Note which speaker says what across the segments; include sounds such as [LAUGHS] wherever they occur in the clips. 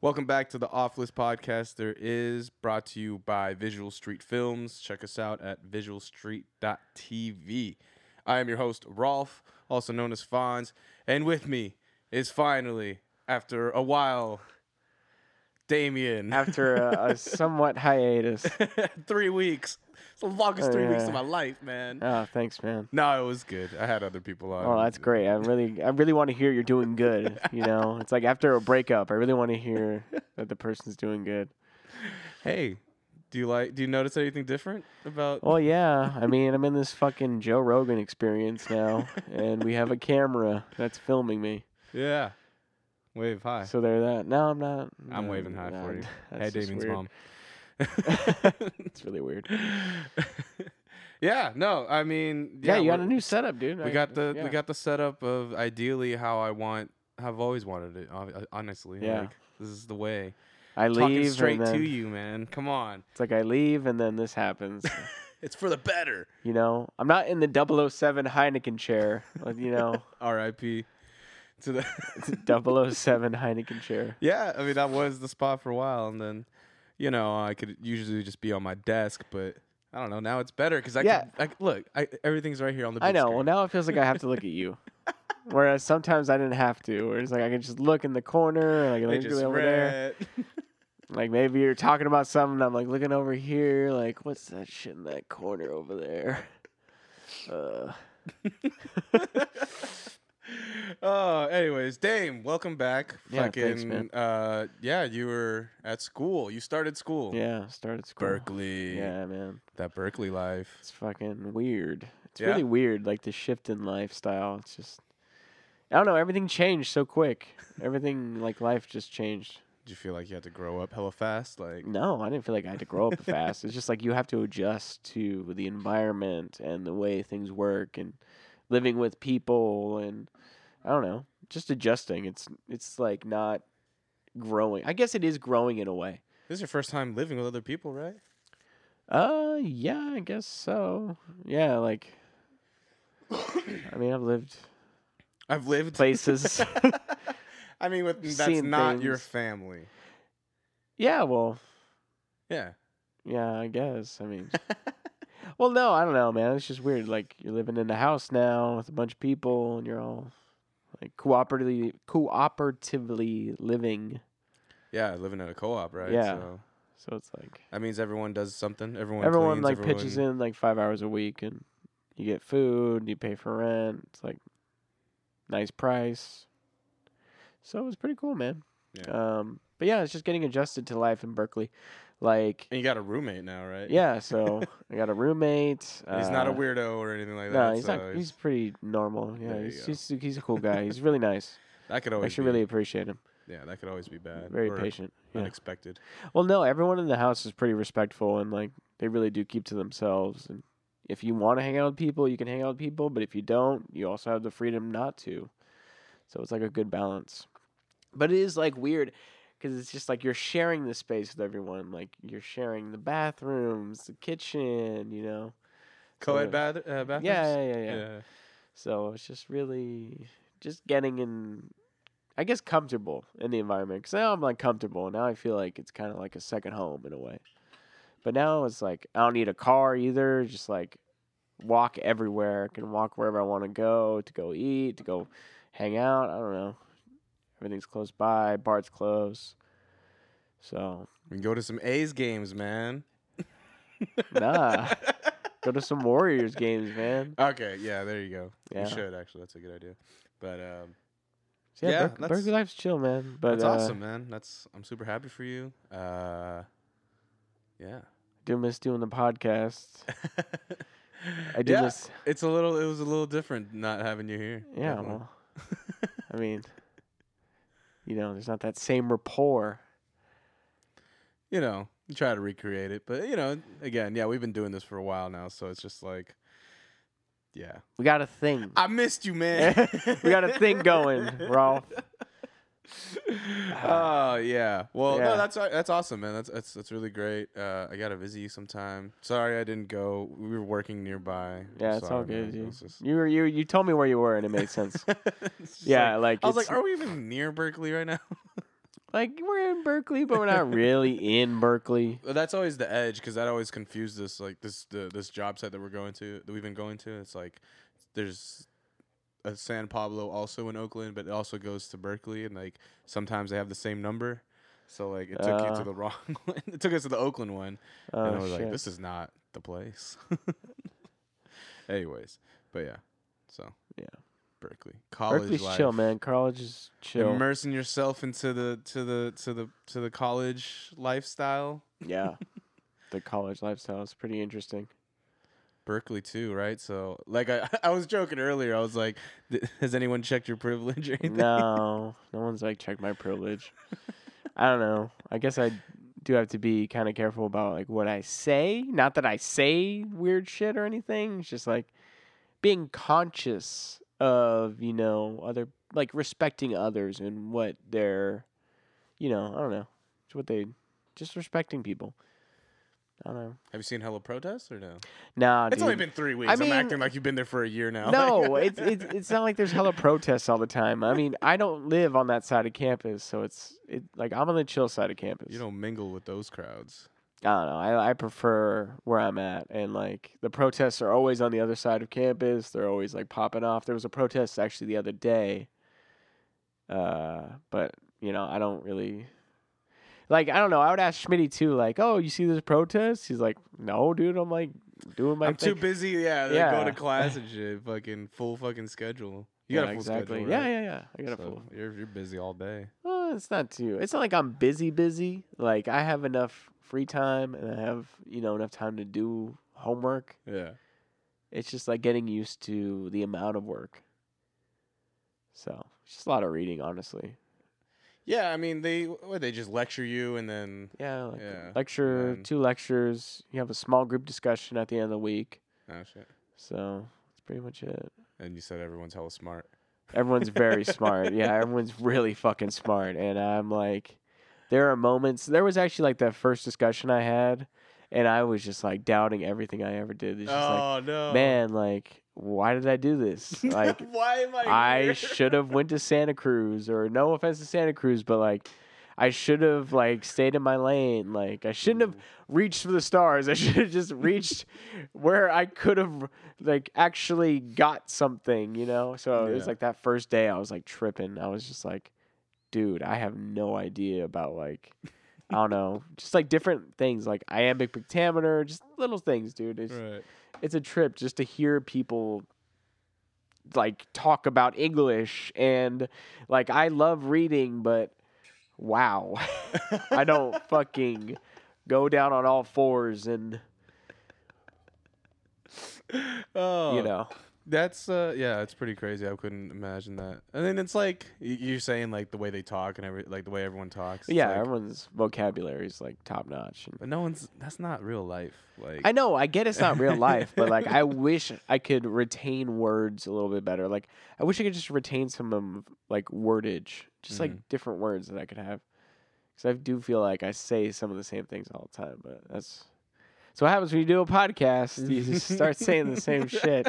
Speaker 1: Welcome back to the Off List Podcast. There is brought to you by Visual Street Films. Check us out at visualstreet.tv. I am your host, Rolf, also known as Fonz. And with me is finally, after a while, Damien.
Speaker 2: After a, a somewhat hiatus.
Speaker 1: [LAUGHS] three weeks. It's the longest three weeks of my
Speaker 2: Yeah.
Speaker 1: life, man.
Speaker 2: Oh, thanks, man.
Speaker 1: No, it was good. I had other people on.
Speaker 2: Oh, that's great. I really, I really want to hear you're doing good. You know, it's like after a breakup, I really want to hear that the person's doing good.
Speaker 1: Hey, do you like? Do you notice anything different about?
Speaker 2: Well, yeah. I mean, I'm in this fucking Joe Rogan experience now, and we have a camera that's filming me.
Speaker 1: yeah. Wave hi.
Speaker 2: So there, that. No, I'm not.
Speaker 1: I'm
Speaker 2: no,
Speaker 1: waving hi
Speaker 2: no,
Speaker 1: for you.
Speaker 2: that's
Speaker 1: Hey,
Speaker 2: just
Speaker 1: Damien's
Speaker 2: weird.
Speaker 1: mom.
Speaker 2: It's really weird. [LAUGHS]
Speaker 1: [LAUGHS] yeah, no, I mean,
Speaker 2: Yeah, you got
Speaker 1: we're-
Speaker 2: a new setup, dude.
Speaker 1: We
Speaker 2: I-
Speaker 1: got the
Speaker 2: yeah.
Speaker 1: we got the setup of ideally how I want, I've always wanted it. hon- uh, Honestly,
Speaker 2: Yeah.
Speaker 1: like, this is the way.
Speaker 2: I
Speaker 1: Talking
Speaker 2: leave
Speaker 1: straight
Speaker 2: and then,
Speaker 1: to you, man. Come on,
Speaker 2: It's like I leave, and then this happens.
Speaker 1: it's for the better.
Speaker 2: You know, I'm not in the 007 Heineken chair. uh, You know,
Speaker 1: R.I.P. to the. [LAUGHS]
Speaker 2: 007 Heineken chair.
Speaker 1: yeah, I mean that was the spot for a while, and then, you know, I could usually just be on my desk, but I don't know. Now it's better because I,
Speaker 2: Yeah.
Speaker 1: could- I could- look, I, everything's right here on the. Big
Speaker 2: I know.
Speaker 1: screen.
Speaker 2: Well, now it feels like I have to look at you. Whereas sometimes I didn't have to. Whereas like I could just look in the corner, and I can
Speaker 1: They
Speaker 2: look
Speaker 1: just
Speaker 2: over there.
Speaker 1: read.
Speaker 2: Like maybe you're talking about something, and I'm like looking over here, like what's that shit in that corner over there? [LAUGHS] Uh,
Speaker 1: [LAUGHS] oh, anyways, Dame, welcome back.
Speaker 2: Yeah, thanks,
Speaker 1: Fucking,
Speaker 2: man.
Speaker 1: uh, yeah, you were at school. You started school.
Speaker 2: yeah, started school.
Speaker 1: Berkeley.
Speaker 2: Yeah, man,
Speaker 1: That Berkeley life.
Speaker 2: it's fucking weird. It's
Speaker 1: Yeah.
Speaker 2: really weird, like the shift in lifestyle. It's just, I don't know. Everything changed so quick. Everything like life just changed.
Speaker 1: Did you feel like you had to grow up hella fast? Like,
Speaker 2: No, I didn't feel like I had to grow up fast. It's just like you have to adjust to the environment and the way things work and living with people and I don't know, just adjusting. It's it's like not growing. I guess it is growing in a way.
Speaker 1: this is your first time living with other people, right?
Speaker 2: Uh yeah, I guess so. Yeah, like [COUGHS] I mean, I've lived
Speaker 1: I've lived
Speaker 2: places.
Speaker 1: [LAUGHS] I mean, with that's
Speaker 2: Seen
Speaker 1: not your
Speaker 2: things.
Speaker 1: family.
Speaker 2: yeah, well,
Speaker 1: Yeah.
Speaker 2: Yeah, I guess. I mean, well, no, I don't know, man. It's just weird. Like you're living in a house now with a bunch of people, and you're all like cooperatively cooperatively living.
Speaker 1: Yeah, living in a co-op, right?
Speaker 2: Yeah.
Speaker 1: So
Speaker 2: So it's like
Speaker 1: that means everyone does something. Everyone.
Speaker 2: everyone
Speaker 1: cleans,
Speaker 2: like
Speaker 1: everyone...
Speaker 2: pitches in like five hours a week, and you get food, you pay for rent. It's like nice price. So it was pretty cool, man.
Speaker 1: Yeah.
Speaker 2: Um, but yeah, it's just getting adjusted to life in Berkeley. Like,
Speaker 1: And you got a roommate now, right? [LAUGHS]
Speaker 2: yeah, so I got a roommate.
Speaker 1: He's not a
Speaker 2: uh,
Speaker 1: weirdo or anything like that.
Speaker 2: No, he's
Speaker 1: so
Speaker 2: not. He's pretty normal. Yeah,
Speaker 1: There you
Speaker 2: he's,
Speaker 1: go.
Speaker 2: he's he's a cool
Speaker 1: [LAUGHS]
Speaker 2: guy. He's really nice.
Speaker 1: that could
Speaker 2: I
Speaker 1: always.
Speaker 2: should
Speaker 1: be-
Speaker 2: really appreciate him.
Speaker 1: Yeah, that could always be bad.
Speaker 2: Very
Speaker 1: or
Speaker 2: patient. Yeah.
Speaker 1: Unexpected.
Speaker 2: Well, no, everyone in the house is pretty respectful and like they really do keep to themselves. And if you want to hang out with people, you can hang out with people. But if you don't, you also have the freedom not to. So it's like a good balance. But it is like weird because it's just like you're sharing the space with everyone. Like you're sharing the bathrooms, the kitchen. You know.
Speaker 1: Co-ed
Speaker 2: Uh,
Speaker 1: bath- uh, bathrooms.
Speaker 2: Yeah, yeah, yeah, yeah.
Speaker 1: yeah.
Speaker 2: So it's just really just getting in, I guess, comfortable in the environment. Because now I'm like comfortable. Now I feel like it's kind of like a second home in a way. But now it's like I don't need a car either. Just like walk everywhere. I can walk wherever I want to go to go eat, to go hang out. I don't know. Everything's close by. Bart's close.
Speaker 1: [LAUGHS]
Speaker 2: So
Speaker 1: We can go to some A's games,
Speaker 2: [LAUGHS]
Speaker 1: man.
Speaker 2: nah, go to some Warriors games, man.
Speaker 1: [LAUGHS] Okay, yeah, there you go.
Speaker 2: Yeah.
Speaker 1: You should actually. That's a good idea. But um,
Speaker 2: So yeah,
Speaker 1: Yeah,
Speaker 2: Berk-
Speaker 1: that's-
Speaker 2: Berkeley life's chill, man. But
Speaker 1: that's
Speaker 2: uh,
Speaker 1: awesome, man. That's I'm super happy for you. Uh, yeah.
Speaker 2: Do miss doing the podcast. [LAUGHS] I do
Speaker 1: yeah,
Speaker 2: miss.
Speaker 1: It's a little. It was a little different not having you here.
Speaker 2: Yeah,
Speaker 1: definitely. [LAUGHS]
Speaker 2: well, I mean, you know, there's not that same rapport.
Speaker 1: you know, you try to recreate it, but you know, again, yeah, we've been doing this for a while now, so it's just like, yeah,
Speaker 2: We got a thing.
Speaker 1: I missed you, man.
Speaker 2: [LAUGHS] we got
Speaker 1: [LAUGHS]
Speaker 2: a thing going, Rolf.
Speaker 1: Oh yeah. Well, no,
Speaker 2: Yeah.
Speaker 1: that's that's awesome, man. That's that's that's really great. Uh, I gotta visit you sometime. Sorry, I didn't go. We were working nearby. I'm
Speaker 2: Yeah, it's all
Speaker 1: sorry,
Speaker 2: good.
Speaker 1: man. It
Speaker 2: You,
Speaker 1: was just- [LAUGHS]
Speaker 2: you were you you told me where you were and it made sense.
Speaker 1: It's just
Speaker 2: yeah,
Speaker 1: like-
Speaker 2: like,
Speaker 1: I was like,
Speaker 2: it's-
Speaker 1: are we even near Berkeley right now?
Speaker 2: Like we're in Berkeley, but we're not really in Berkeley.
Speaker 1: Well, That's always the edge because that always confused us. Like this, the, this job site that we're going to, that we've been going to. It's like there's a San Pablo also in Oakland, but it also goes to Berkeley, and like sometimes they have the same number. So like it took you
Speaker 2: Uh.
Speaker 1: to the wrong [LAUGHS] one. It took us to the Oakland one, [LAUGHS]
Speaker 2: Oh
Speaker 1: and I was
Speaker 2: shit!
Speaker 1: like, this is not the place. [LAUGHS] Anyways, but yeah, so
Speaker 2: Yeah.
Speaker 1: Berkeley college
Speaker 2: Berkeley's
Speaker 1: life.
Speaker 2: chill, man. College is chill.
Speaker 1: Immersing yourself into the to the to the to the college lifestyle. [LAUGHS]
Speaker 2: yeah, the college lifestyle is pretty interesting.
Speaker 1: Berkeley too, right? So, like, I, [LAUGHS] I was joking earlier. I was like, "Th- [LAUGHS] "Has anyone checked your privilege?" Or anything?
Speaker 2: No, no one's like checked my privilege. I don't know. I guess I do have to be kind of careful about like what I say. Not that I say weird shit or anything. It's just like being conscious of you know other like respecting others and what they're you know I don't know it's what they just respecting people. I don't know.
Speaker 1: Have you seen Hello Protest or no?
Speaker 2: Nah,
Speaker 1: It's
Speaker 2: dude.
Speaker 1: only been three weeks.
Speaker 2: mean-
Speaker 1: I'm acting like you've been there for a year [LAUGHS] now.
Speaker 2: No, it's, it's it's not like there's hella protests all the time. I mean, I don't live on that side of campus, so it's it like I'm on the chill side of campus.
Speaker 1: you don't mingle with those crowds.
Speaker 2: I don't know. I I prefer where I'm at, and like the protests are always on the other side of campus. They're always like popping off. There was a protest actually the other day, uh, but you know I don't really. Like I don't know, I would ask Schmitty too. Like, oh, you see this protest? He's like, no, dude. I'm like doing my.
Speaker 1: I'm
Speaker 2: thing.
Speaker 1: too busy. Yeah, they go
Speaker 2: Yeah. [LAUGHS]
Speaker 1: to class and shit. Fucking full fucking schedule. You got a full
Speaker 2: exactly.
Speaker 1: schedule.
Speaker 2: Yeah,
Speaker 1: right?
Speaker 2: yeah, yeah. I got a
Speaker 1: So
Speaker 2: full.
Speaker 1: You're you're busy all day.
Speaker 2: Well, Uh, it's not too. It's not like I'm busy, busy. Like I have enough free time, and I have you know enough time to do homework.
Speaker 1: Yeah.
Speaker 2: It's just like getting used to the amount of work. So it's just a lot of reading, honestly.
Speaker 1: Yeah. I mean, they what, they just lecture you and then
Speaker 2: Yeah, like
Speaker 1: Yeah,
Speaker 2: lecture,
Speaker 1: then-
Speaker 2: two lectures. You have a small group discussion at the end of the week.
Speaker 1: oh shit.
Speaker 2: So that's pretty much it.
Speaker 1: And you said everyone's hella smart.
Speaker 2: Everyone's very smart. Yeah, everyone's really fucking smart. And I'm like, there are moments. There was actually like that first discussion I had, and I was just like doubting everything I ever did. It's just
Speaker 1: oh no, [LAUGHS]
Speaker 2: like, man, like, why did I do this? Like,
Speaker 1: why am I?
Speaker 2: I
Speaker 1: here?
Speaker 2: should have went to Santa Cruz, or no offense to Santa Cruz, but like, I should have like stayed in my lane. Like, I shouldn't have reached for the stars. [LAUGHS] I should have just reached where I could have like actually got something, you know? So it was
Speaker 1: Yeah.
Speaker 2: like that first day I was like tripping. I was just like, dude, I have no idea about like I don't know, just like different things like iambic pentameter, just little things, dude. [LAUGHS] It's
Speaker 1: Right.
Speaker 2: it's a trip just to hear people like talk about English and like I love reading, but wow. [LAUGHS] I
Speaker 1: [LAUGHS]
Speaker 2: don't fucking go down on all fours and
Speaker 1: Oh,
Speaker 2: you know.
Speaker 1: that's uh, yeah, it's pretty crazy. I couldn't imagine that. And then it's like y- you're saying like the way they talk and every like the way everyone talks. it's
Speaker 2: yeah,
Speaker 1: like-
Speaker 2: everyone's vocabulary is like top notch. And
Speaker 1: but no one's. That's not real life. Like
Speaker 2: I know, I get it's not real life, but like I wish I could retain words a little bit better. Like I wish I could just retain some of like wordage, just like different words that I could have. Cuz I do feel like I say some of the same things all the time, but that's that's what happens when you do a podcast. You just start saying the same shit.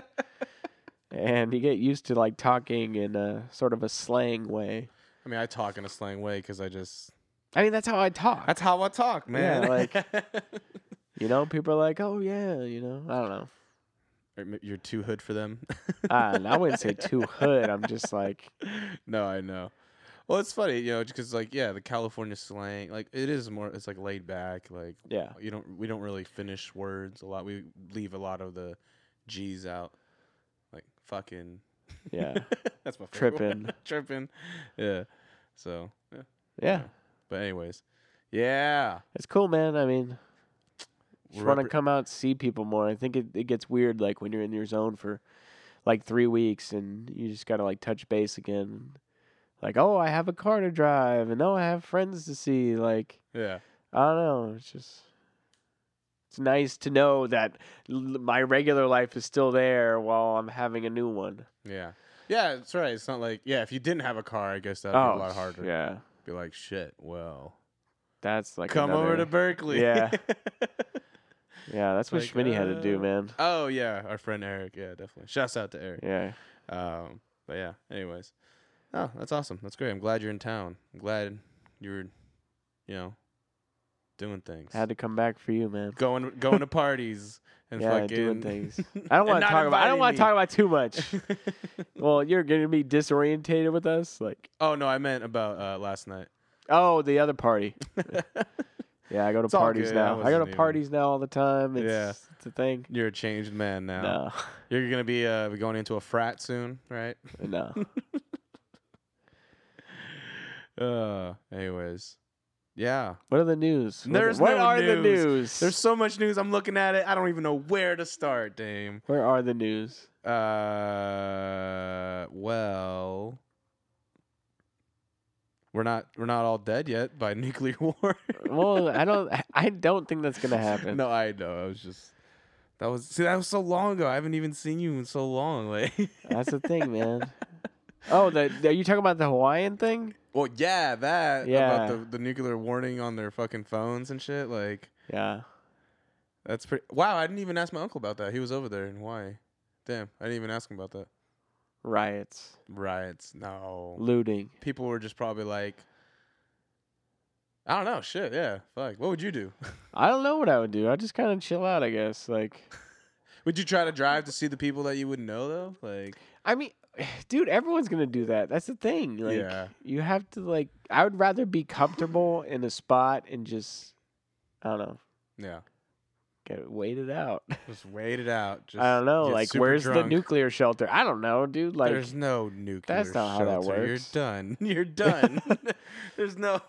Speaker 2: And you get used to like talking in a sort of a slang way.
Speaker 1: I mean, I talk in a slang way because I just
Speaker 2: I mean, that's how I talk.
Speaker 1: that's how I talk, man.
Speaker 2: like-
Speaker 1: like
Speaker 2: you know, people are like, "Oh yeah," you know. I don't know.
Speaker 1: [LAUGHS] you're too hood for them. [LAUGHS]
Speaker 2: Uh, and I wouldn't say too hood. I'm just like
Speaker 1: no, I know. Well, it's funny, you know, because like yeah, the California slang, like it is more. It's like laid back, like
Speaker 2: Yeah.
Speaker 1: you don't we don't really finish words a lot. We leave a lot of the G's out, like fucking.
Speaker 2: Yeah.
Speaker 1: [LAUGHS] that's my favorite
Speaker 2: Trippin'.
Speaker 1: one. [LAUGHS] tripping, yeah. So, yeah.
Speaker 2: [LAUGHS] Yeah.
Speaker 1: but anyways, yeah.
Speaker 2: It's cool, man. I mean, just
Speaker 1: We're
Speaker 2: want to
Speaker 1: repre-
Speaker 2: come out see people more. I think it, it gets weird like when you're in your zone for like 3 weeks and you just got to like touch base again. Like, "Oh, I have a car to drive." And, "Oh, I have friends to see." Like,
Speaker 1: yeah,
Speaker 2: I don't know. It's just it's nice to know that l- my regular life is still there while I'm having a new one.
Speaker 1: yeah, yeah. That's right. It's not like yeah. If you didn't have a car, I guess that'd be a lot harder.
Speaker 2: Oh, Yeah.
Speaker 1: Be like shit. Well,
Speaker 2: That's like
Speaker 1: come over to
Speaker 2: another-
Speaker 1: Berkeley.
Speaker 2: Yeah. Yeah, that's what
Speaker 1: like,
Speaker 2: Schmitty had to do,
Speaker 1: uh,
Speaker 2: man.
Speaker 1: [LAUGHS] Oh yeah, our friend Eric. Yeah, definitely. Shouts out to Eric.
Speaker 2: Yeah.
Speaker 1: Um, but yeah. Anyways, oh, that's awesome. That's great. I'm glad you're in town. I'm glad you were, you know, doing things.
Speaker 2: Had to come back for you, man.
Speaker 1: going going to
Speaker 2: [LAUGHS]
Speaker 1: parties and
Speaker 2: Yeah,
Speaker 1: fucking [LAUGHS]
Speaker 2: doing things. I
Speaker 1: and
Speaker 2: don't want to
Speaker 1: not
Speaker 2: talk about. I don't want to talk
Speaker 1: inviting
Speaker 2: about too
Speaker 1: [LAUGHS]
Speaker 2: much.
Speaker 1: me.
Speaker 2: well, you're gonna be disorientated with us, like
Speaker 1: oh no, I meant about uh, last night.
Speaker 2: oh, the other
Speaker 1: [LAUGHS]
Speaker 2: party. Yeah, I go to
Speaker 1: It's all
Speaker 2: parties
Speaker 1: good. I
Speaker 2: now. I, go to
Speaker 1: wasn't even-
Speaker 2: parties now all the time. It's,
Speaker 1: Yeah.
Speaker 2: it's a thing.
Speaker 1: You're a changed man now.
Speaker 2: No,
Speaker 1: You're gonna be uh, going into a frat soon, right? [LAUGHS]
Speaker 2: no.
Speaker 1: Uh, anyways, yeah.
Speaker 2: What are the news? What-
Speaker 1: There's
Speaker 2: what
Speaker 1: no
Speaker 2: are the
Speaker 1: news.
Speaker 2: news?
Speaker 1: There's so much news. I'm looking at it. I don't even know where to start, Dame.
Speaker 2: Where are the news?
Speaker 1: Uh, well, we're not we're not all dead yet by [LAUGHS] nuclear war.
Speaker 2: well, I don't. [LAUGHS] I don't think that's gonna happen.
Speaker 1: no, I know. I was just that was see that was so long ago. I haven't even seen you in so long. Like, [LAUGHS]
Speaker 2: That's the thing, man. Oh, the, are you talking about the Hawaiian thing?
Speaker 1: well, yeah, that
Speaker 2: Yeah.
Speaker 1: about the, the nuclear warning on their fucking phones and shit. Like,
Speaker 2: Yeah.
Speaker 1: that's pretty. Wow, I didn't even ask my uncle about that. He was over there in Hawaii. Damn, I didn't even ask him about that.
Speaker 2: Riots,
Speaker 1: Riots, no.
Speaker 2: looting.
Speaker 1: people were just probably like, I don't know, shit, yeah, fuck. What would you do? [LAUGHS]
Speaker 2: I don't know what I would do. I'd just kind of chill out, I guess. Like,
Speaker 1: would you try to drive to see the people that you would know though? Like,
Speaker 2: I mean, [SIGHS] dude, everyone's gonna do that. That's the thing. Like,
Speaker 1: Yeah.
Speaker 2: you have to like. I would rather be comfortable in a spot and just, I don't know,
Speaker 1: yeah,
Speaker 2: get waited out. [LAUGHS]
Speaker 1: just wait it out. Just
Speaker 2: I don't know.
Speaker 1: get
Speaker 2: Like,
Speaker 1: super
Speaker 2: where's
Speaker 1: drunk.
Speaker 2: the nuclear shelter? I don't know, dude. Like,
Speaker 1: There's no nuclear.
Speaker 2: not how that
Speaker 1: shelter.
Speaker 2: works.
Speaker 1: You're done. [LAUGHS]
Speaker 2: [LAUGHS]
Speaker 1: You're done. There's no.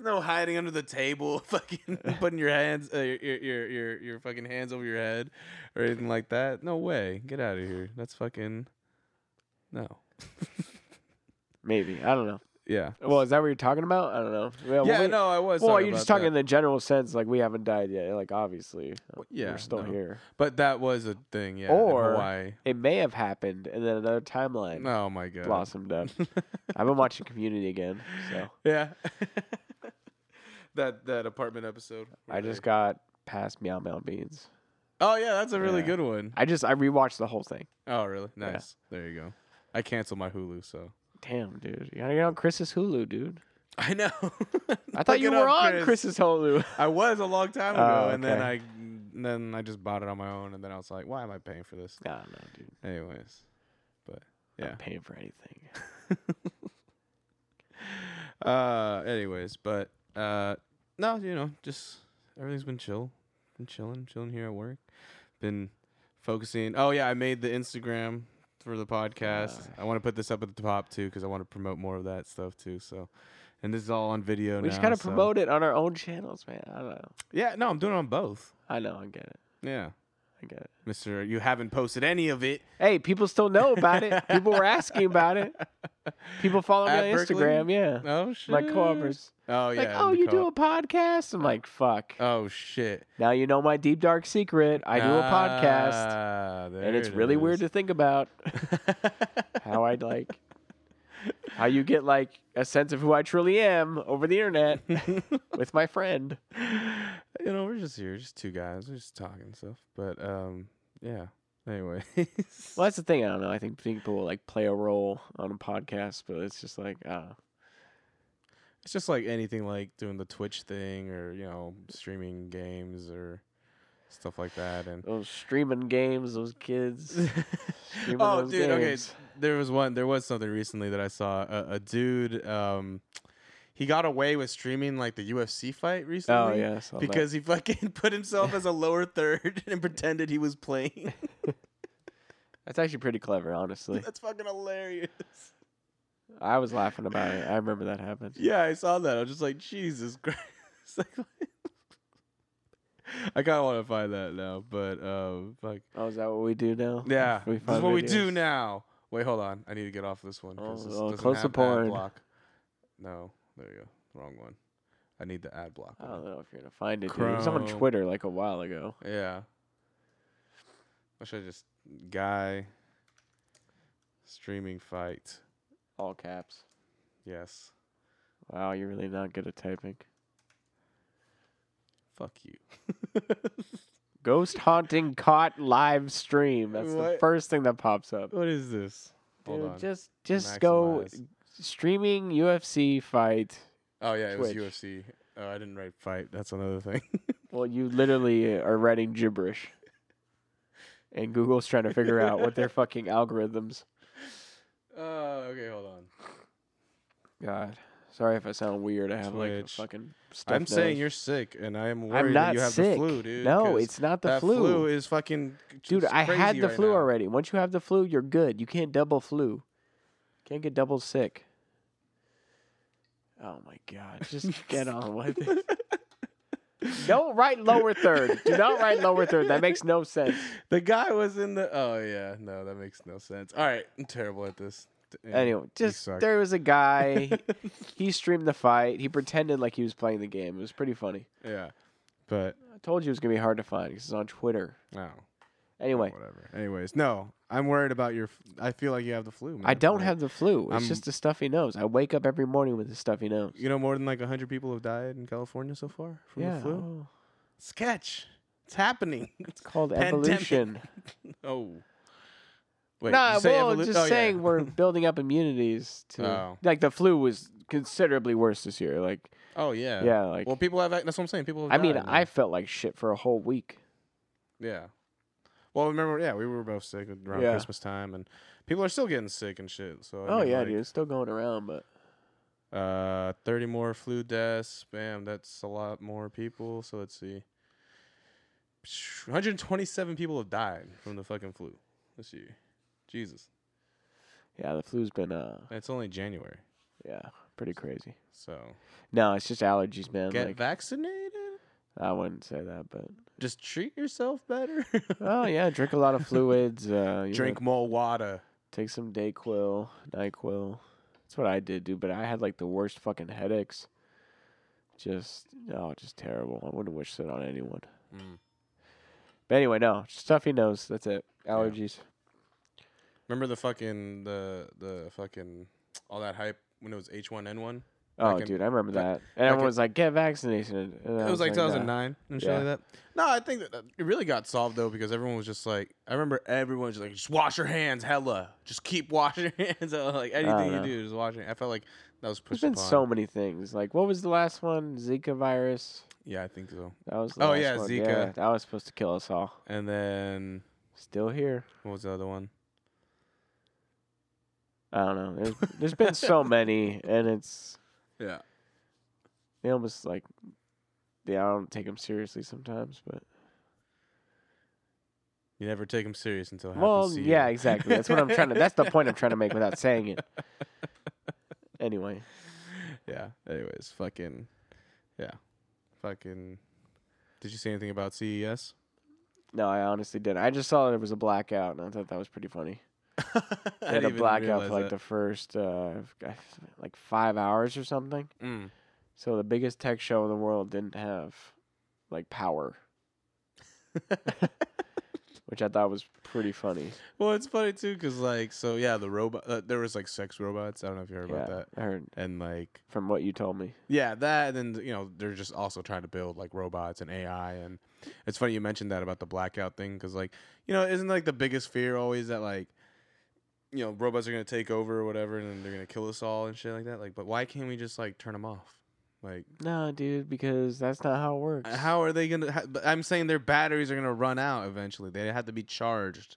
Speaker 1: there's No hiding under the table, [LAUGHS] fucking putting your hands, uh, your, your your your your fucking hands over your head, or anything like that. No way. Get out of here. That's fucking. No.
Speaker 2: maybe I don't know.
Speaker 1: Yeah.
Speaker 2: Well, is that what you're talking about? I don't know. Well,
Speaker 1: yeah.
Speaker 2: we-
Speaker 1: no, I was.
Speaker 2: Well,
Speaker 1: talking
Speaker 2: you're just
Speaker 1: about
Speaker 2: talking
Speaker 1: that.
Speaker 2: in the general sense, like we haven't died yet. Like obviously,
Speaker 1: Well, yeah,
Speaker 2: we're still
Speaker 1: no.
Speaker 2: here.
Speaker 1: But that was a thing, yeah. in
Speaker 2: Or-
Speaker 1: Hawaii.
Speaker 2: It may have happened, and then another timeline
Speaker 1: Oh my god.
Speaker 2: blossomed up. I've been watching Community again, so
Speaker 1: [LAUGHS]
Speaker 2: [LAUGHS]
Speaker 1: Yeah. that that apartment episode.
Speaker 2: I just got past Meow Meow Beans.
Speaker 1: Oh yeah, that's a really
Speaker 2: Yeah.
Speaker 1: good one.
Speaker 2: I just I rewatched the whole thing.
Speaker 1: Oh really?
Speaker 2: Yeah.
Speaker 1: Nice. There you go. I canceled my Hulu, so
Speaker 2: Damn, dude, you gotta get on Chris's Hulu, dude.
Speaker 1: I [LAUGHS] know.
Speaker 2: I thought you
Speaker 1: Look it
Speaker 2: were
Speaker 1: up,
Speaker 2: on
Speaker 1: Chris.
Speaker 2: Chris's
Speaker 1: [LAUGHS]
Speaker 2: Hulu.
Speaker 1: I was a long time ago,
Speaker 2: Oh,
Speaker 1: and then I
Speaker 2: okay.
Speaker 1: and then I just bought it on my own, and then I was like, why am I paying for this?
Speaker 2: no, no, dude,
Speaker 1: Anyways, but
Speaker 2: I'm
Speaker 1: yeah.
Speaker 2: not paying for anything.
Speaker 1: Uh, anyways, but uh, no, you know, just everything's been chill, been chilling, chilling here at work, been focusing. Oh yeah, I made the Instagram for the podcast.
Speaker 2: Ah.
Speaker 1: I want to put this up at the top too because I want to promote more of that stuff too. So, and this is all on video.
Speaker 2: We just
Speaker 1: now,
Speaker 2: gotta
Speaker 1: so-
Speaker 2: promote it on our own channels, man. I don't know.
Speaker 1: Yeah, no, I'm doing it on both.
Speaker 2: I know. I get it.
Speaker 1: Yeah,
Speaker 2: I get it.
Speaker 1: Mister, you haven't posted any of it.
Speaker 2: Hey, people still know about it.
Speaker 1: [LAUGHS]
Speaker 2: People were asking about it. People follow me
Speaker 1: At
Speaker 2: on
Speaker 1: Berkeley?
Speaker 2: Instagram. Yeah.
Speaker 1: Oh shit,
Speaker 2: My co-opers.
Speaker 1: Oh yeah,
Speaker 2: like,
Speaker 1: and
Speaker 2: oh,
Speaker 1: the
Speaker 2: you do
Speaker 1: co-op.
Speaker 2: a podcast? I'm like, fuck.
Speaker 1: Oh shit,
Speaker 2: now you know my deep dark secret. I do a podcast.
Speaker 1: Ah,
Speaker 2: And
Speaker 1: uh, there
Speaker 2: it's
Speaker 1: it
Speaker 2: really
Speaker 1: is.
Speaker 2: weird to think about how I'd like how you get like a sense of who I truly am over the internet [LAUGHS] with my friend.
Speaker 1: you know, we're just here, just two guys, we're just talking stuff. But um, yeah. [LAUGHS] Anyways,
Speaker 2: Well, that's the thing. I don't know. I think people will like play a role on a podcast, but it's just like, ah, I don't know.
Speaker 1: it's just like anything, like doing the Twitch thing, or you know, streaming games or stuff like that. And
Speaker 2: those streaming games, those
Speaker 1: [LAUGHS]
Speaker 2: kids. [LAUGHS] Streaming
Speaker 1: oh,
Speaker 2: those
Speaker 1: dude,
Speaker 2: games.
Speaker 1: okay. There was one. There was something recently that I saw. A, a dude, um, he got away with streaming like the UFC fight
Speaker 2: Oh
Speaker 1: recently.
Speaker 2: yeah, I saw that.
Speaker 1: Because he fucking [LAUGHS] put himself as a lower third and pretended he was playing.
Speaker 2: that's actually pretty clever, honestly.
Speaker 1: [LAUGHS] That's fucking hilarious.
Speaker 2: I was laughing about it. I remember that happened.
Speaker 1: Yeah, I saw that. I was just like, Jesus [LAUGHS] Christ. Like, I kind of want to find that now, but um, fuck.
Speaker 2: Oh, is that what we do now?
Speaker 1: Yeah,
Speaker 2: we
Speaker 1: this is what we do
Speaker 2: videos.
Speaker 1: now. Wait, hold on. I need to get off this one. 'cause
Speaker 2: Oh,
Speaker 1: this
Speaker 2: oh,
Speaker 1: doesn't
Speaker 2: close the
Speaker 1: have ad
Speaker 2: porn.
Speaker 1: Block. No, there you go. Wrong one. I need the ad block.
Speaker 2: I
Speaker 1: one.
Speaker 2: don't know if you're gonna find it. Dude. It was on
Speaker 1: Chrome.
Speaker 2: Twitter like a while ago.
Speaker 1: Yeah. Or should I just guy streaming fight?
Speaker 2: All caps.
Speaker 1: Yes.
Speaker 2: Wow, you're really not good at typing.
Speaker 1: Fuck you. [LAUGHS]
Speaker 2: Ghost haunting caught live stream. That's the
Speaker 1: What?
Speaker 2: first thing that pops up.
Speaker 1: What is this? Hold
Speaker 2: Dude,
Speaker 1: on.
Speaker 2: just just go
Speaker 1: Maximize.
Speaker 2: streaming UFC fight
Speaker 1: Oh yeah, it was
Speaker 2: Twitch.
Speaker 1: UFC. Oh, I didn't write fight. That's another thing. [LAUGHS]
Speaker 2: Well, you literally are writing gibberish. And Google's trying to figure out what [LAUGHS] their fucking algorithms.
Speaker 1: Oh, okay, hold on.
Speaker 2: God. Sorry if I sound weird. I have like a
Speaker 1: Twitch.
Speaker 2: fucking stuff.
Speaker 1: I'm saying you're sick, and I am worried
Speaker 2: I'm not
Speaker 1: that you have
Speaker 2: sick.
Speaker 1: the flu, dude.
Speaker 2: no,
Speaker 1: 'cause
Speaker 2: it's not the
Speaker 1: that
Speaker 2: flu.
Speaker 1: is fucking.
Speaker 2: Dude,
Speaker 1: it's
Speaker 2: I had
Speaker 1: crazy
Speaker 2: the
Speaker 1: right
Speaker 2: flu
Speaker 1: now.
Speaker 2: already. Once you have the flu, you're good. You can't double flu. Can't get double sick. Oh my
Speaker 1: [LAUGHS]
Speaker 2: god. Just get [LAUGHS] on with it. Don't write lower third. Do not write lower third. That makes no sense.
Speaker 1: [LAUGHS] The guy was in the. Oh yeah, no, that makes no sense. All right, I'm terrible at this. Damn.
Speaker 2: Anyway, just
Speaker 1: suck.
Speaker 2: there was
Speaker 1: [LAUGHS]
Speaker 2: a guy. he streamed the fight. He pretended like he was playing the game. It was pretty funny.
Speaker 1: Yeah, but
Speaker 2: I told you it was gonna be hard to find because it's on Twitter.
Speaker 1: no.
Speaker 2: Anyway,
Speaker 1: whatever. Anyways, no, I'm worried about your. f- I feel like you have the flu. Man.
Speaker 2: I don't
Speaker 1: Like,
Speaker 2: have the flu. It's
Speaker 1: I'm-
Speaker 2: just a stuffy nose. I wake up every morning with a stuffy nose.
Speaker 1: You know, more than like hundred people have died in California so far from
Speaker 2: yeah,
Speaker 1: the flu.
Speaker 2: oh,
Speaker 1: Sketch. It's happening. [LAUGHS]
Speaker 2: it's called
Speaker 1: Pandemic.
Speaker 2: evolution.
Speaker 1: oh.
Speaker 2: No,
Speaker 1: Wait, did
Speaker 2: nah,
Speaker 1: you say
Speaker 2: well,
Speaker 1: evolu-
Speaker 2: just
Speaker 1: oh, yeah.
Speaker 2: saying we're building up immunities to
Speaker 1: Oh.
Speaker 2: like the flu was considerably worse this year. Like
Speaker 1: [LAUGHS] oh yeah.
Speaker 2: yeah, like
Speaker 1: Well, people have. That's what I'm saying. People. Have
Speaker 2: I mean,
Speaker 1: died, man.
Speaker 2: I felt like shit for a whole week.
Speaker 1: Yeah. Well, remember, yeah, we were both sick around
Speaker 2: Yeah.
Speaker 1: Christmas time, and people are still getting sick and shit. So I
Speaker 2: oh
Speaker 1: mean,
Speaker 2: yeah,
Speaker 1: like,
Speaker 2: dude, it's still going around, but
Speaker 1: Uh, thirty more flu deaths. Bam, that's a lot more people. So let's see. 127 people have died from the fucking flu this year. Jesus,
Speaker 2: yeah, the flu's been uh
Speaker 1: And it's only January,
Speaker 2: yeah, pretty crazy.
Speaker 1: so
Speaker 2: No, it's just allergies, man.
Speaker 1: get
Speaker 2: like,
Speaker 1: vaccinated.
Speaker 2: I wouldn't say that, but
Speaker 1: Just treat yourself
Speaker 2: [LAUGHS]
Speaker 1: better.
Speaker 2: oh yeah, drink a lot of fluids. Uh, you know,
Speaker 1: Drink more water.
Speaker 2: take some Dayquil, Nyquil. That's what I did, dude. But I had like the worst fucking headaches. Just oh, just terrible. I wouldn't wish that on anyone.
Speaker 1: Mm.
Speaker 2: But anyway, no stuffy nose. That's it. Allergies.
Speaker 1: Remember the fucking the the fucking all that hype when it was H1N1.
Speaker 2: Oh,
Speaker 1: Like in-
Speaker 2: dude, I remember
Speaker 1: like-
Speaker 2: that.
Speaker 1: like
Speaker 2: And everyone
Speaker 1: in-
Speaker 2: was like, "Get vaccinated." And I
Speaker 1: It was like
Speaker 2: nah.
Speaker 1: 2009 and shit
Speaker 2: Yeah.
Speaker 1: like that. No, I think that that it really got solved though because everyone was just like, I remember everyone was just like, just wash your hands, hella, just keep [LAUGHS] washing your hands, Uh, like anything you
Speaker 2: know.
Speaker 1: do, just washing. I felt like that was
Speaker 2: There's
Speaker 1: pushed
Speaker 2: been
Speaker 1: upon.
Speaker 2: so many things. Like, what was the last one? Zika virus.
Speaker 1: yeah, I think so.
Speaker 2: That was the
Speaker 1: Oh,
Speaker 2: last
Speaker 1: yeah,
Speaker 2: one.
Speaker 1: Zika.
Speaker 2: Yeah, that was supposed to kill us all.
Speaker 1: And then
Speaker 2: Still here.
Speaker 1: what was the other one?
Speaker 2: I don't know. There's, there's
Speaker 1: [LAUGHS]
Speaker 2: been so many, and it's
Speaker 1: Yeah,
Speaker 2: they almost like they I don't take them seriously sometimes. But
Speaker 1: you never take them serious until it happens
Speaker 2: well,
Speaker 1: to you.
Speaker 2: yeah, exactly. That's what I'm trying to. That's the point I'm trying to make without
Speaker 1: [LAUGHS]
Speaker 2: saying it. Anyway,
Speaker 1: yeah. Anyways, fucking, yeah, fucking. Did you say anything about E
Speaker 2: [LAUGHS]
Speaker 1: CES?
Speaker 2: no, I honestly didn't. I just saw that it was a blackout, and I thought that was pretty funny.
Speaker 1: [LAUGHS] I
Speaker 2: They had
Speaker 1: didn't
Speaker 2: a
Speaker 1: even
Speaker 2: blackout
Speaker 1: realize
Speaker 2: for like
Speaker 1: that.
Speaker 2: the first uh, f- like five hours or something.
Speaker 1: Mm.
Speaker 2: So the biggest tech show in the world didn't have like power, [LAUGHS] which I thought was pretty funny.
Speaker 1: Mm. Well, it's funny too, cause like, so yeah, the robot. Uh, there was like sex robots. I don't know if you heard
Speaker 2: yeah,
Speaker 1: about that.
Speaker 2: I heard
Speaker 1: And like,
Speaker 2: from what you told me.
Speaker 1: yeah, that. And then you know, they're just also trying to build like robots and AI. And it's funny you mentioned that about the blackout thing, cause like, you know, isn't like the biggest fear always that like, you know, robots are gonna take over or whatever, and then they're gonna kill us all and shit like that. Like, but why can't we just like turn them off? Like,
Speaker 2: No, dude, because that's not how it works.
Speaker 1: Uh, how are they gonna? ha- but I'm saying their batteries are gonna run out eventually. They have to be charged.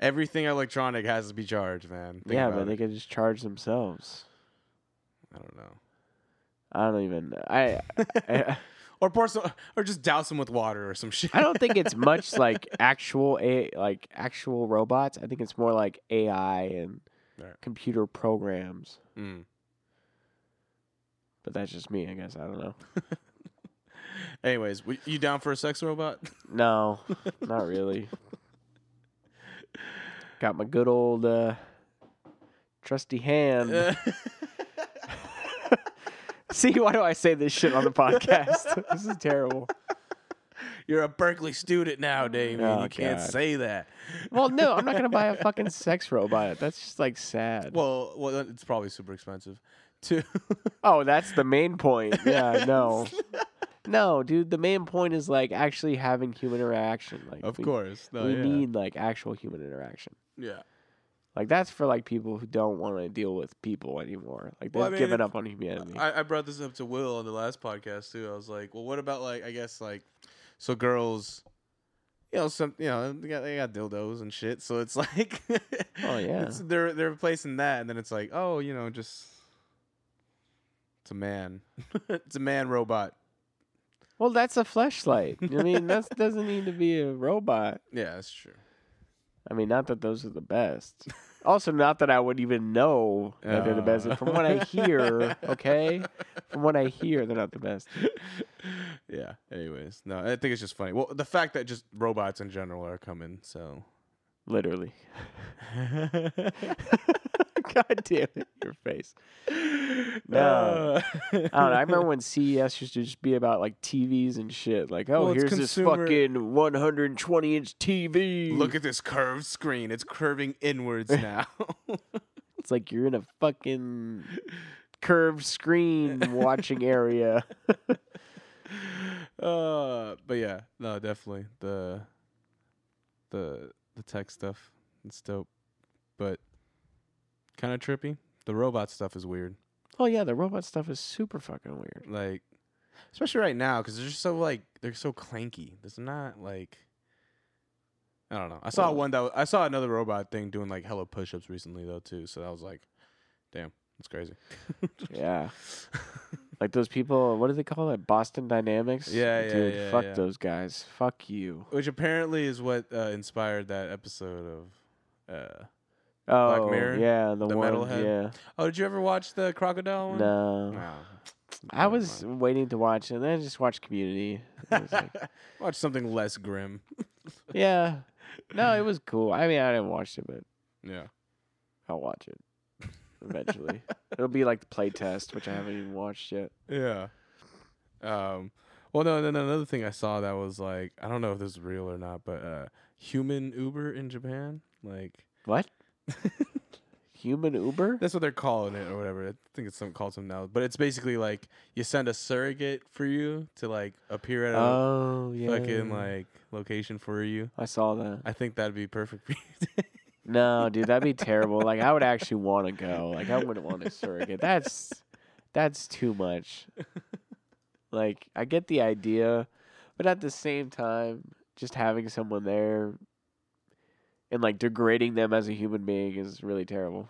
Speaker 1: Everything electronic has to be charged, man. Think
Speaker 2: yeah,
Speaker 1: about
Speaker 2: but
Speaker 1: it.
Speaker 2: they could just charge themselves.
Speaker 1: I don't know.
Speaker 2: I don't even. I, I
Speaker 1: [LAUGHS] or pour some, or just douse them with water or some shit.
Speaker 2: I don't think it's much like actual a like actual robots. I think it's more like AI and
Speaker 1: Right.
Speaker 2: computer programs.
Speaker 1: Mm.
Speaker 2: But that's just me, I guess. I don't know.
Speaker 1: Anyways, w- you down for a sex [LAUGHS] robot?
Speaker 2: [LAUGHS] No, not really. Got my good old uh, trusty [LAUGHS] hand.
Speaker 1: Um,
Speaker 2: See, why do I say this shit on the [LAUGHS] podcast? this is terrible.
Speaker 1: [LAUGHS] You're a Berkeley student now, Damien.
Speaker 2: Oh,
Speaker 1: you can't
Speaker 2: God.
Speaker 1: say that.
Speaker 2: Well, no, I'm not gonna buy a [LAUGHS] fucking sex robot. That's just like sad.
Speaker 1: Well, well, uh, it's probably super expensive, [LAUGHS] too.
Speaker 2: Oh, that's the main point. Yeah, [LAUGHS] no. No, dude, the main point is like actually having human interaction.
Speaker 1: [LAUGHS]
Speaker 2: Like
Speaker 1: of
Speaker 2: we,
Speaker 1: course. No,
Speaker 2: we
Speaker 1: yeah.
Speaker 2: need like actual human interaction.
Speaker 1: yeah.
Speaker 2: Like that's for like people who don't want to deal with people anymore. Like they've
Speaker 1: Well, I mean,
Speaker 2: given
Speaker 1: if-
Speaker 2: up on humanity.
Speaker 1: I, I brought this up to Will on the last podcast too. I was like, well, what about like I guess like so girls, you know, some you know they got they got dildos and shit. So it's [LAUGHS] like,
Speaker 2: Oh, yeah.
Speaker 1: it's, they're they're replacing that, and then it's like, oh, you know, just it's a man, [LAUGHS] it's a man robot.
Speaker 2: well, that's a fleshlight.
Speaker 1: [LAUGHS]
Speaker 2: I mean, that doesn't need to be a robot.
Speaker 1: Yeah, that's true.
Speaker 2: I mean, not that those are the best. Also, not that I would even know that they're the best.
Speaker 1: Uh.
Speaker 2: From what I
Speaker 1: [LAUGHS]
Speaker 2: hear, okay, from what I hear, they're not the best.
Speaker 1: yeah. Anyways, no, I think it's just funny. Well, the fact that just robots in general are coming, so.
Speaker 2: Literally. [LAUGHS] God damn it, your face. [LAUGHS]
Speaker 1: [LAUGHS]
Speaker 2: No.
Speaker 1: Uh,
Speaker 2: I don't know. I remember when CES used to just be about like TVs and shit. Like, oh,
Speaker 1: Well, it's
Speaker 2: here's
Speaker 1: consumer-
Speaker 2: this fucking 120 inch TV.
Speaker 1: Look at this curved screen. It's curving
Speaker 2: [LAUGHS]
Speaker 1: inwards now. [LAUGHS]
Speaker 2: it's like you're in a fucking curved screen watching area.
Speaker 1: uh, but yeah, no, definitely the the the tech stuff. It's dope, but kind of trippy. The robot stuff is weird.
Speaker 2: Oh yeah, the robot stuff is super
Speaker 1: [LAUGHS]
Speaker 2: fucking weird.
Speaker 1: Like, especially right now because they're just so like they're so clanky. There's not like. I don't know. I saw
Speaker 2: Well-
Speaker 1: one that wa- I saw another robot thing doing like hella push-ups recently though too. So I was like, "Damn, that's
Speaker 2: [LAUGHS]
Speaker 1: crazy."
Speaker 2: Yeah. Like those people, what do they call it? Boston Dynamics.
Speaker 1: Yeah, yeah,
Speaker 2: dude.
Speaker 1: yeah,
Speaker 2: fuck
Speaker 1: yeah.
Speaker 2: those guys. Fuck you.
Speaker 1: Which apparently is what uh, inspired that episode of. Uh,
Speaker 2: Oh,
Speaker 1: Mirror?
Speaker 2: yeah, the,
Speaker 1: The
Speaker 2: one.
Speaker 1: metalhead?
Speaker 2: Yeah,
Speaker 1: oh, did you ever watch the crocodile one?
Speaker 2: no.
Speaker 1: No.
Speaker 2: I was waiting to watch, it, and then I just watched
Speaker 1: [LAUGHS]
Speaker 2: Community. I was like,
Speaker 1: watch something less grim.
Speaker 2: yeah, no, it was cool. I mean, I didn't watch it, but
Speaker 1: Yeah.
Speaker 2: I'll watch it
Speaker 1: [LAUGHS]
Speaker 2: eventually. It'll be like the playtest, which I haven't even watched yet.
Speaker 1: Yeah. Um. Well, no. Then another thing I saw that was like I don't know if this is real or not, but uh, human Uber in Japan, like [LAUGHS]
Speaker 2: What? Human Uber?
Speaker 1: that's what they're calling it or whatever. I think it's some called something now, but it's basically like you send a surrogate for you to like appear at a
Speaker 2: Oh yeah.
Speaker 1: fucking like location for you.
Speaker 2: I saw that.
Speaker 1: I think that'd be perfect for you. [LAUGHS]
Speaker 2: No, dude, that'd be terrible. Like I would actually want to go. Like I wouldn't want a surrogate. That's that's too much. Like I get the idea, but at the same time, just having someone there and like degrading them as a human being is really terrible.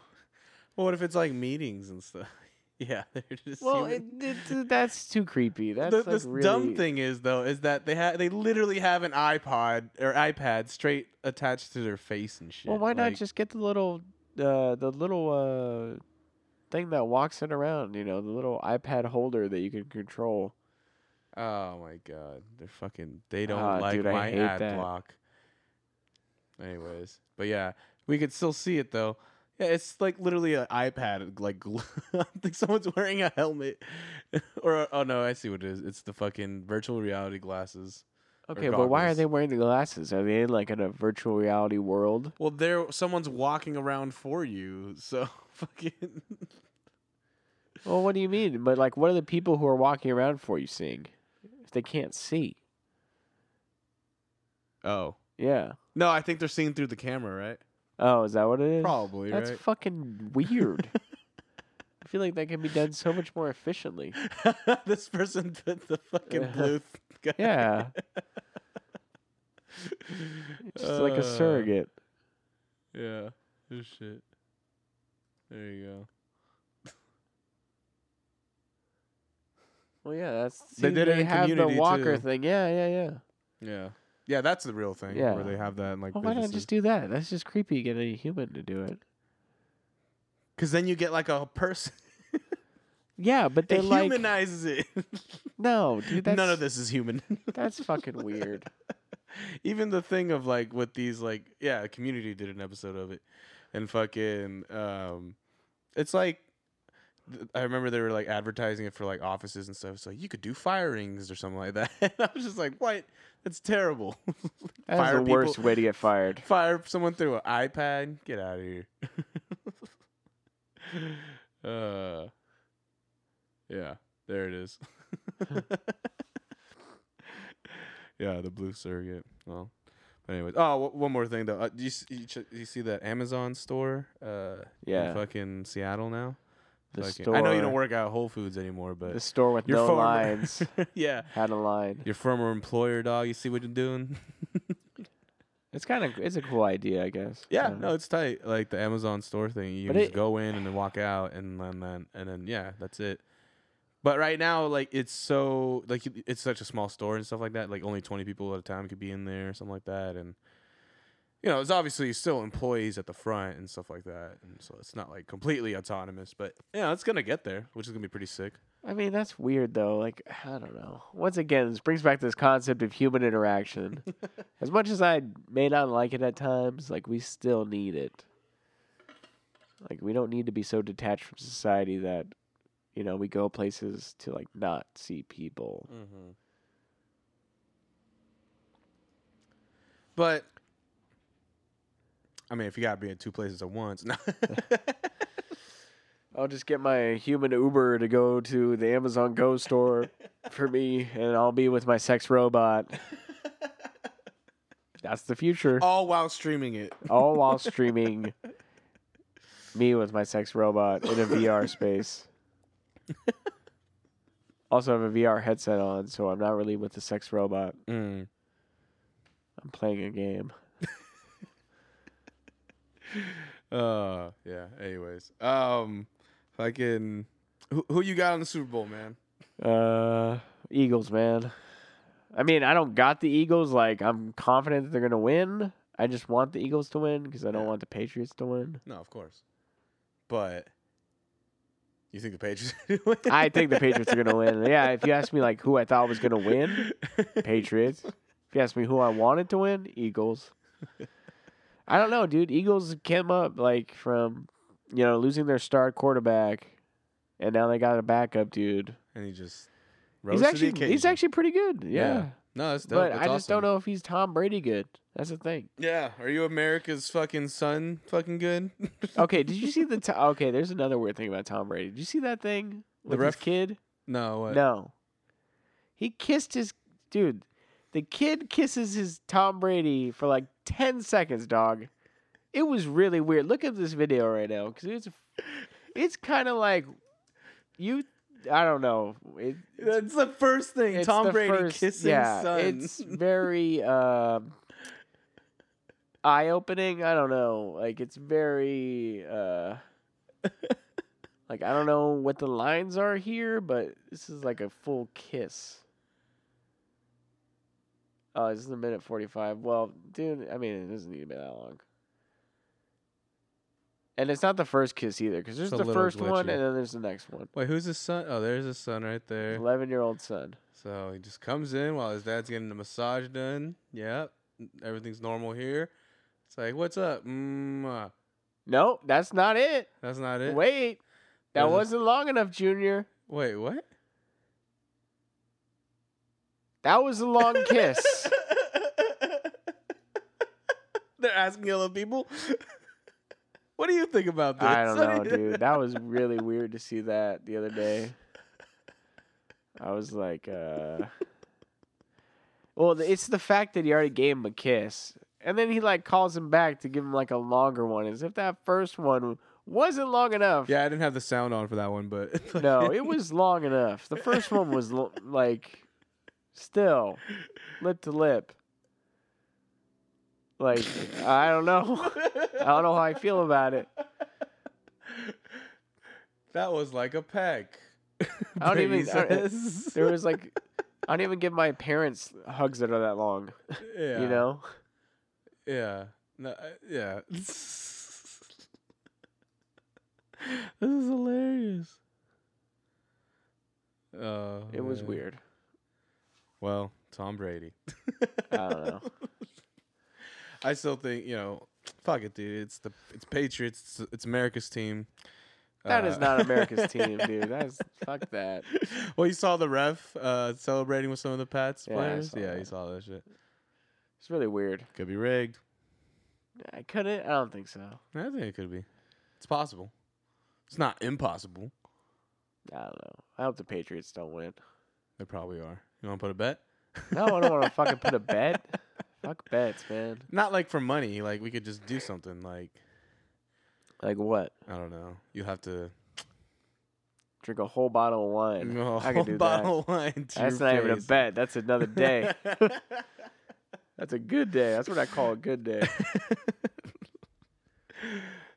Speaker 1: Well, what if it's like meetings and stuff? [LAUGHS] Yeah, they're just
Speaker 2: Well, it,
Speaker 1: human-
Speaker 2: it- [LAUGHS] that's too creepy. That's
Speaker 1: the,
Speaker 2: like
Speaker 1: the
Speaker 2: really
Speaker 1: dumb thing is though is that they have they literally have an iPod or iPad straight attached to their face and shit.
Speaker 2: Well, why not
Speaker 1: Like,
Speaker 2: just get the little uh, the little uh, thing that walks it around? You know, the little iPad holder that you can control.
Speaker 1: Oh my god, they're fucking. They don't
Speaker 2: Ah,
Speaker 1: like
Speaker 2: dude, I
Speaker 1: my
Speaker 2: hate
Speaker 1: ad
Speaker 2: that.
Speaker 1: block. Anyways, but yeah, we could still see it though. Yeah, it's like literally an iPad. Like, gl- [LAUGHS] I think someone's wearing a helmet, [LAUGHS] or a- oh no, I see what it is. It's the fucking virtual reality glasses.
Speaker 2: Okay, but why are
Speaker 1: goggles.
Speaker 2: they wearing the glasses? Are they in like in a virtual reality world?
Speaker 1: Well, there someone's walking around for you, so [LAUGHS] fucking.
Speaker 2: Well, what do you mean? But like, what are the people who are walking around for you seeing if they can't see?
Speaker 1: Oh
Speaker 2: Yeah.
Speaker 1: no, I think they're seeing through the camera, right?
Speaker 2: Oh, is that what it is?
Speaker 1: Probably
Speaker 2: That's
Speaker 1: right. [LAUGHS]
Speaker 2: fucking weird. I feel like that can be done so much more efficiently.
Speaker 1: [LAUGHS] this person put the fucking
Speaker 2: Yeah.
Speaker 1: blue. th- guy. [LAUGHS]
Speaker 2: Yeah, just like a
Speaker 1: Uh,
Speaker 2: surrogate.
Speaker 1: Yeah. Oh shit. There you go.
Speaker 2: Well, yeah, that's
Speaker 1: They
Speaker 2: see,
Speaker 1: did it in
Speaker 2: have the
Speaker 1: Community,
Speaker 2: walker
Speaker 1: too.
Speaker 2: thing. Yeah, yeah, yeah.
Speaker 1: Yeah. Yeah, that's the real thing.
Speaker 2: Yeah.
Speaker 1: Where they have that and like.
Speaker 2: Well, why not just do that? That's just creepy. Get a human to do it.
Speaker 1: Because then you get like a person.
Speaker 2: Yeah, but they
Speaker 1: It
Speaker 2: like
Speaker 1: humanizes it.
Speaker 2: no, dude.
Speaker 1: [LAUGHS]
Speaker 2: That's,
Speaker 1: None of this is human. [LAUGHS]
Speaker 2: That's fucking weird.
Speaker 1: Even the thing of like with these like yeah, community did an episode of it, and fucking um, it's like. th- I remember they were like advertising it for like offices and stuff. It's like you could do firings or something like that. [LAUGHS] And I was just like, "What? That's terrible."
Speaker 2: That's
Speaker 1: Fire
Speaker 2: the
Speaker 1: people-
Speaker 2: worst way to
Speaker 1: [LAUGHS]
Speaker 2: get fired.
Speaker 1: fire someone through an iPad. Get out of here. [LAUGHS] uh, yeah, there it is. [LAUGHS] yeah, the blue surrogate. Well, But anyways, oh, one- one more thing though. Uh, do you s- you, ch- you see that Amazon store? Uh, in
Speaker 2: Yeah.
Speaker 1: fucking Seattle now.
Speaker 2: The
Speaker 1: Fucking-
Speaker 2: store.
Speaker 1: I know you don't work at Whole Foods anymore, but
Speaker 2: The store with
Speaker 1: your
Speaker 2: no
Speaker 1: former- [LAUGHS]
Speaker 2: lines
Speaker 1: yeah,
Speaker 2: had a line.
Speaker 1: your former employer, dog. You see what you're doing?
Speaker 2: It's kind of it's a cool idea, I guess. I
Speaker 1: yeah,
Speaker 2: don't
Speaker 1: no, it's tight. Like the Amazon store thing, you
Speaker 2: But
Speaker 1: can just
Speaker 2: it-
Speaker 1: go in and then walk out, and then then and then yeah, that's it. But right now, like it's so like it- it's such a small store and stuff like that. Like only twenty people at a time could be in there, or something like that, and you know, it's obviously still employees at the front and stuff like that, and so it's not like completely autonomous. But yeah, it's gonna get there, which is gonna be pretty sick.
Speaker 2: I mean, that's weird though. Like, I don't know. Once again, this brings back this concept of
Speaker 1: [LAUGHS]
Speaker 2: human interaction. as much as I may not like it at times, like we still need it. Like we don't need to be so detached from society that you know, we go places to like not see people.
Speaker 1: Mm-hmm. But I mean, if you gotta be in two places at once, [LAUGHS]
Speaker 2: [LAUGHS]
Speaker 1: no.
Speaker 2: I'll just get my human Uber to go to the Amazon Go store for me and I'll be with my sex robot. That's the future.
Speaker 1: all while streaming it.
Speaker 2: all while streaming me with my sex robot in a VR space. also, I have a VR headset on, so I'm not really with the sex robot.
Speaker 1: Mm.
Speaker 2: I'm playing a game.
Speaker 1: Uh, yeah. Anyways, um, fucking, who who you got on the Super Bowl, man?
Speaker 2: Uh, Eagles, man. I mean, I don't got the Eagles. Like, I'm confident that they're gonna win. I just want the Eagles to win because I don't
Speaker 1: Yeah.
Speaker 2: want the Patriots to win.
Speaker 1: No, of course. But you think the Patriots? [LAUGHS]
Speaker 2: I think the Patriots are gonna win. Yeah, if you ask me like who I thought was gonna win, Patriots. If you ask me who I wanted to win, Eagles. I don't know, dude. Eagles came up like from you know losing their star quarterback, and now they got a backup dude.
Speaker 1: [LAUGHS] and he just
Speaker 2: He's
Speaker 1: rose
Speaker 2: actually
Speaker 1: to the
Speaker 2: he's
Speaker 1: occasion.
Speaker 2: actually pretty good. Yeah,
Speaker 1: Yeah, no, that's dope.
Speaker 2: but
Speaker 1: That's
Speaker 2: I just
Speaker 1: awesome.
Speaker 2: don't know if he's Tom Brady good. That's the thing.
Speaker 1: Yeah, are you America's fucking son? Fucking good. [LAUGHS]
Speaker 2: Okay, did you see the? To- okay, there's another weird thing about Tom Brady. Did you see that thing
Speaker 1: The
Speaker 2: with
Speaker 1: ref-
Speaker 2: his kid?
Speaker 1: no, what?
Speaker 2: No, he kissed his dude. The kid kisses his Tom Brady for like ten seconds, dog. It was really weird. Look at this video right now, because it's it's kind of like you. I don't know. It,
Speaker 1: That's the first thing.
Speaker 2: it's
Speaker 1: Tom
Speaker 2: the
Speaker 1: Brady
Speaker 2: first-
Speaker 1: kissing
Speaker 2: yeah,
Speaker 1: son.
Speaker 2: It's very um, eye opening. I don't know. Like it's very uh, like I don't know what the lines are here, but this is like a full kiss. Oh, this is a minute forty five. Well, dude, I mean it doesn't need to be that long. And it's not the first kiss either, because there's
Speaker 1: It's a
Speaker 2: the
Speaker 1: little
Speaker 2: first one
Speaker 1: glitchy.
Speaker 2: and then there's the next one.
Speaker 1: Wait, who's his son? Oh, there's his son right there.
Speaker 2: Eleven year old son.
Speaker 1: So he just comes in while his dad's getting the massage done. Yep, everything's normal here. It's like, what's up? Mm, uh,
Speaker 2: No, that's not it.
Speaker 1: that's not it.
Speaker 2: Wait, that
Speaker 1: There's a-
Speaker 2: wasn't long enough, Junior.
Speaker 1: wait, what?
Speaker 2: That was
Speaker 1: [LAUGHS]
Speaker 2: a long kiss.
Speaker 1: They're asking other people. [LAUGHS] what do you think about this?
Speaker 2: I don't
Speaker 1: What [LAUGHS]
Speaker 2: know,
Speaker 1: do you-
Speaker 2: dude. That was really weird to see that the
Speaker 1: [LAUGHS]
Speaker 2: other day. I was like, uh. Well, th- it's the fact that he already gave him a kiss. And then he, like, calls him back to give him, like, a longer one, as if that first one wasn't long enough.
Speaker 1: Yeah, I didn't have the sound on for that one, but [LAUGHS]
Speaker 2: No, [LAUGHS] it was long enough. The first one was, lo- like, still lip to lip. Like, I
Speaker 1: [LAUGHS]
Speaker 2: don't know. [LAUGHS] I don't know how I feel about it.
Speaker 1: that was like a peck. [LAUGHS]
Speaker 2: I don't even- I don't-
Speaker 1: Braces.
Speaker 2: [LAUGHS] There was like, I don't even give my parents hugs that are that long.
Speaker 1: yeah.
Speaker 2: You know,
Speaker 1: Yeah. No, I- yeah. [LAUGHS] this is hilarious. Oh,
Speaker 2: it was
Speaker 1: man.
Speaker 2: weird.
Speaker 1: Well, Tom Brady.
Speaker 2: I don't know.
Speaker 1: I still think you know. Fuck it, dude. It's the it's Patriots. It's, it's America's team.
Speaker 2: That is
Speaker 1: Uh, [LAUGHS]
Speaker 2: not America's team, dude. That's fuck that.
Speaker 1: well, you saw the ref uh, celebrating with some of the Pats
Speaker 2: Yeah, I
Speaker 1: players.
Speaker 2: saw
Speaker 1: Yeah, you
Speaker 2: that.
Speaker 1: saw that shit.
Speaker 2: It's really weird.
Speaker 1: Could be rigged.
Speaker 2: I couldn't. I don't think so.
Speaker 1: I think it could be. It's possible. It's not impossible.
Speaker 2: I don't know. I hope the Patriots don't win.
Speaker 1: They probably are. You want to put a bet?
Speaker 2: No, I don't want to fucking put a bet. Fuck bets, man.
Speaker 1: Not like for money. Like we could just do something. Like
Speaker 2: Like what?
Speaker 1: I don't know. You have to
Speaker 2: Drink a whole bottle of
Speaker 1: [LAUGHS]
Speaker 2: wine.
Speaker 1: No,
Speaker 2: I can do
Speaker 1: bottle of wine. To
Speaker 2: that. That's
Speaker 1: your
Speaker 2: not even a
Speaker 1: face.
Speaker 2: bet.
Speaker 1: [LAUGHS]
Speaker 2: That's another day. [LAUGHS] That's a good day. That's what I call a good
Speaker 1: [LAUGHS]
Speaker 2: day.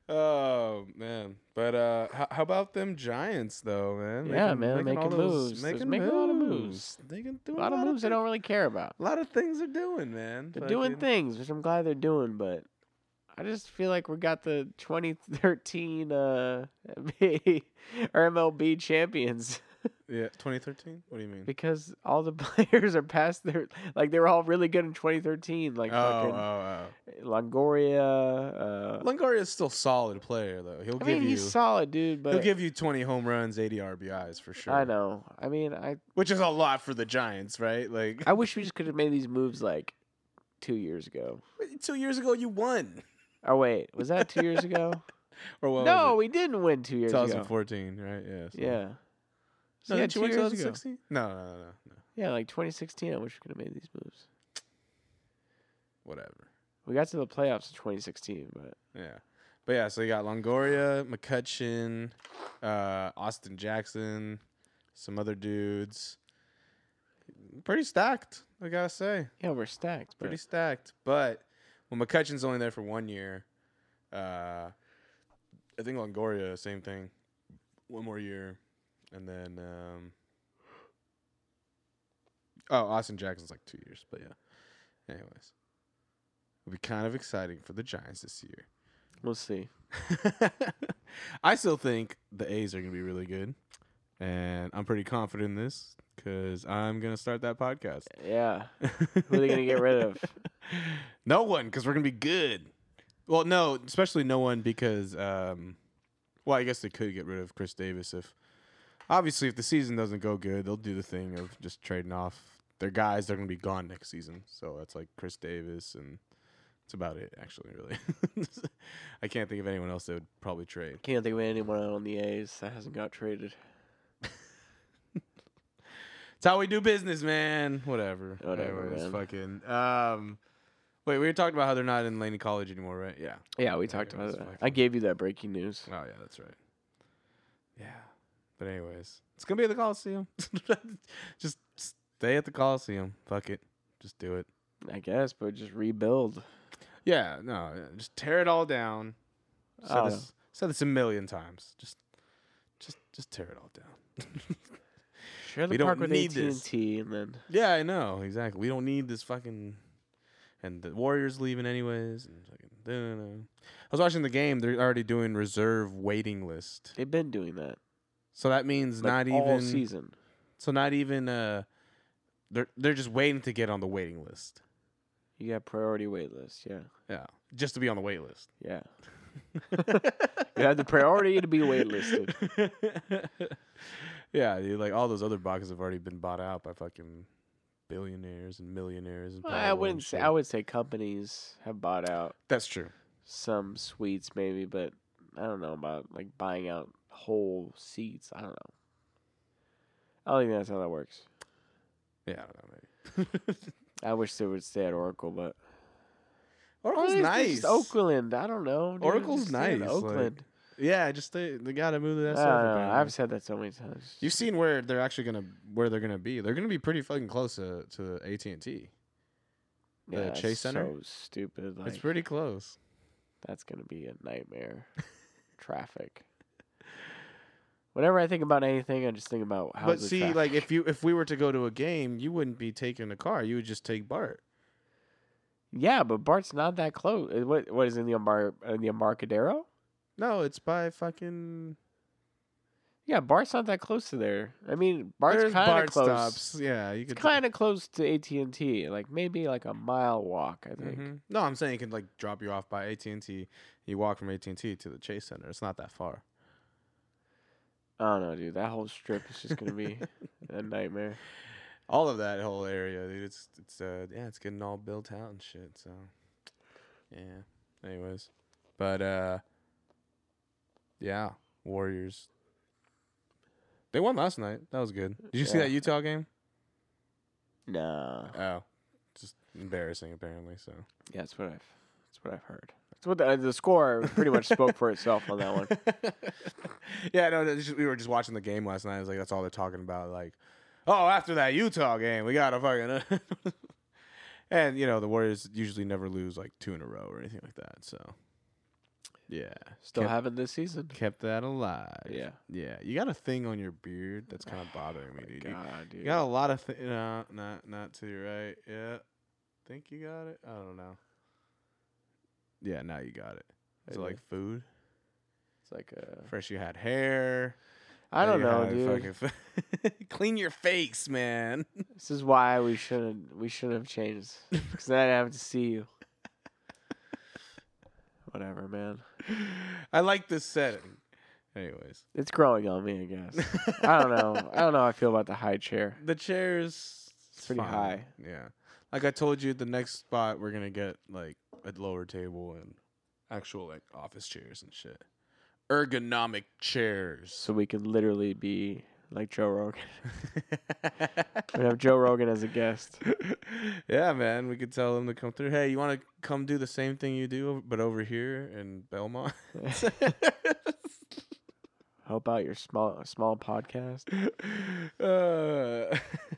Speaker 1: oh man, but uh, how, how about them Giants though, man?
Speaker 2: Yeah, man, making moves. They're
Speaker 1: making,
Speaker 2: making
Speaker 1: moves.
Speaker 2: a lot of
Speaker 1: They can do
Speaker 2: A lot of moves I
Speaker 1: thi-
Speaker 2: don't really care about.
Speaker 1: A lot of things they're doing, man.
Speaker 2: They're doing
Speaker 1: Fucking-
Speaker 2: things, which I'm glad they're doing, but I just feel like we got the 2013 uh, [LAUGHS] NBA or MLB champions [LAUGHS]
Speaker 1: Yeah, 2013. What do you mean?
Speaker 2: because all the [LAUGHS] players are past their like they were all really good in 2013, like
Speaker 1: oh, oh,
Speaker 2: fucking Longoria.
Speaker 1: oh.
Speaker 2: Uh,
Speaker 1: Longoria is still solid player though. He'll
Speaker 2: I
Speaker 1: give
Speaker 2: mean,
Speaker 1: you.
Speaker 2: he's solid, dude,
Speaker 1: He'll
Speaker 2: but
Speaker 1: give you 20 home runs, 80 RBIs for sure.
Speaker 2: I know. I mean, I
Speaker 1: Which is a lot for the Giants, right? Like
Speaker 2: I wish we just could have made these moves like two years ago.
Speaker 1: [LAUGHS] two years ago, you won.
Speaker 2: Oh wait, was that two years ago?
Speaker 1: Or what was it?
Speaker 2: no, we didn't win two years ago.
Speaker 1: 2014, right? Yeah. so-
Speaker 2: Yeah. So
Speaker 1: No,
Speaker 2: yeah,
Speaker 1: did you
Speaker 2: two
Speaker 1: win
Speaker 2: years ago.
Speaker 1: 2016? No, no, no, no, no.
Speaker 2: Yeah, like 2016. I wish we could have made these moves.
Speaker 1: Whatever.
Speaker 2: We got to the playoffs in 2016, but
Speaker 1: Yeah. But yeah, so you got Longoria, McCutcheon, uh, Austin Jackson, some other dudes. Pretty stacked, I gotta say.
Speaker 2: yeah, we're stacked. But
Speaker 1: Pretty stacked. But well, McCutcheon's only there for one year. Uh, I think Longoria, same thing. One more year. And then um, Oh, Austin Jackson's like two years, but yeah. Anyways. It'll be kind of exciting for the Giants this year. [LAUGHS]
Speaker 2: we'll see.
Speaker 1: I still think the A's are gonna be really good. And I'm pretty confident in this because I'm gonna start that podcast.
Speaker 2: Yeah, who are they
Speaker 1: [LAUGHS]
Speaker 2: gonna get rid of?
Speaker 1: No one, because we're gonna be good. Well, no, especially no one because, um, well, I guess they could get rid of Chris Davis if, obviously, if the season doesn't go good, they'll do the thing of just trading off their guys. They're gonna be gone next season, so that's like Chris Davis, and it's about it. Actually, really, [LAUGHS] I can't think of anyone else they would probably trade.
Speaker 2: Can't think of anyone on the A's that hasn't got traded.
Speaker 1: It's how we do business, man. Whatever.
Speaker 2: Whatever,
Speaker 1: Anyways,
Speaker 2: man.
Speaker 1: Fucking. Um, wait, we were talking about how they're not in Laney College anymore, right? Yeah.
Speaker 2: Yeah, we
Speaker 1: Yeah,
Speaker 2: talked
Speaker 1: that's
Speaker 2: about that.
Speaker 1: fucking-
Speaker 2: I gave you that breaking news.
Speaker 1: Oh yeah, that's right. Yeah. But anyways, it's gonna be at the Coliseum. [LAUGHS] Just stay at the Coliseum. Fuck it. Just do it.
Speaker 2: I guess, but just rebuild.
Speaker 1: Yeah. No. yeah, Just tear it all down. Said
Speaker 2: Oh.
Speaker 1: this. Said this a million times. Just, just, just tear it all down.
Speaker 2: Share the
Speaker 1: We don't
Speaker 2: park with
Speaker 1: need
Speaker 2: AT
Speaker 1: this.
Speaker 2: and T, and then
Speaker 1: [LAUGHS] yeah, I know exactly. We don't need this fucking. And the Warriors leaving anyways. And fucking, I was watching the game. They're already doing reserve waiting list.
Speaker 2: they've been doing that
Speaker 1: So that means
Speaker 2: like,
Speaker 1: not
Speaker 2: all
Speaker 1: even
Speaker 2: season.
Speaker 1: So not even uh they're they're just waiting to get on the waiting list.
Speaker 2: You got priority wait list. Yeah,
Speaker 1: Yeah. Just to be on the wait list. [LAUGHS]
Speaker 2: yeah. You have the priority to be waitlisted.
Speaker 1: [LAUGHS] yeah, dude, like all those other boxes have already been bought out by fucking billionaires and millionaires and
Speaker 2: Well, I
Speaker 1: Powerball and
Speaker 2: wouldn't say.
Speaker 1: shit.
Speaker 2: I would say companies have bought out
Speaker 1: That's true.
Speaker 2: some suites, maybe, but I don't know about like buying out whole seats. I don't know. I don't think that's how that works.
Speaker 1: Yeah, I don't know maybe. [LAUGHS]
Speaker 2: I wish they would stay at Oracle, but
Speaker 1: Oracle's
Speaker 2: Or it's
Speaker 1: nice.
Speaker 2: just Oakland. I don't know. dude,
Speaker 1: Oracle's
Speaker 2: just stay in
Speaker 1: nice, like,
Speaker 2: Oakland.
Speaker 1: Yeah, just they, they gotta move that
Speaker 2: I
Speaker 1: stuff.
Speaker 2: don't know,
Speaker 1: apparently.
Speaker 2: I've said that so many times.
Speaker 1: You've seen where they're actually gonna where they're gonna be. They're gonna be pretty fucking close to, to AT and T. the
Speaker 2: Yeah, it's
Speaker 1: Chase Center?
Speaker 2: So stupid. Like,
Speaker 1: It's pretty close.
Speaker 2: That's gonna be a nightmare. [LAUGHS] Traffic. Whenever I think about anything, I just think about how.
Speaker 1: but see, like if you if we were to go to a game, you wouldn't be taking a car. You would just take Bart.
Speaker 2: [LAUGHS] Yeah, but Bart's not that close. Uh, What what is in the Embar- in the Embarcadero?
Speaker 1: No, it's by fucking.
Speaker 2: Yeah, Bart's not that close to there. I mean, Bart's
Speaker 1: There's
Speaker 2: kind of
Speaker 1: Bart
Speaker 2: close.
Speaker 1: stops. Yeah, you could.
Speaker 2: It's kind of close to AT and T. Like maybe like a mile walk. I think.
Speaker 1: Mhm. No, I'm saying you can like drop you off by AT and T. You walk from AT and T to the Chase Center. It's not that far.
Speaker 2: I don't know, dude. That whole strip is just gonna
Speaker 1: [LAUGHS]
Speaker 2: be a nightmare.
Speaker 1: All of that whole area, dude. It's it's uh yeah, it's getting all built out and shit. So yeah. Anyways, but uh, yeah, Warriors. They won last night. That was good. Did you see
Speaker 2: Yeah.
Speaker 1: that Utah game?
Speaker 2: Nah.
Speaker 1: Oh, just Embarrassing, apparently. So
Speaker 2: Yeah, that's what I've that's what I've heard. That's what the, uh, the score pretty much spoke for itself on
Speaker 1: [LAUGHS]
Speaker 2: that one.
Speaker 1: yeah, no, that's just, we were just watching the game last night. It's like that's all they're talking about. Like, oh, after that Utah game, we got to fucking. [LAUGHS] and you know the Warriors usually never lose like two in a row or anything like that. So yeah,
Speaker 2: Still
Speaker 1: kept,
Speaker 2: haven't this season.
Speaker 1: kept that alive.
Speaker 2: Yeah.
Speaker 1: yeah. You got a thing on your beard that's kind of bothering me, dude. You-
Speaker 2: Oh God, dude.
Speaker 1: You got a lot of things. No, not not to your right. Yeah, think you got it. I don't know. Yeah, now you got it. Is it
Speaker 2: Maybe.
Speaker 1: like food?
Speaker 2: It's like a,
Speaker 1: First you had hair.
Speaker 2: I
Speaker 1: then
Speaker 2: don't
Speaker 1: you
Speaker 2: know,
Speaker 1: had
Speaker 2: dude.
Speaker 1: fucking f- [LAUGHS] Clean your face, man. [LAUGHS]
Speaker 2: This is why we shouldn't we shouldn't have changed because then I'd have to
Speaker 1: [LAUGHS]
Speaker 2: see you. Whatever, man.
Speaker 1: I like this setting. Anyways,
Speaker 2: It's growing on me, I guess. [LAUGHS] I don't know. I don't know how I feel about the high chair.
Speaker 1: [LAUGHS] The chairs.
Speaker 2: It's pretty
Speaker 1: fine.
Speaker 2: high.
Speaker 1: Yeah. Like I told you, the next spot we're gonna get like a lower table and actual like office chairs and shit. Ergonomic chairs.
Speaker 2: So we could literally be like Joe Rogan. [LAUGHS] We'd have Joe Rogan as a guest. [LAUGHS]
Speaker 1: [LAUGHS] yeah, man. We could tell them to come through. Hey, you want to come do the same thing you do, but over here in
Speaker 2: [LAUGHS]
Speaker 1: Belmont? [LAUGHS]
Speaker 2: Help out your small small podcast.
Speaker 1: uh, [LAUGHS]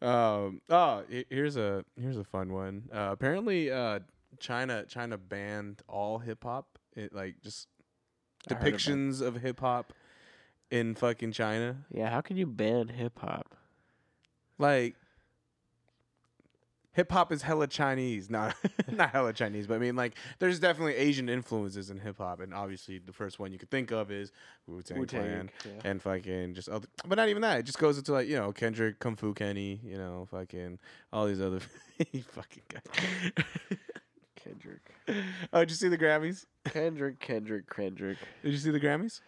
Speaker 1: um. Oh, he- here's a here's a fun one. Uh, apparently, uh, China China banned all hip hop. It like just
Speaker 2: I heard about-
Speaker 1: depictions of hip hop in fucking China.
Speaker 2: Yeah, how can you ban hip hop?
Speaker 1: Like hip hop is hella Chinese. Not [LAUGHS] not hella Chinese, but I mean like there's definitely Asian influences in hip hop and obviously the first one you could think of is Wu Tang Clan and fucking just other but not even that. It just goes into like, you know, Kendrick, Kung Fu Kenny, you know, fucking all these other [LAUGHS] fucking guys. [LAUGHS]
Speaker 2: Kendrick.
Speaker 1: oh, did you see the Grammys?
Speaker 2: Kendrick, Kendrick, Kendrick.
Speaker 1: Did you see the Grammys?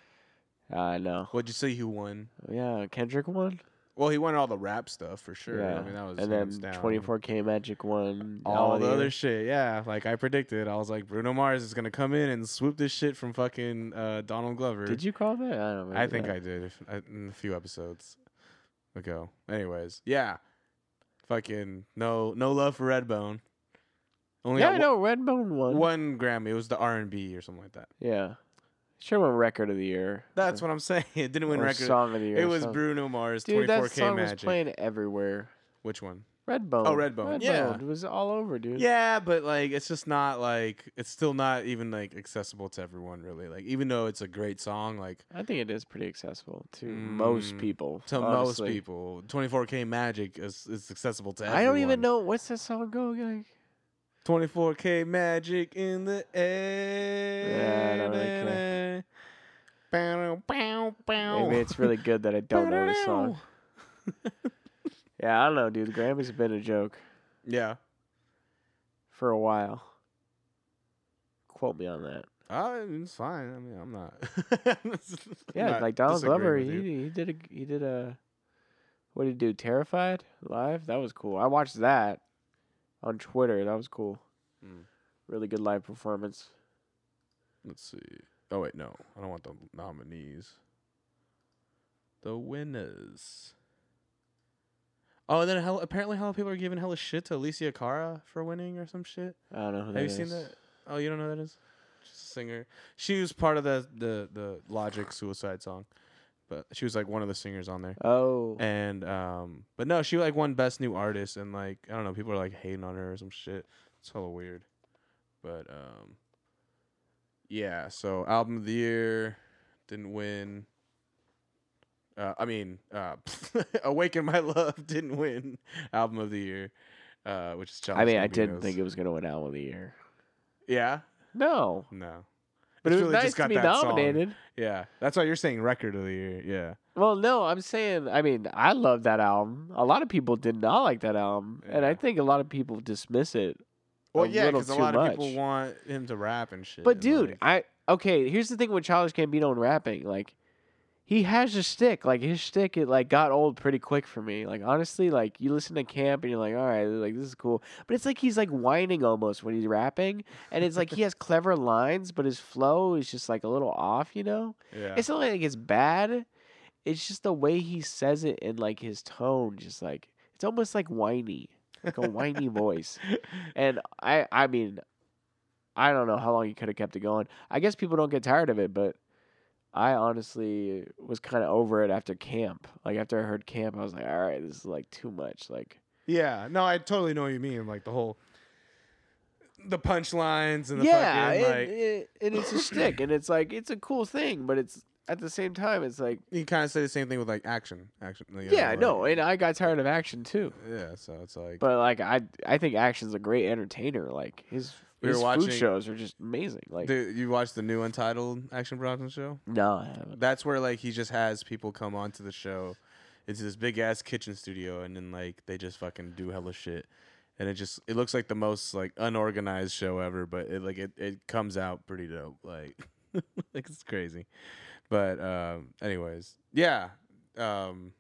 Speaker 2: I know.
Speaker 1: What'd you see who won?
Speaker 2: Yeah, Kendrick won.
Speaker 1: Well, he won all the rap stuff for sure.
Speaker 2: Yeah.
Speaker 1: I mean that was
Speaker 2: and
Speaker 1: hands
Speaker 2: then
Speaker 1: down.
Speaker 2: 24K Magic won.
Speaker 1: all the
Speaker 2: year.
Speaker 1: other shit. Yeah, like I predicted. I was like, Bruno Mars is gonna come in and swoop this shit from fucking uh, Donald Glover.
Speaker 2: Did you call that? I don't know.
Speaker 1: I think I did if, I- in a few episodes ago. Anyways, yeah, fucking no, no love for Redbone. Only
Speaker 2: Yeah,
Speaker 1: got
Speaker 2: I know. Redbone won.
Speaker 1: One, one Grammy. It was the R and B or something like that.
Speaker 2: Yeah. Sure won record of the year.
Speaker 1: That's what I'm saying. [LAUGHS] It didn't win
Speaker 2: or
Speaker 1: record.
Speaker 2: Song of the year.
Speaker 1: It was
Speaker 2: something.
Speaker 1: Bruno Mars,
Speaker 2: Dude, that
Speaker 1: 24K
Speaker 2: song was
Speaker 1: Magic.
Speaker 2: playing everywhere.
Speaker 1: Which one?
Speaker 2: Redbone.
Speaker 1: Redbone, yeah.
Speaker 2: Redbone was all over, dude.
Speaker 1: Yeah, but like it's just not like it's still not even like accessible to everyone really. Like even though it's a great song, like
Speaker 2: I think it is pretty accessible to most
Speaker 1: Mm,
Speaker 2: people.
Speaker 1: to most
Speaker 2: honestly.
Speaker 1: people, 24K Magic is, is accessible to everyone.
Speaker 2: I don't even know what's that song go like.
Speaker 1: 24K Magic in the air.
Speaker 2: Yeah, I don't really
Speaker 1: really Bow, bow, bow.
Speaker 2: Maybe
Speaker 1: [LAUGHS]
Speaker 2: it's really good that I don't know this song. Yeah, I don't know, dude. The Grammys have been a joke
Speaker 1: Yeah.
Speaker 2: for a while. Quote me on that.
Speaker 1: Uh, it's fine. I mean, I'm not. [LAUGHS]
Speaker 2: Yeah,
Speaker 1: not
Speaker 2: like Donald
Speaker 1: disagreeing
Speaker 2: Glover,
Speaker 1: with you.
Speaker 2: he, he did a he did a what did he do? Terrified live. That was cool. I watched that on Twitter. That was cool.
Speaker 1: Mm.
Speaker 2: Really good live performance.
Speaker 1: Let's see. Oh wait, no. I don't want the nominees. The winners. Oh, and then hell, apparently hella people are giving hella shit to Alicia Cara for winning or some shit.
Speaker 2: I don't know. Who
Speaker 1: Have you
Speaker 2: that
Speaker 1: seen
Speaker 2: is.
Speaker 1: that? Oh, you don't know who that is? She's a singer. She was part of the the the Logic Suicide song, but she was like one of the singers on there.
Speaker 2: Oh,
Speaker 1: And um, but no, she like won Best New Artist, and like I don't know, people are like hating on her or some shit. It's hella weird. But um, yeah. So album of the year didn't win. Uh, I mean, uh, [LAUGHS] "Awaken My Love" [LAUGHS] didn't win album of the year, uh, which is
Speaker 2: I
Speaker 1: Childish
Speaker 2: mean, I didn't
Speaker 1: Gambino's.
Speaker 2: think it was gonna win Album of the Year.
Speaker 1: Yeah,
Speaker 2: No,
Speaker 1: no.
Speaker 2: but
Speaker 1: It's
Speaker 2: it
Speaker 1: really
Speaker 2: was nice
Speaker 1: just got
Speaker 2: to be
Speaker 1: that song.
Speaker 2: nominated.
Speaker 1: Yeah, that's why you're saying record of the year. Yeah,
Speaker 2: Well, no, I'm saying, I mean, I love that album. A lot of people did not like that album, and
Speaker 1: Yeah.
Speaker 2: I think a lot of people dismiss it.
Speaker 1: well,
Speaker 2: A
Speaker 1: yeah,
Speaker 2: little
Speaker 1: because a
Speaker 2: too
Speaker 1: lot of people
Speaker 2: much.
Speaker 1: want him to rap and shit.
Speaker 2: But
Speaker 1: and,
Speaker 2: dude,
Speaker 1: like-
Speaker 2: I okay. Here's the thing with Childish Gambino and rapping, like he has a stick. Like his stick, it like got old pretty quick for me. Like honestly, like you listen to Camp and you're like, all right, like this is cool. But it's like he's like whining almost when he's rapping, and it's like he has clever lines, but his flow is just like a little off, you know.
Speaker 1: yeah,
Speaker 2: It's not like it's bad. It's just the way he says it and like his tone, just like It's almost like whiny, like a whiny voice. And I, I mean, I don't know how long he could have kept it going. I guess people don't get tired of it, but I honestly was kind of over it after camp. Like after I heard camp, I was like, all right, this is like too much. Like,
Speaker 1: Yeah, no, I totally know what you mean. Like the whole, the punchlines and the
Speaker 2: yeah,
Speaker 1: fucking
Speaker 2: and,
Speaker 1: like.
Speaker 2: it- and it's a shtick, and it's like it's a cool thing, but it's at the same time,
Speaker 1: [LAUGHS]
Speaker 2: it's like
Speaker 1: you kind of say the same thing with like action, action. you know,
Speaker 2: yeah,
Speaker 1: like-
Speaker 2: no, and I got tired of action too.
Speaker 1: yeah, so it's like.
Speaker 2: But like I, I think Action's a great entertainer. Like his,
Speaker 1: We were
Speaker 2: his
Speaker 1: watching-
Speaker 2: food shows are just amazing. Like
Speaker 1: Dude, you watched the new Untitled Action Bronson show?
Speaker 2: no, I haven't.
Speaker 1: That's where like he just has people come onto the show. It's this big ass kitchen studio, and then like they just fucking do hella shit, and it just it looks like the most like unorganized show ever, but it like it, it comes out pretty dope. Like, [LAUGHS] like it's crazy. But um, anyways, yeah. Um,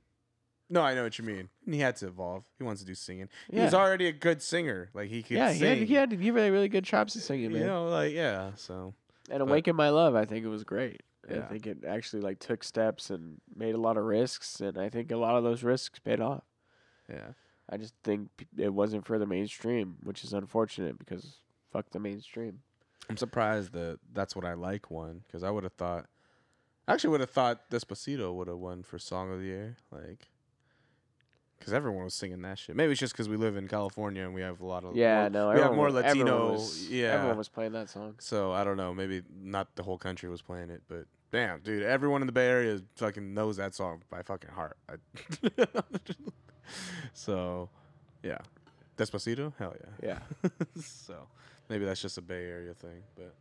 Speaker 1: no, I know what you mean. And he had to evolve. He wants to do singing. He was
Speaker 2: Yeah.
Speaker 1: already a good singer. Like he could
Speaker 2: yeah, he had,
Speaker 1: sing.
Speaker 2: he had he had really, really good chops at singing, man.
Speaker 1: you know, like yeah. So
Speaker 2: and
Speaker 1: but-
Speaker 2: Awaken My Love, I think it was great.
Speaker 1: Yeah.
Speaker 2: I think it actually like took steps and made a lot of risks, and I think a lot of those risks paid off.
Speaker 1: yeah.
Speaker 2: I just think p- it wasn't for the mainstream, which is unfortunate because fuck the mainstream.
Speaker 1: I'm surprised that that's what I like won because I would have thought, I actually would have thought Despacito would have won for Song of the Year, like, because everyone was singing that shit. Maybe it's just because we live in California and we have a lot of
Speaker 2: Yeah,
Speaker 1: more-
Speaker 2: no,
Speaker 1: we have
Speaker 2: everyone
Speaker 1: more
Speaker 2: was-
Speaker 1: Latino,
Speaker 2: everyone was-
Speaker 1: yeah.
Speaker 2: everyone was playing that song.
Speaker 1: so I don't know, maybe not the whole country was playing it, but damn, dude, everyone in the Bay Area fucking knows that song by fucking heart. I [LAUGHS] so, yeah, Despacito, hell yeah.
Speaker 2: Yeah,
Speaker 1: [LAUGHS] so maybe that's just a Bay Area thing. But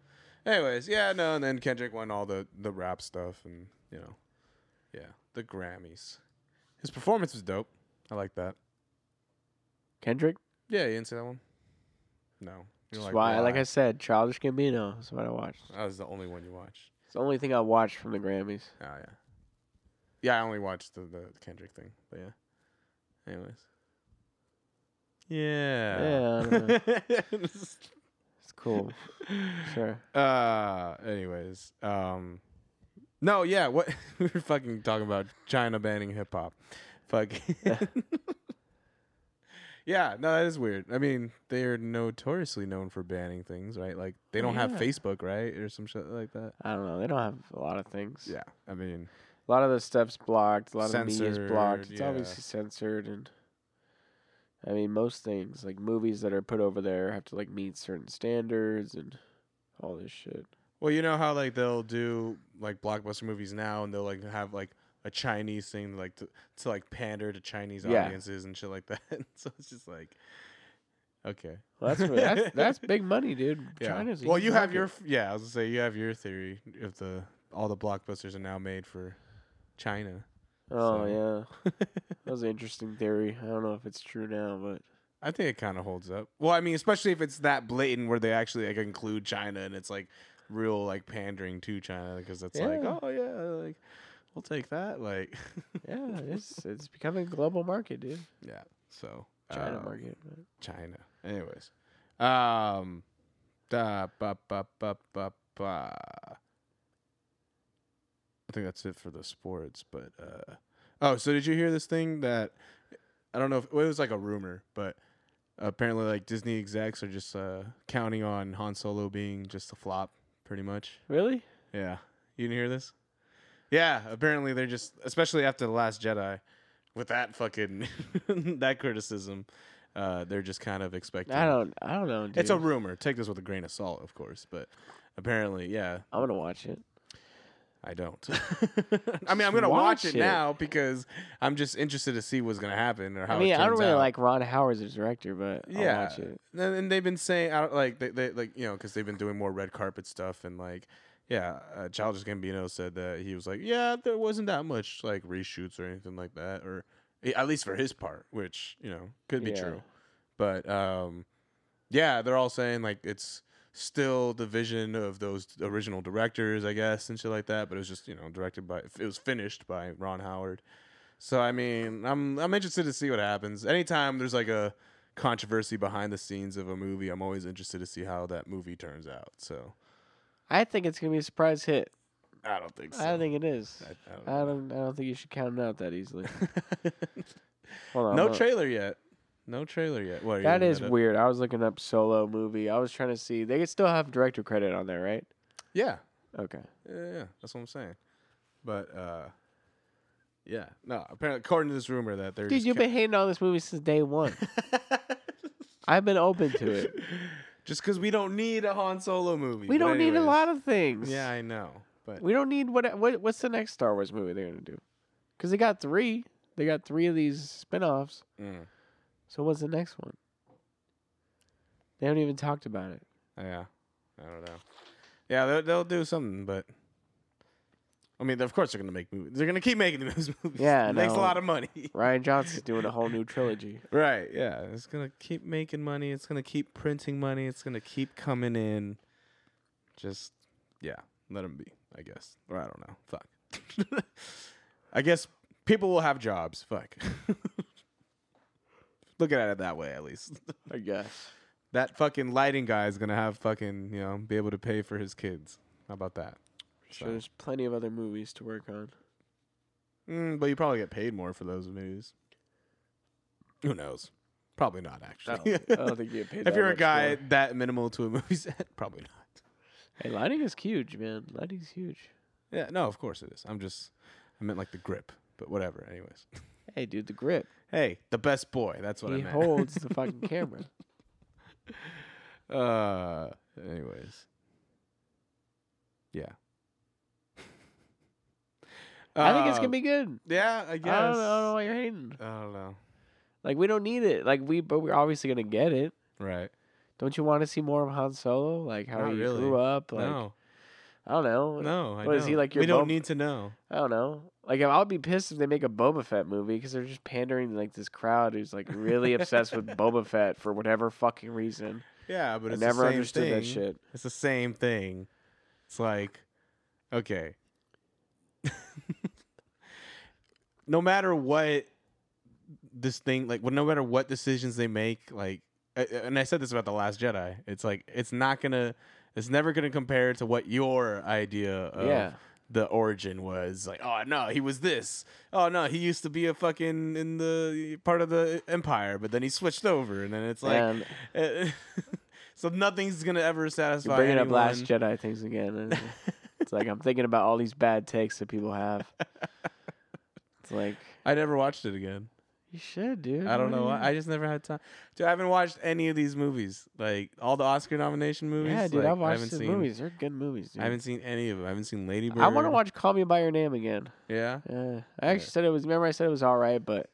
Speaker 1: anyways, yeah, no, and then Kendrick won all the the rap stuff and you know, yeah, the Grammys. His performance was dope. I like that.
Speaker 2: Kendrick.
Speaker 1: Yeah, you didn't see that one. No,
Speaker 2: That's why, like I said, Childish Gambino. That's what I watched.
Speaker 1: that was the only one you watched.
Speaker 2: It's the only thing I watched from the Grammys.
Speaker 1: Oh yeah, yeah, I only watched the, the Kendrick thing. But yeah, anyways. Yeah.
Speaker 2: Yeah,
Speaker 1: [LAUGHS] Yeah.
Speaker 2: It's
Speaker 1: [LAUGHS]
Speaker 2: cool. sure.
Speaker 1: Uh, anyways, um, no, yeah, what [LAUGHS] we were fucking talking about China banning hip hop, fuck. [LAUGHS] yeah, no, that is weird. I mean, they are notoriously known for banning things, right? Like they don't have
Speaker 2: Yeah.
Speaker 1: Facebook, right, or some shit like that.
Speaker 2: I don't know. They don't have a lot of things.
Speaker 1: Yeah, I mean,
Speaker 2: A lot of the stuff's blocked. A lot of the media's blocked.
Speaker 1: Censored,
Speaker 2: It's
Speaker 1: yeah.
Speaker 2: obviously censored, and I mean most things like movies that are put over there have to like meet certain standards and all this shit.
Speaker 1: well, you know how like they'll do like blockbuster movies now, and they'll like have like a Chinese thing, like to, to like pander to Chinese
Speaker 2: Yeah.
Speaker 1: audiences and shit like that. [LAUGHS] so it's just like, okay.
Speaker 2: Well, that's
Speaker 1: [LAUGHS]
Speaker 2: really, that's that's big money, dude.
Speaker 1: Yeah.
Speaker 2: China's a
Speaker 1: well,
Speaker 2: huge
Speaker 1: you have
Speaker 2: market.
Speaker 1: your f- yeah. I was gonna say you have your theory of the all the blockbusters are now made for China. so.
Speaker 2: oh yeah.
Speaker 1: [LAUGHS]
Speaker 2: That was an interesting theory. I don't know if it's true now, but
Speaker 1: I think it kind of holds up. Well, I mean, especially if it's that blatant where they actually like include China and it's like real like pandering to China because it's like
Speaker 2: Yeah.
Speaker 1: oh yeah like we'll take that like [LAUGHS]
Speaker 2: yeah, it's it's becoming a global market, dude.
Speaker 1: yeah so
Speaker 2: China
Speaker 1: uh,
Speaker 2: market. but-
Speaker 1: China anyways um da ba ba ba ba ba. I think that's it for the sports. But uh, oh, so did you hear this thing that I don't know if well, it was like a rumor, but apparently like Disney execs are just uh, counting on Han Solo being just a flop, pretty much.
Speaker 2: Really?
Speaker 1: Yeah, you didn't hear this? Yeah, apparently they're just, especially after the Last Jedi, with that fucking [LAUGHS] that criticism, uh, they're just kind of expecting.
Speaker 2: I don't. I don't know. Dude.
Speaker 1: It's a rumor. Take this with a grain of salt, of course, but apparently, yeah,
Speaker 2: I'm gonna watch it.
Speaker 1: I
Speaker 2: [LAUGHS]
Speaker 1: don't. I mean, I'm gonna watch,
Speaker 2: watch
Speaker 1: it,
Speaker 2: it.
Speaker 1: now because I'm just interested to see what's gonna happen or how.
Speaker 2: I mean,
Speaker 1: it
Speaker 2: I don't
Speaker 1: turns
Speaker 2: really
Speaker 1: out.
Speaker 2: like Ron Howard as a director, but
Speaker 1: Yeah,
Speaker 2: I'll watch it.
Speaker 1: and, and they've been saying I don't- like they, they like you know because they've been doing more red carpet stuff and like yeah, uh, Childish Gambino said that he was like yeah there wasn't that much like reshoots or anything like that or eh, at least for his part which you know could be
Speaker 2: Yeah.
Speaker 1: true, but um yeah they're all saying like it's still the vision of those original directors I guess and shit like that but it was just you know directed by it was finished by Ron Howard. So I mean, I'm I'm interested to see what happens. Anytime there's like a controversy behind the scenes of a movie, I'm always interested to see how that movie turns out. So
Speaker 2: I think it's gonna be a surprise hit.
Speaker 1: I don't think so.
Speaker 2: I think it is.
Speaker 1: I- I don't
Speaker 2: I don't. I don't think you should count it out that easily.
Speaker 1: know. [LAUGHS]
Speaker 2: Hold on.
Speaker 1: no
Speaker 2: look.
Speaker 1: trailer yet. No trailer yet. What? are you
Speaker 2: That
Speaker 1: looking
Speaker 2: is
Speaker 1: up?
Speaker 2: weird. I was looking up solo movie. I was trying to see. They could still have director credit on there, right?
Speaker 1: Yeah.
Speaker 2: Okay.
Speaker 1: Yeah, yeah, yeah, that's what I'm saying. But uh, yeah, no. Apparently, according to this rumor, that they're
Speaker 2: Dude,
Speaker 1: just
Speaker 2: you've
Speaker 1: ca-
Speaker 2: been hating on this movie since
Speaker 1: [LAUGHS]
Speaker 2: day one. I've been open to it.
Speaker 1: just because we don't need a Han Solo movie.
Speaker 2: We
Speaker 1: But
Speaker 2: don't need a
Speaker 1: anyways.
Speaker 2: lot of things.
Speaker 1: Yeah, I know, but
Speaker 2: We don't need what, what what's the next Star Wars movie they're gonna do? Because they got three. They got three of these spin-offs.
Speaker 1: mm,
Speaker 2: So what's the next one? They haven't even talked about it.
Speaker 1: Oh, yeah, I don't know. Yeah, they'll, they'll do something, but I mean, of course they're gonna make movies. They're gonna keep making [LAUGHS] those movies.
Speaker 2: Yeah,
Speaker 1: it makes a
Speaker 2: no.
Speaker 1: lot of money. [LAUGHS]
Speaker 2: Ryan Johnson's doing a whole new trilogy.
Speaker 1: Right. Yeah, it's gonna keep making money. It's gonna keep printing money. It's gonna keep coming in. Just yeah, let them be. I guess. Or I don't know. Fuck. [LAUGHS] I guess people will have jobs. Fuck. [LAUGHS] Look at it that way, at least.
Speaker 2: I guess.
Speaker 1: That fucking lighting guy is gonna have fucking you know be able to pay for his kids. How about that?
Speaker 2: Sure,
Speaker 1: So-
Speaker 2: there's plenty of other movies to work
Speaker 1: [LAUGHS]
Speaker 2: on.
Speaker 1: Mm, but you probably get paid more for those movies. Who knows? Probably not actually. [LAUGHS]
Speaker 2: I don't think you get paid.
Speaker 1: if
Speaker 2: Oh. that
Speaker 1: you're a
Speaker 2: much
Speaker 1: guy
Speaker 2: more.
Speaker 1: that minimal to a [LAUGHS] movie set, probably not.
Speaker 2: hey, lighting is huge, man. Lighting's huge.
Speaker 1: Yeah, no, of course it is. I'm just, I meant like the grip, but whatever. Anyways,
Speaker 2: Hey, dude, the grip.
Speaker 1: hey, the best boy. That's what I
Speaker 2: he
Speaker 1: meant.
Speaker 2: holds the fucking camera.
Speaker 1: [LAUGHS] uh, anyways, yeah.
Speaker 2: I think it's
Speaker 1: Uh,
Speaker 2: gonna be good.
Speaker 1: Yeah, I guess.
Speaker 2: I, don't, I don't know why you're hating.
Speaker 1: I don't know.
Speaker 2: Like we don't need it. Like we, but we're obviously gonna get it.
Speaker 1: Right.
Speaker 2: Don't you want to see more of Han Solo? Like how
Speaker 1: Not
Speaker 2: he
Speaker 1: really.
Speaker 2: grew up. Like
Speaker 1: no,
Speaker 2: I don't know.
Speaker 1: no. I
Speaker 2: what is he,
Speaker 1: don't.
Speaker 2: like, your
Speaker 1: We don't
Speaker 2: mom-
Speaker 1: need to know.
Speaker 2: I don't know. Like I would be pissed if they make a Boba Fett movie because they're just pandering to, like this crowd who's like really
Speaker 1: [LAUGHS]
Speaker 2: obsessed with Boba Fett for whatever fucking reason.
Speaker 1: Yeah, but
Speaker 2: I
Speaker 1: it's
Speaker 2: never
Speaker 1: the same
Speaker 2: understood
Speaker 1: thing.
Speaker 2: that shit.
Speaker 1: It's the same thing. It's like, okay. [LAUGHS] no matter what this thing, like, well, no matter what decisions they make, like, a- a- and I said this about The Last Jedi, it's like, it's not gonna, it's never gonna compare to what your idea of
Speaker 2: yeah,
Speaker 1: the origin was. Like, oh, no, he was this. Oh, no, he used to be a fucking, in the part of the empire, but then he switched over. And then it's like,
Speaker 2: and
Speaker 1: uh, [LAUGHS] so nothing's gonna ever satisfy
Speaker 2: you're bringing
Speaker 1: anyone.
Speaker 2: up Last Jedi things again. and it's like I'm thinking about all these bad takes that people have. It's like
Speaker 1: I never watched it again.
Speaker 2: you should, dude.
Speaker 1: I don't
Speaker 2: What
Speaker 1: know
Speaker 2: are
Speaker 1: why.
Speaker 2: you-
Speaker 1: I just never had time. Dude, I haven't watched any of these movies. Like all the Oscar nomination movies.
Speaker 2: yeah, dude.
Speaker 1: like,
Speaker 2: I've watched
Speaker 1: haven't
Speaker 2: his
Speaker 1: seen,
Speaker 2: movies. They're good movies, dude.
Speaker 1: I haven't seen any of them. I haven't seen Lady Bird.
Speaker 2: I want to watch Call Me by Your Name again.
Speaker 1: Yeah.
Speaker 2: Yeah, Eh, I actually said it was. Remember, I said it was all right, but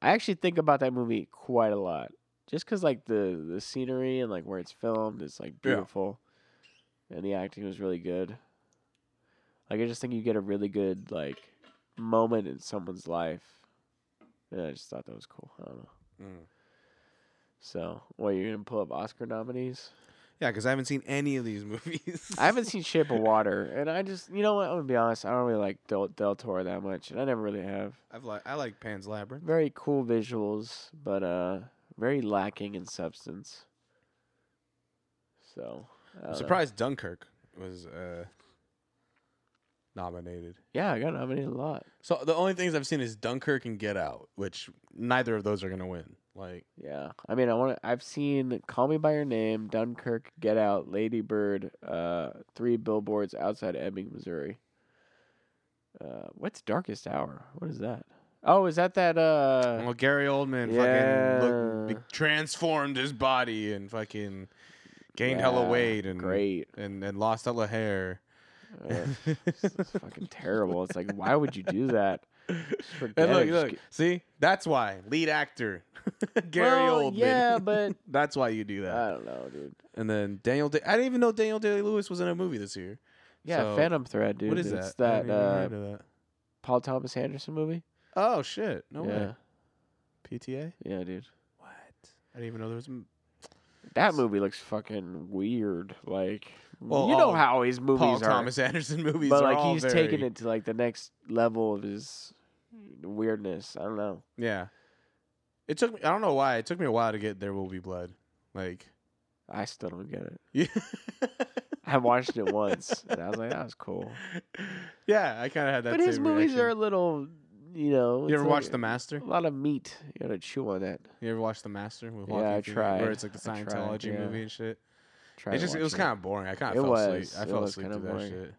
Speaker 2: I actually think about that movie quite a lot, just because like the the scenery and like where it's filmed is like beautiful, and the acting was really good. Like I just think you get a really good like moment in someone's life, and I just thought that was cool. I don't know.
Speaker 1: Mm.
Speaker 2: So, what you're gonna pull up Oscar nominees?
Speaker 1: Yeah, because I haven't seen any of these [LAUGHS] movies.
Speaker 2: I haven't seen Shape of Water, and I just you know what I'm gonna be honest. I don't really like Del, Del Toro that much, and I never really have.
Speaker 1: I've li- I like Pan's Labyrinth.
Speaker 2: very cool visuals, but uh, very lacking in substance. So uh, I don't
Speaker 1: I'm
Speaker 2: know.
Speaker 1: surprised Dunkirk was uh, nominated.
Speaker 2: Yeah, I got nominated a lot.
Speaker 1: So the only things I've seen is Dunkirk and Get Out, which neither of those are gonna win. Like,
Speaker 2: Yeah, I mean, I want to. I've seen Call Me by Your Name, Dunkirk, Get Out, Lady Bird, uh, Three Billboards Outside Ebbing, Missouri. Uh, what's Darkest Hour? What is that? Oh, is that that? Uh,
Speaker 1: Well, Gary Oldman fucking look,
Speaker 2: Yeah.
Speaker 1: be- transformed his body and fucking gained hella
Speaker 2: yeah,
Speaker 1: weight and [LAUGHS]
Speaker 2: great.
Speaker 1: and and lost hella hair.
Speaker 2: Uh, it's, it's fucking terrible. It's like, why would you do that? Just [LAUGHS] forget
Speaker 1: And
Speaker 2: it.
Speaker 1: look,
Speaker 2: Just
Speaker 1: look,
Speaker 2: get-
Speaker 1: see, that's why lead actor [LAUGHS] Gary
Speaker 2: Well,
Speaker 1: Oldman.
Speaker 2: Yeah, Uh, but
Speaker 1: [LAUGHS] that's why you do that.
Speaker 2: I don't know, dude.
Speaker 1: and then Daniel, Day- I didn't even know Daniel Day Lewis was in a movie this year.
Speaker 2: Yeah,
Speaker 1: So,
Speaker 2: Phantom Thread, dude.
Speaker 1: what is
Speaker 2: it's
Speaker 1: that? I
Speaker 2: that,
Speaker 1: haven't even
Speaker 2: uh,
Speaker 1: heard of that.
Speaker 2: Paul Thomas Anderson movie.
Speaker 1: Oh shit! No
Speaker 2: yeah,
Speaker 1: way. PTA.
Speaker 2: yeah, dude.
Speaker 1: What? I didn't even know there was. A
Speaker 2: That movie looks fucking weird. Like,
Speaker 1: Well,
Speaker 2: you know
Speaker 1: all
Speaker 2: how his movies
Speaker 1: Paul
Speaker 2: are,
Speaker 1: Thomas [LAUGHS] Anderson movies.
Speaker 2: but
Speaker 1: are
Speaker 2: like
Speaker 1: all
Speaker 2: he's
Speaker 1: very,
Speaker 2: taking it to like the next level of his weirdness. I don't know.
Speaker 1: Yeah. It took me I don't know why, it took me a while to get There Will Be Blood. Like [LAUGHS]
Speaker 2: I still don't get it.
Speaker 1: Yeah.
Speaker 2: I watched
Speaker 1: [LAUGHS]
Speaker 2: it once, and I was like, that was cool.
Speaker 1: yeah, I kinda had that.
Speaker 2: but his
Speaker 1: same
Speaker 2: movies are a
Speaker 1: reaction.
Speaker 2: little you know.
Speaker 1: You ever
Speaker 2: watch
Speaker 1: watch The Master?
Speaker 2: A lot of meat. You gotta chew on that.
Speaker 1: You ever watch The Master? With
Speaker 2: Yeah,
Speaker 1: Joaquin
Speaker 2: I
Speaker 1: Phoenix,
Speaker 2: tried.
Speaker 1: Where it's like the
Speaker 2: I tried,
Speaker 1: Scientology
Speaker 2: yeah.
Speaker 1: movie and shit.
Speaker 2: Try
Speaker 1: it
Speaker 2: to
Speaker 1: just it
Speaker 2: watch
Speaker 1: was kind of boring. I kind
Speaker 2: It
Speaker 1: of fell
Speaker 2: was.
Speaker 1: asleep. I
Speaker 2: It
Speaker 1: fell
Speaker 2: was
Speaker 1: asleep
Speaker 2: kinda
Speaker 1: through that
Speaker 2: boring.
Speaker 1: shit.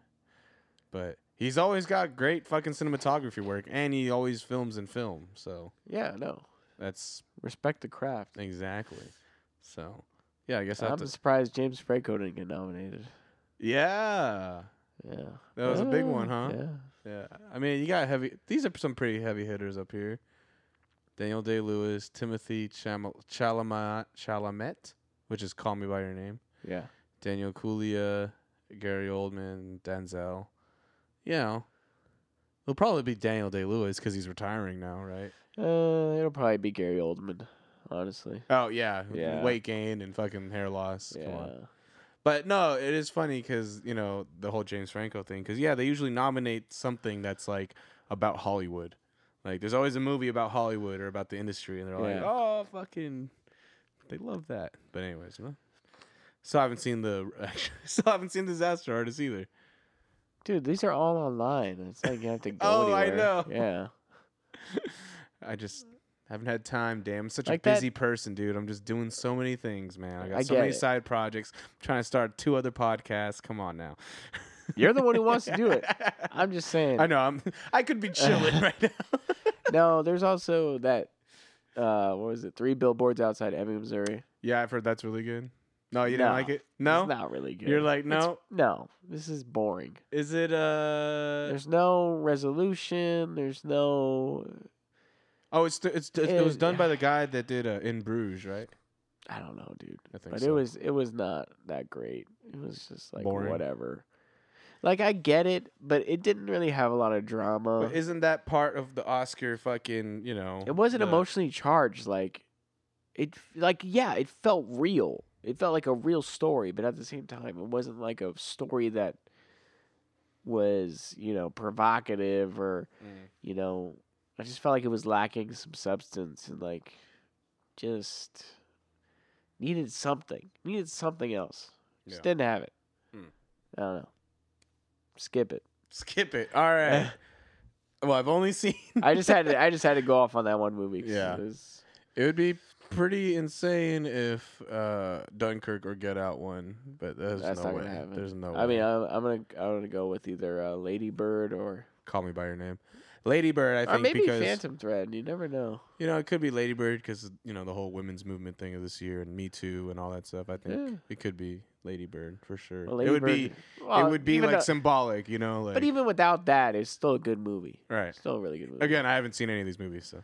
Speaker 1: But he's always got great fucking cinematography work, and he always films in film. So
Speaker 2: Yeah, no.
Speaker 1: that's
Speaker 2: Respect the craft.
Speaker 1: exactly. So yeah, I guess I have
Speaker 2: I'm
Speaker 1: to.
Speaker 2: surprised James Franco didn't get nominated.
Speaker 1: Yeah,
Speaker 2: Yeah.
Speaker 1: that was a big
Speaker 2: Uh,
Speaker 1: one, huh?
Speaker 2: Yeah.
Speaker 1: Yeah. I mean, you got heavy. These are some pretty heavy hitters up here. Daniel Day Lewis, Timothy Chalamet, Chalamet, Chalamet, which is Call Me by Your Name.
Speaker 2: Yeah.
Speaker 1: Daniel Kaluuya, Gary Oldman, Denzel. You know, it'll probably be Daniel Day Lewis because he's retiring now, right?
Speaker 2: Uh, it'll probably be Gary Oldman, honestly.
Speaker 1: Oh yeah,
Speaker 2: Yeah.
Speaker 1: weight gain and fucking hair loss. Come
Speaker 2: Yeah.
Speaker 1: on. But no, it is funny because you know the whole James Franco thing. Because yeah, they usually nominate something that's like about Hollywood. Like there's always a movie about Hollywood or about the industry, and they're like,
Speaker 2: Yeah.
Speaker 1: oh fucking, they love that. But anyways, no. Still haven't seen the [LAUGHS] still haven't seen Disaster Artist either.
Speaker 2: Dude, these are all online. It's like you have to
Speaker 1: [LAUGHS]
Speaker 2: go
Speaker 1: Oh, I
Speaker 2: anywhere.
Speaker 1: know.
Speaker 2: Yeah.
Speaker 1: I just haven't had time. Damn, I'm such
Speaker 2: Like
Speaker 1: a
Speaker 2: that-
Speaker 1: busy person, dude. I'm just doing so many things, man. I got
Speaker 2: I
Speaker 1: so
Speaker 2: get
Speaker 1: many
Speaker 2: it.
Speaker 1: side projects. trying to start two other podcasts. Come on now.
Speaker 2: You're the one who wants to
Speaker 1: [LAUGHS]
Speaker 2: do it. I'm just saying.
Speaker 1: I know. I'm. I could be
Speaker 2: [LAUGHS]
Speaker 1: chilling right now.
Speaker 2: No, there's also that. Uh, what was it? Three billboards outside Ebbing, Missouri.
Speaker 1: Yeah, I've heard that's really good. No, you didn't
Speaker 2: No,
Speaker 1: like it. No,
Speaker 2: it's not really good.
Speaker 1: you're like
Speaker 2: It's-
Speaker 1: no.
Speaker 2: no, this is boring.
Speaker 1: Is it uh?
Speaker 2: There's no resolution. There's no.
Speaker 1: Oh, it's it's it, was
Speaker 2: it-
Speaker 1: done by the guy that did uh, in Bruges, right?
Speaker 2: I don't know, dude.
Speaker 1: I think
Speaker 2: But
Speaker 1: so.
Speaker 2: it was it was not that great. It was just like
Speaker 1: Boring.
Speaker 2: whatever. Like I get it, but it didn't really have a lot of drama.
Speaker 1: But isn't that part of the Oscar fucking? You know,
Speaker 2: uh, it wasn't
Speaker 1: the-
Speaker 2: emotionally charged. Like it, like yeah, it felt real. It felt like a real story, but at the same time, it wasn't like a story that was you know provocative or
Speaker 1: Mm.
Speaker 2: you know, I just felt like it was lacking some substance and like just needed something. Needed something else. Just
Speaker 1: Yeah.
Speaker 2: didn't have it.
Speaker 1: Hmm.
Speaker 2: I don't know. Skip it.
Speaker 1: Skip it. All right.
Speaker 2: [LAUGHS]
Speaker 1: well, I've only [LAUGHS] seen.
Speaker 2: I just had to. I just had to go off on that one movie. 'cause it
Speaker 1: Yeah.
Speaker 2: was-
Speaker 1: It would be pretty insane if uh Dunkirk or Get Out won, but there's
Speaker 2: That's
Speaker 1: no
Speaker 2: not
Speaker 1: way.
Speaker 2: gonna happen.
Speaker 1: There's no.
Speaker 2: I
Speaker 1: way.
Speaker 2: mean, uh I'm, I'm gonna. I'm gonna go with either uh, Lady Bird or
Speaker 1: call me by your name, Ladybird. I
Speaker 2: or
Speaker 1: think
Speaker 2: Uh, maybe
Speaker 1: because
Speaker 2: Phantom Thread. You never know.
Speaker 1: You know, it could be Ladybird because you know the whole women's movement thing of this year and Me Too and all that stuff. I think
Speaker 2: Yeah.
Speaker 1: it could be Ladybird for sure.
Speaker 2: Well,
Speaker 1: it would be
Speaker 2: Lady Bird- well,
Speaker 1: it would be
Speaker 2: even
Speaker 1: like
Speaker 2: though-
Speaker 1: symbolic, you know. Like,
Speaker 2: But even without that, it's still a good movie.
Speaker 1: right
Speaker 2: Still a really good movie.
Speaker 1: again, I haven't seen any of these movies, so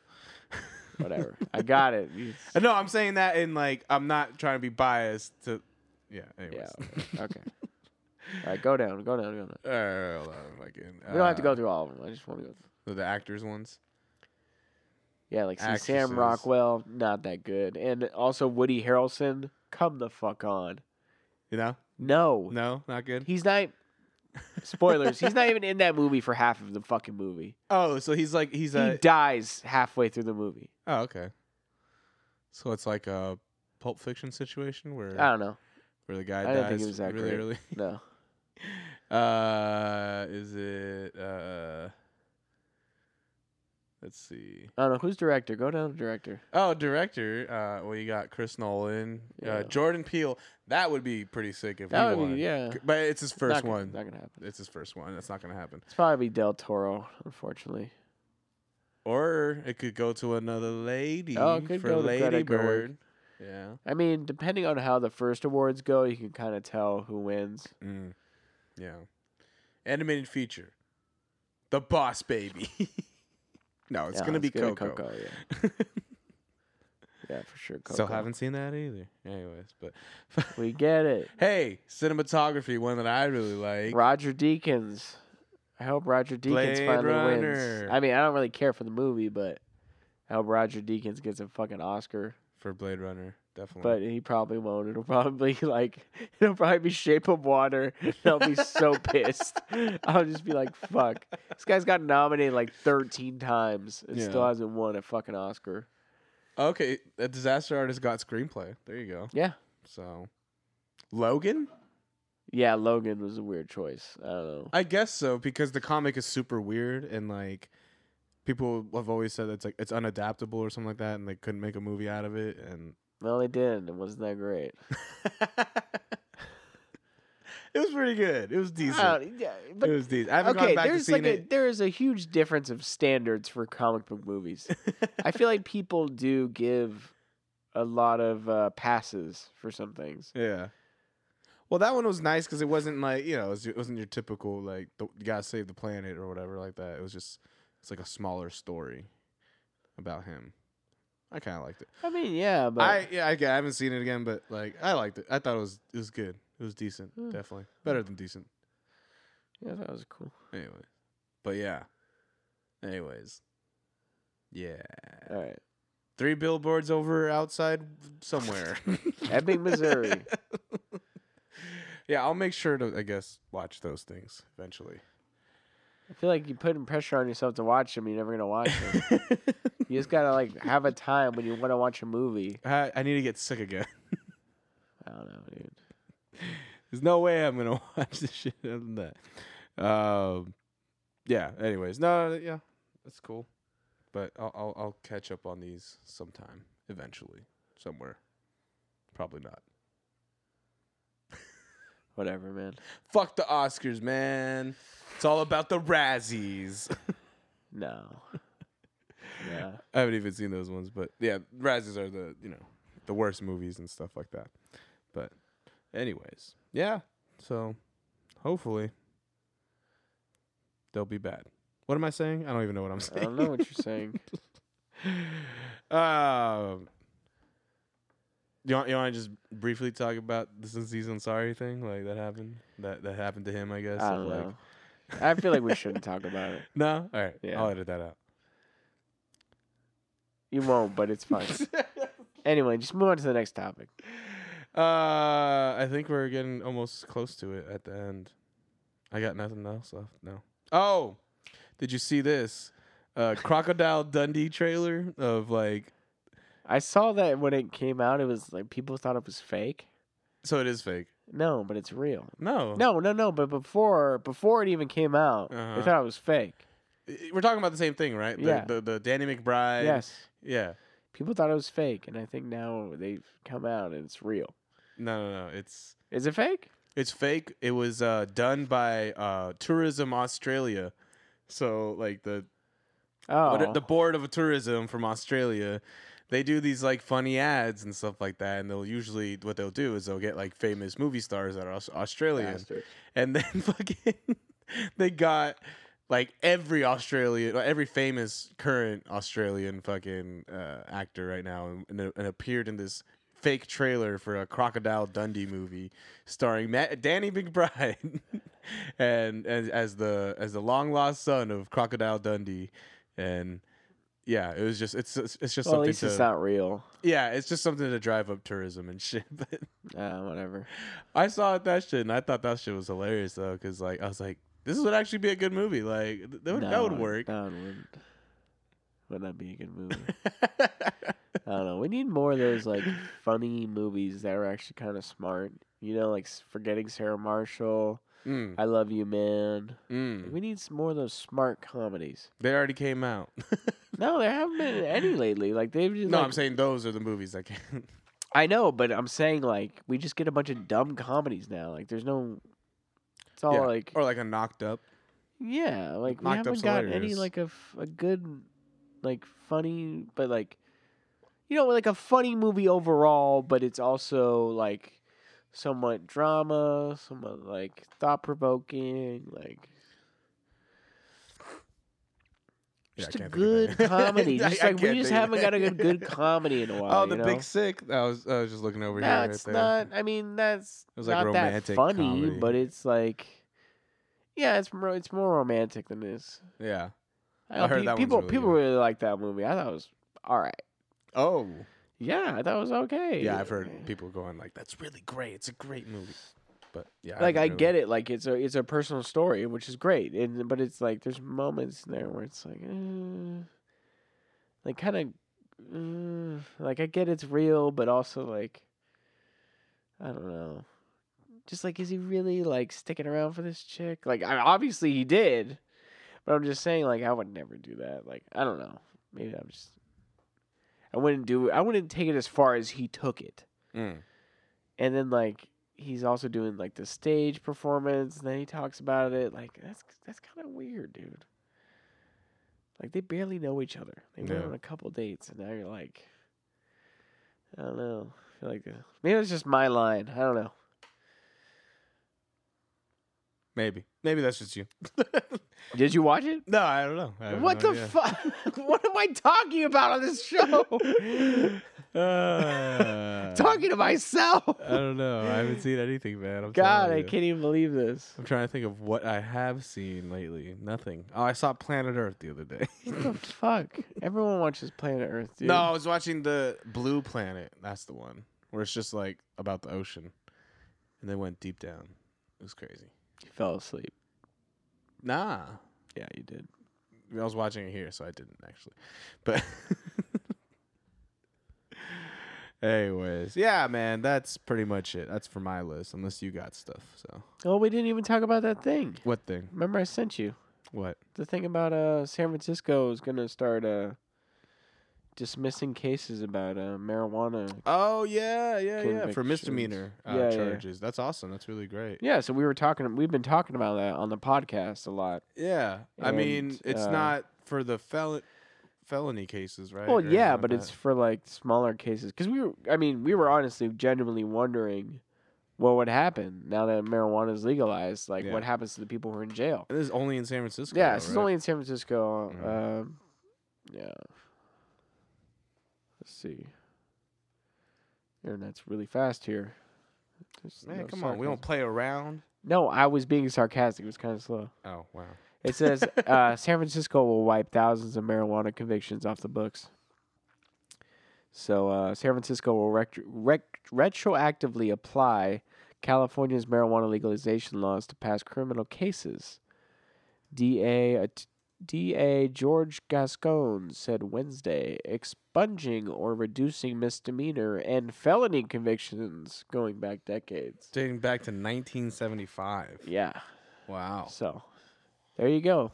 Speaker 2: Whatever.
Speaker 1: [LAUGHS]
Speaker 2: I got it. It's-
Speaker 1: Uh, no, I'm saying that in like I'm not trying to be biased to. Yeah. Anyways. [LAUGHS]
Speaker 2: Okay. all right, go down, go down, go down.
Speaker 1: Uh, hold on, fucking,
Speaker 2: We don't have to
Speaker 1: uh,
Speaker 2: go through all of them. I just want to go.
Speaker 1: the-
Speaker 2: Through.
Speaker 1: the actors ones.
Speaker 2: Yeah, like see
Speaker 1: Actresses.
Speaker 2: Sam Rockwell, not that good, and also Woody Harrelson. Come the fuck on.
Speaker 1: You know,
Speaker 2: No,
Speaker 1: no, not good.
Speaker 2: he's not. e-, Spoilers. he's not even in that movie for half of the fucking movie.
Speaker 1: Oh, so he's like he's
Speaker 2: he
Speaker 1: a.
Speaker 2: dies halfway through the movie.
Speaker 1: Oh, okay. So it's like a Pulp Fiction situation where
Speaker 2: I don't know.
Speaker 1: where the guy
Speaker 2: I didn't
Speaker 1: dies
Speaker 2: think it was that
Speaker 1: really
Speaker 2: great.
Speaker 1: early.
Speaker 2: No,
Speaker 1: Uh, is it? Uh, let's see.
Speaker 2: I don't know who's director. Go down to director.
Speaker 1: Oh, director. Uh, well, you got Chris Nolan,
Speaker 2: Yeah.
Speaker 1: uh, Jordan Peele. That would be pretty sick if
Speaker 2: That
Speaker 1: he
Speaker 2: would
Speaker 1: won.
Speaker 2: be yeah.
Speaker 1: C- But it's his first
Speaker 2: not, gonna-
Speaker 1: one.
Speaker 2: Not gonna happen.
Speaker 1: It's his first one. That's not gonna happen.
Speaker 2: It's probably Del Toro, unfortunately.
Speaker 1: Or it could go to another lady
Speaker 2: Oh, it could
Speaker 1: for
Speaker 2: go to Greta
Speaker 1: Lady
Speaker 2: Gerwig.
Speaker 1: Bird. Yeah.
Speaker 2: I mean, depending on how the first awards go, you can kind of tell who wins.
Speaker 1: Mm. Yeah. Animated feature. The Boss Baby. [LAUGHS] no, it's
Speaker 2: Yeah,
Speaker 1: gonna be
Speaker 2: gonna
Speaker 1: Coco.
Speaker 2: yeah.
Speaker 1: [LAUGHS]
Speaker 2: yeah, for sure. Coco.
Speaker 1: Still haven't seen that either. Anyways, but [LAUGHS]
Speaker 2: We get it.
Speaker 1: hey, cinematography, one that I really like.
Speaker 2: Roger Deakins. I hope Roger Deakins
Speaker 1: Blade
Speaker 2: finally
Speaker 1: Runner.
Speaker 2: wins. I mean, I don't really care for the movie, but I hope Roger Deakins gets a fucking Oscar.
Speaker 1: For Blade Runner, definitely.
Speaker 2: But he probably won't. It'll probably [LAUGHS] like it'll probably be Shape of Water. [LAUGHS] And I'll
Speaker 1: [LAUGHS]
Speaker 2: be so pissed. I'll just be like, fuck. This guy's got nominated like thirteen times and still
Speaker 1: Yeah.
Speaker 2: hasn't won a fucking Oscar.
Speaker 1: okay, a disaster artist got screenplay. There you go.
Speaker 2: Yeah.
Speaker 1: So Logan?
Speaker 2: Yeah, Logan was a weird choice. I don't know.
Speaker 1: I guess so because the comic is super weird and like people have always said it's like it's unadaptable or something like that, and they couldn't make a movie out of it. And [LAUGHS]
Speaker 2: Well, they did. and It wasn't that great.
Speaker 1: it was pretty good. It was decent.
Speaker 2: I don't- yeah, Uh, but
Speaker 1: it was decent. I haven't
Speaker 2: okay,
Speaker 1: gone back to
Speaker 2: there's
Speaker 1: see
Speaker 2: like a,
Speaker 1: it.
Speaker 2: there is a huge difference of standards for comic book movies. I feel like people do give a lot of uh, passes for some things.
Speaker 1: yeah. Well, that one was nice because it wasn't like you know it, was, it wasn't your typical like the, you gotta save the planet or whatever like that. It was just it's like a smaller story about him. I kind of liked it.
Speaker 2: I mean, yeah, but
Speaker 1: I yeah I, I haven't seen it again, but like I liked it. I thought it was it was good. It was decent,
Speaker 2: Hmm.
Speaker 1: definitely better than decent.
Speaker 2: yeah, that was cool.
Speaker 1: Anyway, but yeah. Anyways, yeah.
Speaker 2: All right,
Speaker 1: Three billboards over outside somewhere.
Speaker 2: Ebbing, Missouri.
Speaker 1: [LAUGHS] yeah, I'll make sure to, I guess, watch those things eventually.
Speaker 2: I feel like you're putting pressure on yourself to watch them. You're never gonna watch
Speaker 1: [LAUGHS]
Speaker 2: them. you just gotta like have a time when you want to watch a movie.
Speaker 1: I, I need to get sick again. [LAUGHS]
Speaker 2: I don't know, dude.
Speaker 1: There's no way I'm gonna [LAUGHS] watch this shit other than that. Um, yeah. Anyways, no, no, yeah, that's cool. But I'll, I'll I'll catch up on these sometime eventually, somewhere. Probably not.
Speaker 2: Whatever, man.
Speaker 1: Fuck the Oscars, man. It's all about the Razzies. [LAUGHS]
Speaker 2: No. Yeah.
Speaker 1: I haven't even seen those ones, but yeah, Razzies are the you know the worst movies and stuff like that. But anyways, yeah. So hopefully they'll be bad. What am I saying? I don't even know what I'm
Speaker 2: I
Speaker 1: saying.
Speaker 2: don't know what you're saying.
Speaker 1: [LAUGHS] um, you want you want to just briefly talk about the since he's sorry thing like that happened that that happened to him I guess.
Speaker 2: I
Speaker 1: of,
Speaker 2: don't
Speaker 1: like-
Speaker 2: know. I feel like we shouldn't talk about it.
Speaker 1: No, all right.
Speaker 2: Yeah.
Speaker 1: I'll edit that out.
Speaker 2: You won't, but
Speaker 1: [LAUGHS]
Speaker 2: it's fine. Anyway, just move on to the next topic.
Speaker 1: uh, I think we're getting almost close to it at the end. I got nothing else left. No. Oh, did you see this?
Speaker 2: [LAUGHS]
Speaker 1: Uh, Crocodile Dundee trailer of like.
Speaker 2: I saw that when it came out, it was like people thought it was fake.
Speaker 1: So it is fake.
Speaker 2: No, but it's real.
Speaker 1: No.
Speaker 2: No, no, no. But before before it even came out,
Speaker 1: Uh-huh.
Speaker 2: they thought it was fake.
Speaker 1: I- We're talking about the same thing, right? The,
Speaker 2: Yeah.
Speaker 1: The, the Danny McBride.
Speaker 2: yes,
Speaker 1: Yeah.
Speaker 2: people thought it was fake, and I think now they've come out and it's real.
Speaker 1: No, no, no. It's
Speaker 2: Is it fake?
Speaker 1: it's fake. It was uh, done by uh, Tourism Australia. So like the
Speaker 2: Oh,
Speaker 1: what- the board of tourism from Australia. They do these like funny ads and stuff like that, and they'll usually what they'll do is they'll get like famous movie stars that are Aus- Australian,
Speaker 2: bastards.
Speaker 1: and then [LAUGHS] fucking they got like every Australian, every famous current Australian fucking uh, actor right now, and, and appeared in this fake trailer for a Crocodile Dundee movie starring Matt, Danny McBride [LAUGHS] and as, as the as the long lost son of Crocodile Dundee, and yeah, it was just it's it's, it's just
Speaker 2: Well, at
Speaker 1: something
Speaker 2: least
Speaker 1: to
Speaker 2: it's not real.
Speaker 1: yeah, it's just something to drive up tourism and shit, [LAUGHS] but.
Speaker 2: Uh, whatever.
Speaker 1: I saw that shit and I thought that shit was hilarious though, because like I was like, this would actually be a good movie. Like th- that would, that would
Speaker 2: No,
Speaker 1: work.
Speaker 2: No, it wouldn't. Would that be a good movie? I don't know. We need more of
Speaker 1: [LAUGHS]
Speaker 2: those like funny movies that are actually kind of smart. You know, like s- forgetting Sarah Marshall.
Speaker 1: [LAUGHS] mm,
Speaker 2: I love you, man.
Speaker 1: mm.
Speaker 2: We need some more of those smart comedies.
Speaker 1: They already came
Speaker 2: [LAUGHS]
Speaker 1: out.
Speaker 2: No, there haven't been any lately. Like they've just.
Speaker 1: no,
Speaker 2: like-
Speaker 1: I'm saying those are the movies that came. [LAUGHS]
Speaker 2: I know, but I'm saying like we just get a bunch of dumb comedies now. Like there's no. It's all
Speaker 1: Yeah,
Speaker 2: like
Speaker 1: or like a knocked up.
Speaker 2: yeah, like we
Speaker 1: Knocked
Speaker 2: haven't
Speaker 1: Up's
Speaker 2: gotten any
Speaker 1: hilarious.
Speaker 2: like a, f- a good, like funny, but like, you know, like a funny movie overall, but it's also like somewhat drama, somewhat like thought provoking, like
Speaker 1: Yeah, I
Speaker 2: just a
Speaker 1: can't think of
Speaker 2: good
Speaker 1: any. [LAUGHS]
Speaker 2: comedy.
Speaker 1: I-
Speaker 2: just
Speaker 1: I
Speaker 2: like we
Speaker 1: can't
Speaker 2: just
Speaker 1: think of
Speaker 2: haven't got a good,
Speaker 1: any. [LAUGHS]
Speaker 2: good comedy in a while.
Speaker 1: oh, the
Speaker 2: you know?
Speaker 1: Big Sick. I was I was just looking over here.
Speaker 2: No,
Speaker 1: right
Speaker 2: it's
Speaker 1: there.
Speaker 2: not. I mean, that's
Speaker 1: It was, like,
Speaker 2: not that
Speaker 1: romantic
Speaker 2: funny,
Speaker 1: comedy.
Speaker 2: but it's like, yeah, it's more, it's more romantic than this.
Speaker 1: Yeah.
Speaker 2: I, heard that
Speaker 1: one's
Speaker 2: people
Speaker 1: really
Speaker 2: people
Speaker 1: good.
Speaker 2: really like that movie. I thought it was all right.
Speaker 1: Oh.
Speaker 2: Yeah, I thought it was okay.
Speaker 1: Yeah, I've heard people going like, "That's really great. It's a great movie." But yeah.
Speaker 2: Like I get it, like it's a it's a personal story, which is great, and but it's like there's moments in there where it's like, uh, like kind of, uh, like I get it's real, but also like, I don't know, just like is he really like sticking around for this chick? Like I, obviously he did, But I'm just saying, like, I would never do that. Like, I don't know. Maybe I'm just. I wouldn't do. I wouldn't take it as far as he took it.
Speaker 1: Mm.
Speaker 2: And then like he's also doing like the stage performance. And then he talks about it. Like that's that's kind of weird, dude. Like they barely know each other. They went
Speaker 1: Yeah.
Speaker 2: on a couple dates, and now you're like, I don't know. I feel like uh, maybe it's just my line. I don't know.
Speaker 1: Maybe. Maybe that's just you. [LAUGHS]
Speaker 2: Did you watch it?
Speaker 1: no, I don't know. I have
Speaker 2: What
Speaker 1: no
Speaker 2: the
Speaker 1: idea.
Speaker 2: fuck? [LAUGHS] what am I talking about on
Speaker 1: [LAUGHS]
Speaker 2: this show? [LAUGHS]
Speaker 1: Uh,
Speaker 2: talking to myself.
Speaker 1: I don't know. I haven't seen anything, man. I'm
Speaker 2: God,
Speaker 1: telling
Speaker 2: I
Speaker 1: you.
Speaker 2: can't even believe this.
Speaker 1: [LAUGHS] I'm trying to think of what I have seen lately. Nothing. Oh, I saw Planet Earth the other day. [LAUGHS]
Speaker 2: What the fuck? Everyone watches Planet Earth, dude.
Speaker 1: No, I was watching the Blue Planet. That's the one where it's just like about the ocean, and they went deep down. It was crazy.
Speaker 2: You fell asleep.
Speaker 1: Nah,
Speaker 2: Yeah, you did.
Speaker 1: I was watching it here, so I didn't actually. But [LAUGHS] anyways, yeah, man, that's pretty much it. That's for my list, unless you got stuff. So
Speaker 2: Oh, we didn't even talk about that thing.
Speaker 1: what thing?
Speaker 2: Remember I sent you
Speaker 1: What?
Speaker 2: the thing about uh San Francisco is gonna start uh dismissing cases about uh marijuana.
Speaker 1: Oh yeah, yeah, yeah. For
Speaker 2: Convictions.
Speaker 1: misdemeanor uh,
Speaker 2: Yeah, yeah.
Speaker 1: charges. That's awesome. That's really great.
Speaker 2: Yeah, so we were talking. We've been talking about that on the podcast a lot.
Speaker 1: Yeah, I mean,
Speaker 2: And,
Speaker 1: it's
Speaker 2: uh,
Speaker 1: not for the fel- felony cases, right?
Speaker 2: Well,
Speaker 1: Or
Speaker 2: yeah,
Speaker 1: anything
Speaker 2: but
Speaker 1: like
Speaker 2: it's
Speaker 1: that.
Speaker 2: for like smaller cases because we were. I mean, we were honestly genuinely wondering what would happen now that marijuana is legalized. Like,
Speaker 1: Yeah.
Speaker 2: what happens to the people who are in jail?
Speaker 1: And this is only in San Francisco.
Speaker 2: yeah,
Speaker 1: though,
Speaker 2: this is
Speaker 1: right?
Speaker 2: only in San Francisco.
Speaker 1: Mhm.
Speaker 2: Um, yeah. Let's see. Internet's really fast here. There's
Speaker 1: Man,
Speaker 2: no
Speaker 1: come on, we
Speaker 2: sarcasm.
Speaker 1: don't play around.
Speaker 2: No, I was being sarcastic. It was kind of slow.
Speaker 1: Oh wow.
Speaker 2: It says uh, San Francisco will wipe thousands of marijuana convictions off the books. So uh, San Francisco will rect- rec- retroactively apply California's marijuana legalization laws to past criminal cases. uh, DA at- DA George Gascon said Wednesday, expunging or reducing misdemeanor and felony convictions going back decades.
Speaker 1: Dating back to 1975.
Speaker 2: Yeah.
Speaker 1: Wow.
Speaker 2: So there you go.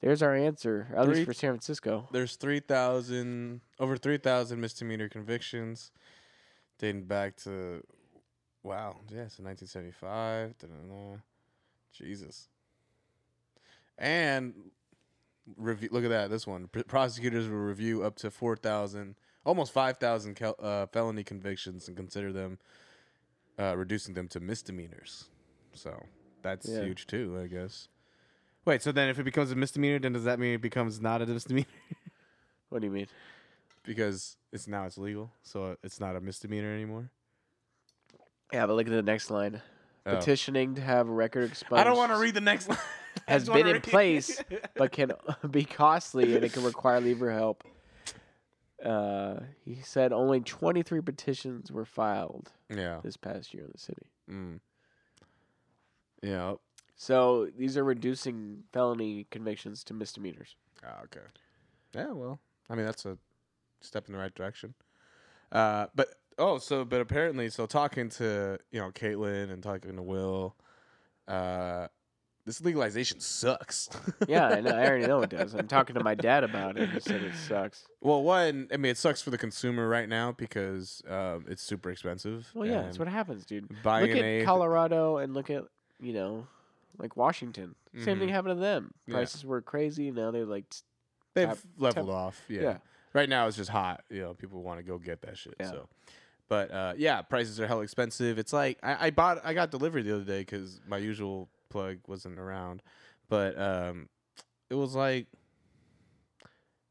Speaker 2: There's our answer, at
Speaker 1: Three-
Speaker 2: least for San Francisco.
Speaker 1: There's 3,000 over 3,000 misdemeanor convictions dating back to wow, yeah, so 1975. Da-da-da. Jesus. And review look at that this one. Pr- prosecutors will review up to 4,000 almost 5,000 cal- uh, felony convictions and consider them uh, reducing them to misdemeanors. So that's
Speaker 2: Yeah.
Speaker 1: huge too, I guess. Wait, so then if it becomes a misdemeanor, then does that mean it becomes not a misdemeanor?
Speaker 2: What do you mean?
Speaker 1: because it's now it's legal, so it's not a misdemeanor anymore.
Speaker 2: Yeah, but look at the next line.
Speaker 1: Oh.
Speaker 2: Petitioning to have record expunged.
Speaker 1: I don't want to read the next line. I
Speaker 2: Has
Speaker 1: just wanna
Speaker 2: been in
Speaker 1: read- [LAUGHS]
Speaker 2: place, [LAUGHS] but can [LAUGHS] be costly and it can require lever help. Uh, he said only 23 petitions were filed
Speaker 1: yeah.
Speaker 2: this past year in the city.
Speaker 1: Mm. Yeah.
Speaker 2: So these are reducing felony convictions to [LAUGHS] misdemeanors.
Speaker 1: Ah, okay. Yeah. Well, I mean that's a step in the right direction. Uh, but oh, so but apparently, so talking to you know Caitlin and talking to Will, uh, this legalization sucks.
Speaker 2: Yeah, I, know, I already know it does. I'm talking to my dad about it. He said it sucks.
Speaker 1: [LAUGHS] Well, one, I mean, it sucks for the consumer right now because um, it's super expensive.
Speaker 2: Well, yeah,
Speaker 1: and
Speaker 2: that's what happens, dude.
Speaker 1: buying
Speaker 2: look
Speaker 1: an
Speaker 2: at
Speaker 1: eighth-
Speaker 2: Colorado and look at you know, like Washington. Same thing
Speaker 1: Mhm.
Speaker 2: happened to them.
Speaker 1: Yeah.
Speaker 2: Prices were crazy. Now they're like, t-
Speaker 1: They've
Speaker 2: Tap-
Speaker 1: leveled off. Yeah.
Speaker 2: yeah.
Speaker 1: Right now it's just hot. You know, people want to go get that shit.
Speaker 2: Yeah.
Speaker 1: So, but uh, yeah, prices are hell expensive. It's like I, I bought, I got delivery the other day because my usual plug wasn't around, but um, it was like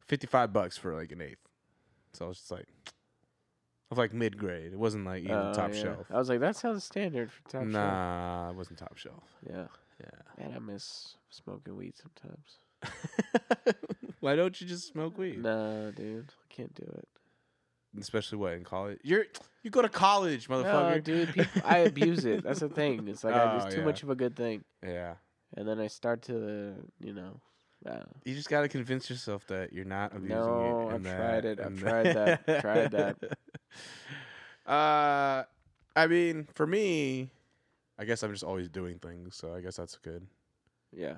Speaker 1: fifty five bucks for like an eighth. So I was just like, of like mid grade. It wasn't like even
Speaker 2: uh,
Speaker 1: top
Speaker 2: yeah.
Speaker 1: shelf.
Speaker 2: I was like, that sounds standard for top shelf.
Speaker 1: nah, it wasn't top shelf.
Speaker 2: Yeah.
Speaker 1: Yeah.
Speaker 2: Man, I miss smoking weed sometimes.
Speaker 1: [LAUGHS] Why don't you just smoke weed?
Speaker 2: No, dude, I can't do it.
Speaker 1: Especially what in college? You're you go to college, motherfucker.
Speaker 2: No,
Speaker 1: [LAUGHS]
Speaker 2: dude, people, I abuse it. That's the thing. It's like I,
Speaker 1: Oh,
Speaker 2: it's too
Speaker 1: yeah.
Speaker 2: much of a good thing,
Speaker 1: [LAUGHS] Yeah.
Speaker 2: and then I start to, you know. uh, I don't know.
Speaker 1: You just gotta convince yourself that you're not abusing
Speaker 2: No,
Speaker 1: it. and
Speaker 2: I've tried
Speaker 1: that-
Speaker 2: it. I've
Speaker 1: and
Speaker 2: tried that. Tried that.
Speaker 1: [LAUGHS] Uh, I mean, for me, I guess I'm just always doing things, so I guess that's good.
Speaker 2: Yeah.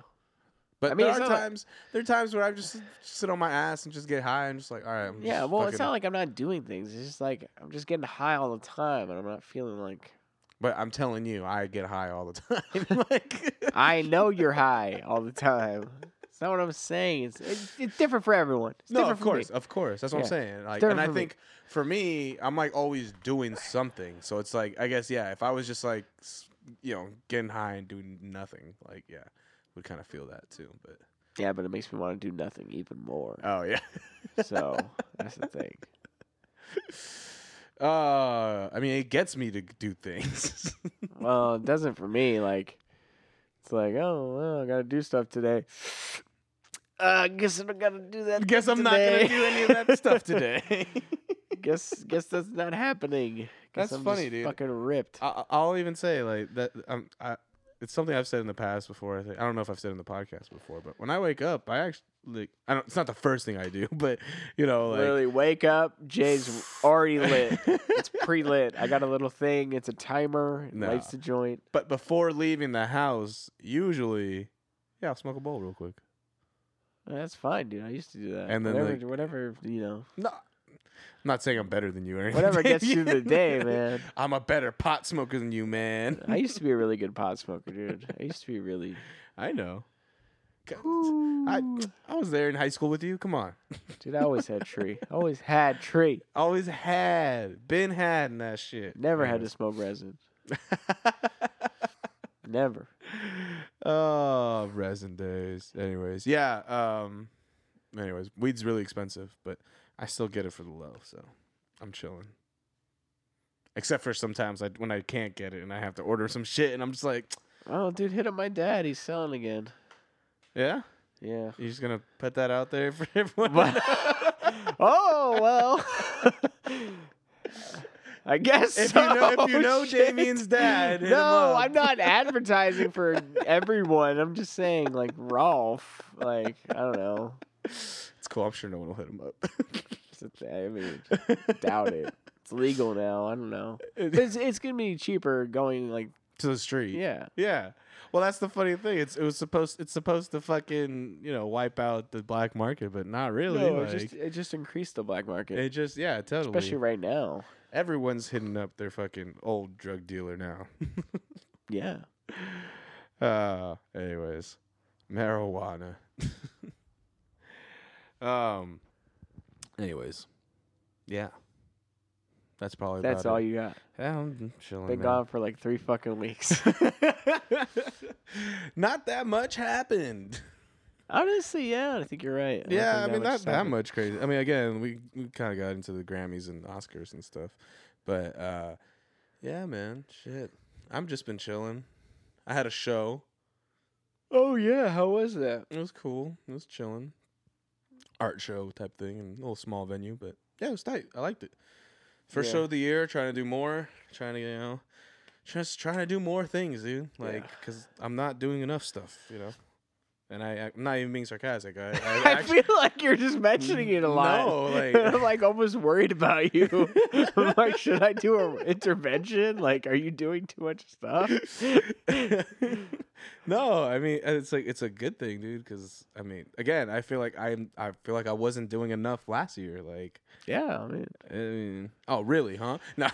Speaker 1: But
Speaker 2: I mean,
Speaker 1: there
Speaker 2: it's
Speaker 1: are
Speaker 2: not like-
Speaker 1: times there are times where I just sit on my ass and just get high and just like, all right, I'm
Speaker 2: Yeah,
Speaker 1: just
Speaker 2: well, it's
Speaker 1: fucking-
Speaker 2: not like I'm not doing things. It's just like I'm just getting high all the time, and I'm not feeling like
Speaker 1: But I'm telling you, I get high all the [LAUGHS]
Speaker 2: [LAUGHS]
Speaker 1: time. like
Speaker 2: I know you're high all the time. It's not what I'm saying. It's it's, it's different for everyone. It's
Speaker 1: No,
Speaker 2: different
Speaker 1: of
Speaker 2: for me.
Speaker 1: course, of course. That's what
Speaker 2: Yeah.
Speaker 1: I'm saying. Like,
Speaker 2: different
Speaker 1: and I
Speaker 2: for me.
Speaker 1: think for me, I'm like always doing something. So it's like, I guess, yeah. If I was just like, s- you know, getting high and doing nothing, like, yeah, would kind of feel that too. But
Speaker 2: Yeah, but it makes me want to do nothing even more.
Speaker 1: oh yeah.
Speaker 2: So that's the thing.
Speaker 1: [LAUGHS] Uh, I mean, it gets me to do things. [LAUGHS]
Speaker 2: Well, it doesn't for me. Like, it's like, oh, well, I gotta do stuff today. Uh, I guess I'm gonna do that.
Speaker 1: guess I'm not gonna
Speaker 2: today.
Speaker 1: do any of that stuff [LAUGHS] today.
Speaker 2: [LAUGHS] guess, guess that's not happening. Guess
Speaker 1: That's
Speaker 2: I'm
Speaker 1: funny,
Speaker 2: just
Speaker 1: dude.
Speaker 2: Fucking ripped.
Speaker 1: I, I'll even say like that. Um, I, it's something I've said in the past before. I think I don't know if I've said in the podcast before, but when I wake up, I actually like I don't. It's not the first thing I do, [LAUGHS] but you know, like
Speaker 2: Literally, wake up. Jay's already [LAUGHS] lit. it's pre lit. I got a little thing. It's a timer. It
Speaker 1: Nah.
Speaker 2: lights the joint.
Speaker 1: But before leaving the house, usually, yeah, I'll smoke a bowl real quick.
Speaker 2: Oh, That's fine, dude. I used to do that.
Speaker 1: And then,
Speaker 2: whatever,
Speaker 1: like-
Speaker 2: whatever,
Speaker 1: [LAUGHS]
Speaker 2: you know,
Speaker 1: No, I'm not saying I'm better than you or anything.
Speaker 2: whatever gets you
Speaker 1: [LAUGHS]
Speaker 2: the
Speaker 1: Damien.
Speaker 2: day, man.
Speaker 1: I'm a better pot smoker than you, man.
Speaker 2: I used to be a really good pot smoker, dude. I used to be really.
Speaker 1: I know. God, I I was there in high school with you. Come on,
Speaker 2: Dude, I always had tree. I always had tree.
Speaker 1: always had, been had in that shit.
Speaker 2: Never had to
Speaker 1: Anyways.
Speaker 2: smoke resin. [LAUGHS] Never.
Speaker 1: [LAUGHS] oh, resin days. Anyways, yeah. Um. Anyways, weed's really expensive, but I still get it for the low, so I'm chilling. Except for sometimes I when I can't get it and I have to order some shit, and I'm just like,
Speaker 2: Oh, dude, hit up my dad. He's selling again.
Speaker 1: yeah,
Speaker 2: Yeah.
Speaker 1: you're just gonna put that out there for [LAUGHS] everyone.
Speaker 2: But- [LAUGHS] oh well. [LAUGHS] I guess
Speaker 1: If
Speaker 2: so.
Speaker 1: you know- if you know
Speaker 2: Shit.
Speaker 1: Damien's
Speaker 2: [LAUGHS]
Speaker 1: dad, hit him
Speaker 2: no,
Speaker 1: up.
Speaker 2: I'm not
Speaker 1: [LAUGHS]
Speaker 2: advertising for everyone. I'm just saying, like Rolf, like I don't know.
Speaker 1: it's cool. I'm sure no one will hit him up.
Speaker 2: It's a th- I mean, [LAUGHS] doubt it. It's legal now. I don't know. But it's, it's gonna be cheaper going like
Speaker 1: [LAUGHS] to the street.
Speaker 2: yeah.
Speaker 1: Yeah. Well, that's the funny thing. It's it was supposed it's supposed to fucking you know wipe out the black market, but not really.
Speaker 2: No,
Speaker 1: like,
Speaker 2: it just it just increased the black market,
Speaker 1: it just yeah, totally.
Speaker 2: especially right now.
Speaker 1: Everyone's hitting up their fucking old drug dealer now. [LAUGHS]
Speaker 2: Yeah.
Speaker 1: uh, anyways, marijuana. [LAUGHS] um. Anyways, yeah. That's probably
Speaker 2: That's all you got.
Speaker 1: I'm chilling.
Speaker 2: Been
Speaker 1: man.
Speaker 2: gone for like three fucking weeks.
Speaker 1: [LAUGHS]
Speaker 2: [LAUGHS]
Speaker 1: Not that much happened.
Speaker 2: Honestly, yeah, I think you're right. don't
Speaker 1: Yeah, I
Speaker 2: think
Speaker 1: mean not
Speaker 2: much
Speaker 1: that
Speaker 2: happened.
Speaker 1: much crazy. I mean, again, we, we kind of got into the Grammys and Oscars and stuff, but uh, yeah, man, shit, I'm just been chilling. I had a show.
Speaker 2: Oh yeah, how was that?
Speaker 1: It was cool. It was chilling, art show type thing, and a little small venue, but yeah, it was tight. I liked it. First
Speaker 2: Yeah.
Speaker 1: show of the year. Trying to do more. Trying to you know, just trying to do more things, dude.
Speaker 2: Yeah.
Speaker 1: Like, cause I'm not doing enough stuff, you know. And I, I'm not even being sarcastic.
Speaker 2: [LAUGHS]
Speaker 1: I, I,
Speaker 2: I,
Speaker 1: actually-
Speaker 2: feel like you're just mentioning it a lot.
Speaker 1: No, like-
Speaker 2: [LAUGHS] I'm like almost worried about [LAUGHS] you. I'm like, should I do an intervention? Like, are you doing too much stuff?
Speaker 1: [LAUGHS] no, I mean and it's like it's a good thing, dude. Because I mean, again, I feel like I'm I feel like I wasn't doing enough last year. Like,
Speaker 2: Yeah, I mean,
Speaker 1: I mean, oh really? Huh? [LAUGHS] No.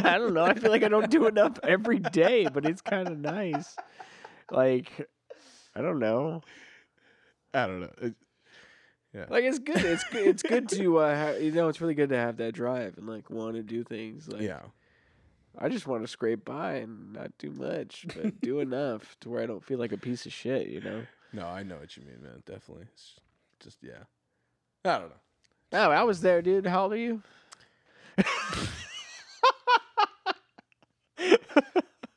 Speaker 2: I don't know. I feel like I don't do enough every day, but it's kind of nice. Like, I don't know.
Speaker 1: I don't know. It-
Speaker 2: Like, it's good. It's good. It's good to uh, ha- you know, it's really good to have that drive and like want to do things. Like,
Speaker 1: yeah,
Speaker 2: I just want to scrape by and not do much, but do enough to where I don't feel like a piece of shit. You know.
Speaker 1: no, I know what you mean, man. Definitely. It's just yeah. I don't know.
Speaker 2: No, I was there, dude. How old are you?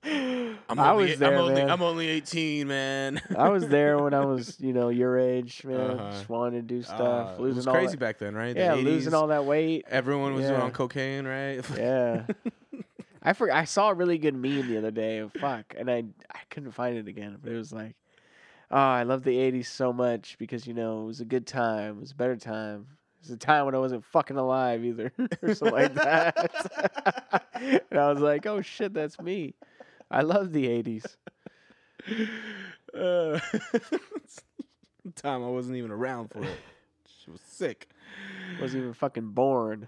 Speaker 1: I'm
Speaker 2: I
Speaker 1: only,
Speaker 2: was there,
Speaker 1: I'm only,
Speaker 2: man.
Speaker 1: I'm only 18, man.
Speaker 2: [LAUGHS] I was
Speaker 1: [LAUGHS]
Speaker 2: there when I was, you know, your age, man.
Speaker 1: Uh-huh.
Speaker 2: Just wanted to do
Speaker 1: Uh, it
Speaker 2: stuff,
Speaker 1: was
Speaker 2: losing all
Speaker 1: crazy
Speaker 2: that,
Speaker 1: back then, right? The
Speaker 2: yeah, losing
Speaker 1: 80s,
Speaker 2: all that weight.
Speaker 1: Everyone was
Speaker 2: Yeah.
Speaker 1: on cocaine, right? [LAUGHS]
Speaker 2: Yeah, [LAUGHS] I for, I saw a really good meme the other day. Of fuck, and I I couldn't find it again, but it was like, oh, I love the '80s so much because you know it was a good time, it was a better time. It was a time when I wasn't fucking alive either, [LAUGHS] or something like that. [LAUGHS] and I was like, oh shit, that's me.
Speaker 1: [LAUGHS]
Speaker 2: I love the '80s.
Speaker 1: Uh, time. I wasn't even around for it. She was sick. [LAUGHS]
Speaker 2: Wasn't even fucking born.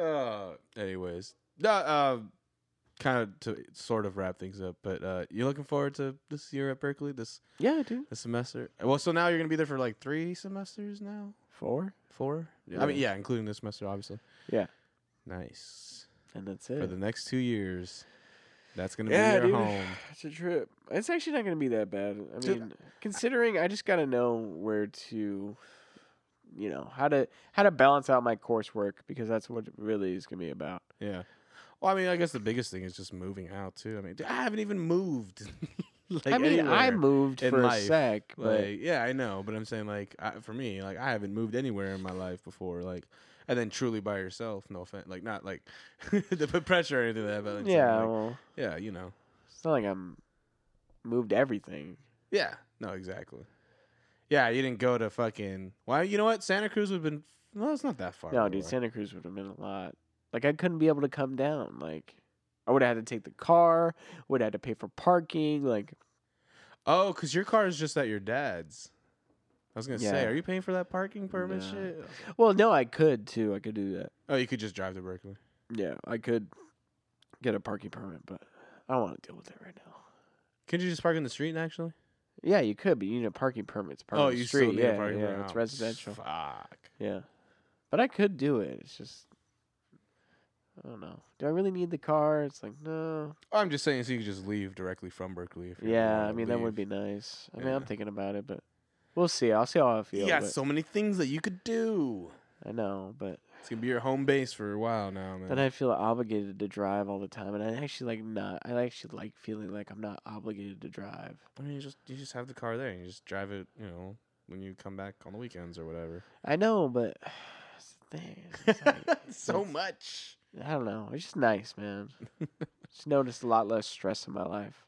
Speaker 1: uh, anyways, no, uh, kind of to sort of wrap things up, but uh, you looking forward to this year at Berkeley this
Speaker 2: Yeah, dude.
Speaker 1: this semester? Well, so now you're gonna be there for like three semesters now,
Speaker 2: Four.
Speaker 1: four. I mean, yeah, including this semester, obviously.
Speaker 2: Yeah.
Speaker 1: Nice
Speaker 2: And that's
Speaker 1: for
Speaker 2: it.
Speaker 1: the next two years. That's gonna
Speaker 2: Yeah,
Speaker 1: be
Speaker 2: dude.
Speaker 1: your home.
Speaker 2: It's a trip. It's actually not going to be that bad. I
Speaker 1: Dude,
Speaker 2: mean, considering I just got to know where to, you know, how to how to balance out my coursework because that's what it really is going to be about.
Speaker 1: Yeah. Well, I mean, I guess the biggest thing is just moving out too. I mean, I haven't even moved. [LAUGHS] like,
Speaker 2: I mean, I
Speaker 1: anywhere.
Speaker 2: moved
Speaker 1: in
Speaker 2: for a
Speaker 1: life,
Speaker 2: sec, but
Speaker 1: Like, yeah, I know, but I'm saying like I, for me, like I haven't moved anywhere in my life before. Like, and then truly by yourself. No offense, like not like [LAUGHS] the p- pressure or anything like that. But I'm saying,
Speaker 2: yeah,
Speaker 1: like,
Speaker 2: well,
Speaker 1: yeah, you know,
Speaker 2: it's not like I'm moved everything.
Speaker 1: yeah, no, exactly. Yeah, you didn't go to fucking. Well, you know what? Santa Cruz would have been. Well, it's not that far.
Speaker 2: No,
Speaker 1: away.
Speaker 2: dude, Santa Cruz would have been a lot. Like I couldn't be able to come down. Like I would have had to take the car. Would have had to pay for parking. Like
Speaker 1: Oh, because your car is just at your dad's. I was gonna say,
Speaker 2: Yeah.
Speaker 1: are you paying for that parking permit
Speaker 2: No.
Speaker 1: shit?
Speaker 2: Well, no, I could too. I could do that.
Speaker 1: Oh, you could just drive to Berkeley.
Speaker 2: Yeah, I could get a parking permit, but I don't want to deal with it right now.
Speaker 1: Could you just park in the street? Actually.
Speaker 2: Yeah, you could, but you need a parking permit. It's
Speaker 1: Oh,
Speaker 2: part of the street. yeah, yeah,
Speaker 1: permit.
Speaker 2: it's
Speaker 1: Oh,
Speaker 2: residential.
Speaker 1: Fuck.
Speaker 2: Yeah, but I could do it. It's just I don't know. Do I really need the car? It's like no.
Speaker 1: Oh, I'm just saying, so you could just leave directly from Berkeley. If you
Speaker 2: Yeah, I mean that would be nice. I mean, I'm
Speaker 1: Yeah.
Speaker 2: thinking about it, but we'll see. I'll see how I feel.
Speaker 1: You got
Speaker 2: but-
Speaker 1: so many things that you could do.
Speaker 2: I know, but
Speaker 1: It's gonna be your home base for a while now, man.
Speaker 2: then I feel obligated to drive all the time, and I actually like not. I actually like feeling like I'm not obligated to drive.
Speaker 1: I mean, you just you just have the car there, and you just drive it. You know, when you come back on the weekends or
Speaker 2: [LAUGHS]
Speaker 1: whatever. [LAUGHS]
Speaker 2: I know, but [SIGHS] it's the thing. It's like,
Speaker 1: so
Speaker 2: it's-
Speaker 1: much.
Speaker 2: I don't know. It's just
Speaker 1: [LAUGHS]
Speaker 2: nice, man. just noticed a lot less stress in my life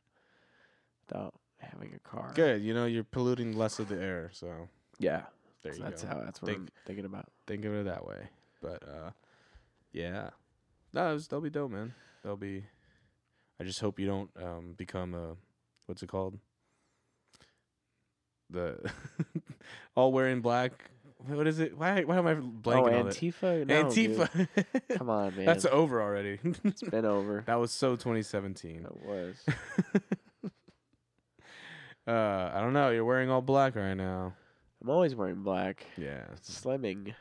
Speaker 2: without having a car.
Speaker 1: Good, you know, you're polluting less of the air, so
Speaker 2: Yeah.
Speaker 1: there you
Speaker 2: that's
Speaker 1: go.
Speaker 2: how. That's what
Speaker 1: Think-
Speaker 2: I'm thinking about.
Speaker 1: Think of it that way. But uh, yeah, no, it's, they'll be dope, man. They'll be. I just hope you don't um become a what's it called? The [LAUGHS] all wearing black. What is it? Why? Why am I blanking
Speaker 2: oh,
Speaker 1: on it?
Speaker 2: Antifa. No,
Speaker 1: [LAUGHS]
Speaker 2: dude.
Speaker 1: Antifa.
Speaker 2: Come on, man.
Speaker 1: That's over already. [LAUGHS]
Speaker 2: it's been Oh. over.
Speaker 1: that was so 2017.
Speaker 2: It was.
Speaker 1: [LAUGHS] uh, I don't know. You're wearing all black right now.
Speaker 2: I'm always wearing black.
Speaker 1: [LAUGHS] Yeah.
Speaker 2: Slimming.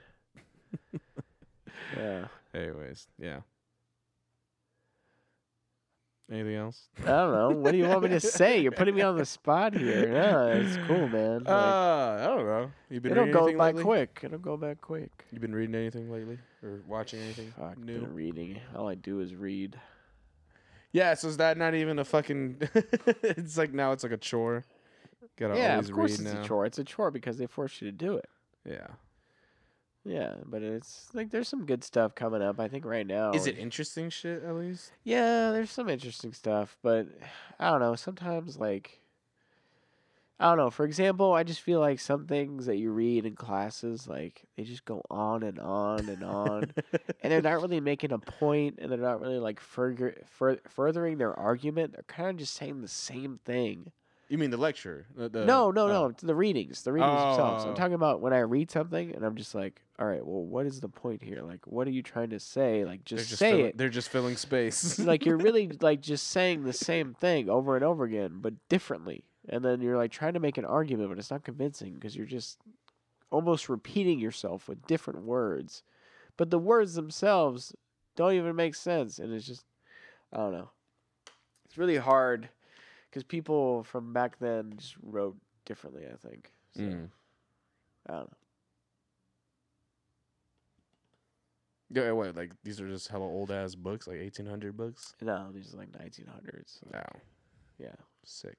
Speaker 2: yeah.
Speaker 1: Anyways, yeah. Anything else?
Speaker 2: I don't know. What do you want me to say? You're putting me on the spot here.
Speaker 1: [LAUGHS]
Speaker 2: No, it's cool, man. Like,
Speaker 1: Uh, I don't know. You been
Speaker 2: it'll
Speaker 1: reading
Speaker 2: go
Speaker 1: anything
Speaker 2: by
Speaker 1: lately?
Speaker 2: quick. It'll go by quick.
Speaker 1: You been reading anything lately or watching anything
Speaker 2: Fuck,
Speaker 1: new?
Speaker 2: been reading. All I do is read.
Speaker 1: Yeah, so is that not even a fucking? [LAUGHS] it's like now it's like a chore. Gotta
Speaker 2: yeah,
Speaker 1: always
Speaker 2: of
Speaker 1: read
Speaker 2: course it's
Speaker 1: now.
Speaker 2: a chore. It's a chore because they force you to do it.
Speaker 1: Yeah.
Speaker 2: Yeah, but it's like there's some good stuff coming up. I think right now.
Speaker 1: Is it interesting shit at least?
Speaker 2: Yeah, there's some interesting stuff, but I don't know. Sometimes like I don't know. For example, I just feel like some things that you read in classes, like they just go on and on
Speaker 1: [LAUGHS]
Speaker 2: and on, and they're not really making a point, and they're not really like further fur- furthering their argument. They're kind of just saying the same thing.
Speaker 1: you mean the lecture? The, the-
Speaker 2: No, no,
Speaker 1: oh.
Speaker 2: no. to The readings, the readings themselves.
Speaker 1: Oh.
Speaker 2: I'm talking about when I read something and I'm just like, all right, well, what is the point here? Like, what are you trying to say? Like,
Speaker 1: They're
Speaker 2: just, say
Speaker 1: filling,
Speaker 2: it.
Speaker 1: They're just filling space.
Speaker 2: It's [LAUGHS] like you're really like just saying the same thing over and over again, but differently. And then you're like trying to make an argument, but it's not convincing because you're just almost repeating yourself with different words, but the words themselves don't even make sense. And it's just, I don't know. It's really hard because people from back then just wrote differently. I think.
Speaker 1: [LAUGHS]
Speaker 2: So,
Speaker 1: Mm.
Speaker 2: I don't know.
Speaker 1: Yeah, uh, what? Like these are just hella old ass books, like 1800 books.
Speaker 2: No, these are like 1900s.
Speaker 1: Wow,
Speaker 2: Yeah, [LAUGHS]
Speaker 1: sick.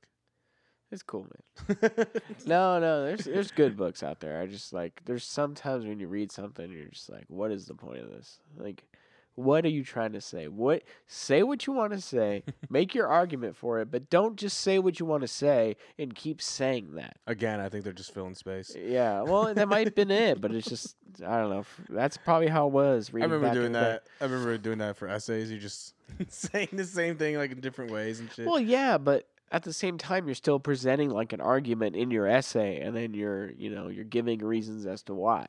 Speaker 2: it's cool, man. No, no, there's there's good books out there. I just like there's sometimes when you read something you're just like, what is the point of this? Like, what are you trying to say? What say what you want
Speaker 1: [LAUGHS]
Speaker 2: to say, make your argument for it, but don't just say what you want to say and keep saying that.
Speaker 1: Again, I think they're just filling space.
Speaker 2: Yeah, well, that might have been it, but it's just I don't know. That's probably how it was.
Speaker 1: I
Speaker 2: Reading
Speaker 1: remember
Speaker 2: back in
Speaker 1: doing
Speaker 2: the day.
Speaker 1: that. I [LAUGHS] remember doing that for essays. You just saying the same thing like in different ways and shit.
Speaker 2: Well, yeah, but at the same time you're still presenting like an argument in your essay and then you're you know you're giving reasons as to why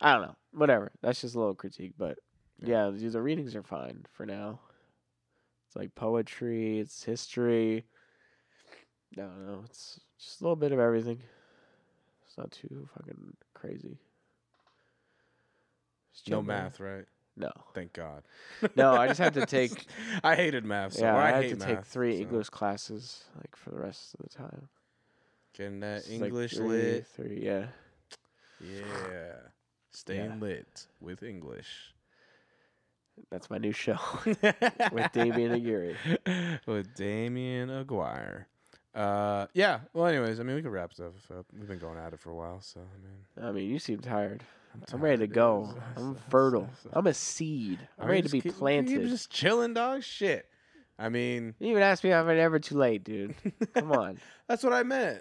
Speaker 2: i don't know whatever that's just a little critique but yeah,
Speaker 1: Yeah.
Speaker 2: dude, the readings are fine for now it's like poetry it's history i don't know it's just a little bit of everything it's not too fucking crazy Just
Speaker 1: No
Speaker 2: chill, bro.
Speaker 1: math, right?
Speaker 2: no
Speaker 1: Thank God.
Speaker 2: [LAUGHS] No, I just
Speaker 1: [LAUGHS]
Speaker 2: had to take-
Speaker 1: I hated math. So
Speaker 2: yeah
Speaker 1: or
Speaker 2: i,
Speaker 1: I,
Speaker 2: had
Speaker 1: hate
Speaker 2: to
Speaker 1: math,
Speaker 2: take three
Speaker 1: so.
Speaker 2: english classes like for the rest of the time
Speaker 1: Getting that
Speaker 2: It's like
Speaker 1: English
Speaker 2: three- [SIGHS]
Speaker 1: lit.
Speaker 2: three yeah
Speaker 1: Yeah. Staying
Speaker 2: Yeah.
Speaker 1: lit with English.
Speaker 2: [LAUGHS] That's my new
Speaker 1: [LAUGHS]
Speaker 2: show.
Speaker 1: with
Speaker 2: Damian Aguirre.
Speaker 1: [LAUGHS] with Damien Aguirre. Uh, yeah. Well, anyways, I mean, we could wrap stuff up. We've been going at it for a while, so I mean,
Speaker 2: I mean, you seem tired.
Speaker 1: I'm,
Speaker 2: I'm ready
Speaker 1: tired,
Speaker 2: to
Speaker 1: dude.
Speaker 2: go.
Speaker 1: [LAUGHS] It's-
Speaker 2: I'm
Speaker 1: it's-
Speaker 2: fertile.
Speaker 1: it's-
Speaker 2: I'm a seed.
Speaker 1: I
Speaker 2: I'm
Speaker 1: mean,
Speaker 2: ready to
Speaker 1: just
Speaker 2: be
Speaker 1: keep- keep
Speaker 2: planted. You
Speaker 1: Just chilling, dog. Shit. I mean, [LAUGHS]
Speaker 2: even asked me if I'm ever too late, dude. Come on.
Speaker 1: that's what I meant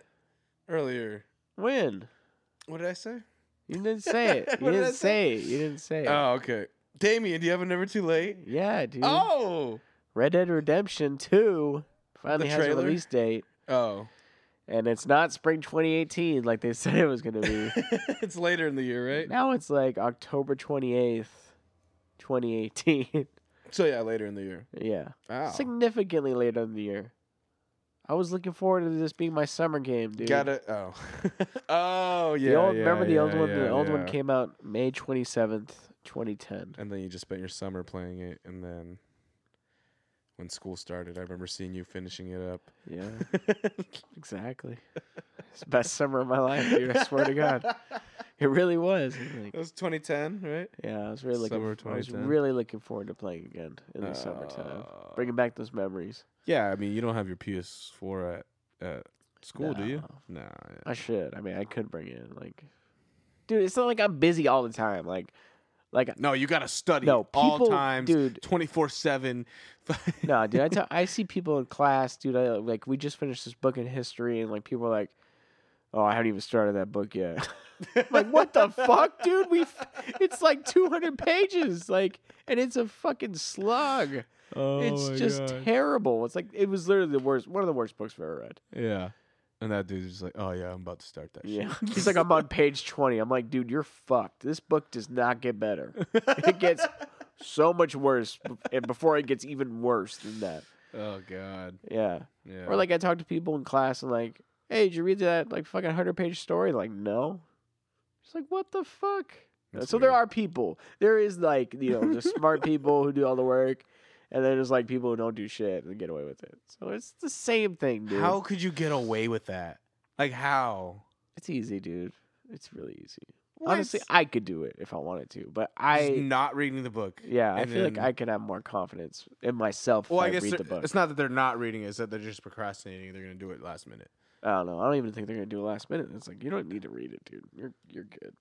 Speaker 1: earlier.
Speaker 2: When?
Speaker 1: What did I say?
Speaker 2: You didn't
Speaker 1: [LAUGHS]
Speaker 2: say it. You
Speaker 1: What did I
Speaker 2: didn't say
Speaker 1: say?
Speaker 2: it. You didn't say it.
Speaker 1: Oh, okay. Damien, do you have a never too late?
Speaker 2: Yeah, dude.
Speaker 1: Oh.
Speaker 2: Red Dead Redemption 2 finally has a
Speaker 1: trailer?
Speaker 2: release date.
Speaker 1: Oh. [LAUGHS]
Speaker 2: And it's not spring 2018 like they [LAUGHS] said it was going to be.
Speaker 1: it's later in the year, [LAUGHS] right?
Speaker 2: now it's like October 28th, 2018.
Speaker 1: So yeah, later in the year.
Speaker 2: [LAUGHS] yeah.
Speaker 1: Wow.
Speaker 2: significantly later in the year. I was looking forward to this being my summer game, dude.
Speaker 1: Got it. Oh. [LAUGHS] oh yeah.
Speaker 2: the old,
Speaker 1: yeah,
Speaker 2: remember the
Speaker 1: yeah,
Speaker 2: old one? the
Speaker 1: yeah,
Speaker 2: old one
Speaker 1: yeah.
Speaker 2: came out May twenty seventh, twenty ten.
Speaker 1: And then you just spent your summer playing it, and then when school started, I remember seeing you finishing it up. [LAUGHS]
Speaker 2: Yeah, exactly. It's the best summer of my life, dude. I swear
Speaker 1: [LAUGHS]
Speaker 2: to God, it really was. I'm like-
Speaker 1: That was 2010, right?
Speaker 2: yeah, I was really looking.
Speaker 1: Summer
Speaker 2: f- I was
Speaker 1: 2010.
Speaker 2: really looking forward to playing again in the summertime,
Speaker 1: Uh,
Speaker 2: bringing back those memories.
Speaker 1: yeah, I mean, you don't have your PS4 at, at school, do you?
Speaker 2: No.
Speaker 1: Nah. yeah.
Speaker 2: I should. I mean, I could bring it. in, Like, dude, it's not like I'm busy all the time. Like, like
Speaker 1: No, you gotta study
Speaker 2: no people,
Speaker 1: all times,
Speaker 2: dude.
Speaker 1: 24 seven.
Speaker 2: No, dude, I tell- I see people in class, dude. I, like we just finished this book in history, and like people are like, "Oh, I haven't even started that book yet." [LAUGHS] I'm like
Speaker 1: [LAUGHS]
Speaker 2: what the fuck, dude? We, f- it's like 200 pages, like, and it's a fucking slug.
Speaker 1: Oh
Speaker 2: it's just terrible. It's like it was literally the worst, one of the worst books I've ever read.
Speaker 1: yeah. And that dude's just like, oh yeah, I'm about to start that. shit."
Speaker 2: Yeah, he's like, I'm on page 20. I'm like, dude, you're fucked. This book does not get better. It gets so much worse, bef- and before it gets even worse than that.
Speaker 1: [LAUGHS] oh god.
Speaker 2: Yeah.
Speaker 1: Yeah.
Speaker 2: Or like I talk to people in class and like, hey, did you read that like fucking hundred page story? Like, no. It's like what the fuck?
Speaker 1: That's
Speaker 2: so there
Speaker 1: weird.
Speaker 2: are people. There is like you know the
Speaker 1: [LAUGHS]
Speaker 2: smart people who do all the work, and then there's like people who don't do shit and get away with it. So it's the same thing, dude.
Speaker 1: How could you get away with that? Like how?
Speaker 2: It's easy, dude. It's really easy. Honestly, I could do it if I wanted to, but I
Speaker 1: Just not reading the book.
Speaker 2: yeah, I
Speaker 1: and
Speaker 2: feel like
Speaker 1: then-
Speaker 2: I could have more confidence in myself
Speaker 1: Well,
Speaker 2: if I,
Speaker 1: I guess
Speaker 2: read
Speaker 1: they're-
Speaker 2: the book.
Speaker 1: it's not that they're not reading; it, it's that they're just procrastinating. They're gonna do it last minute.
Speaker 2: I don't know. I don't even think they're gonna do it last minute. It's like you don't need to read it, dude. You're you're good.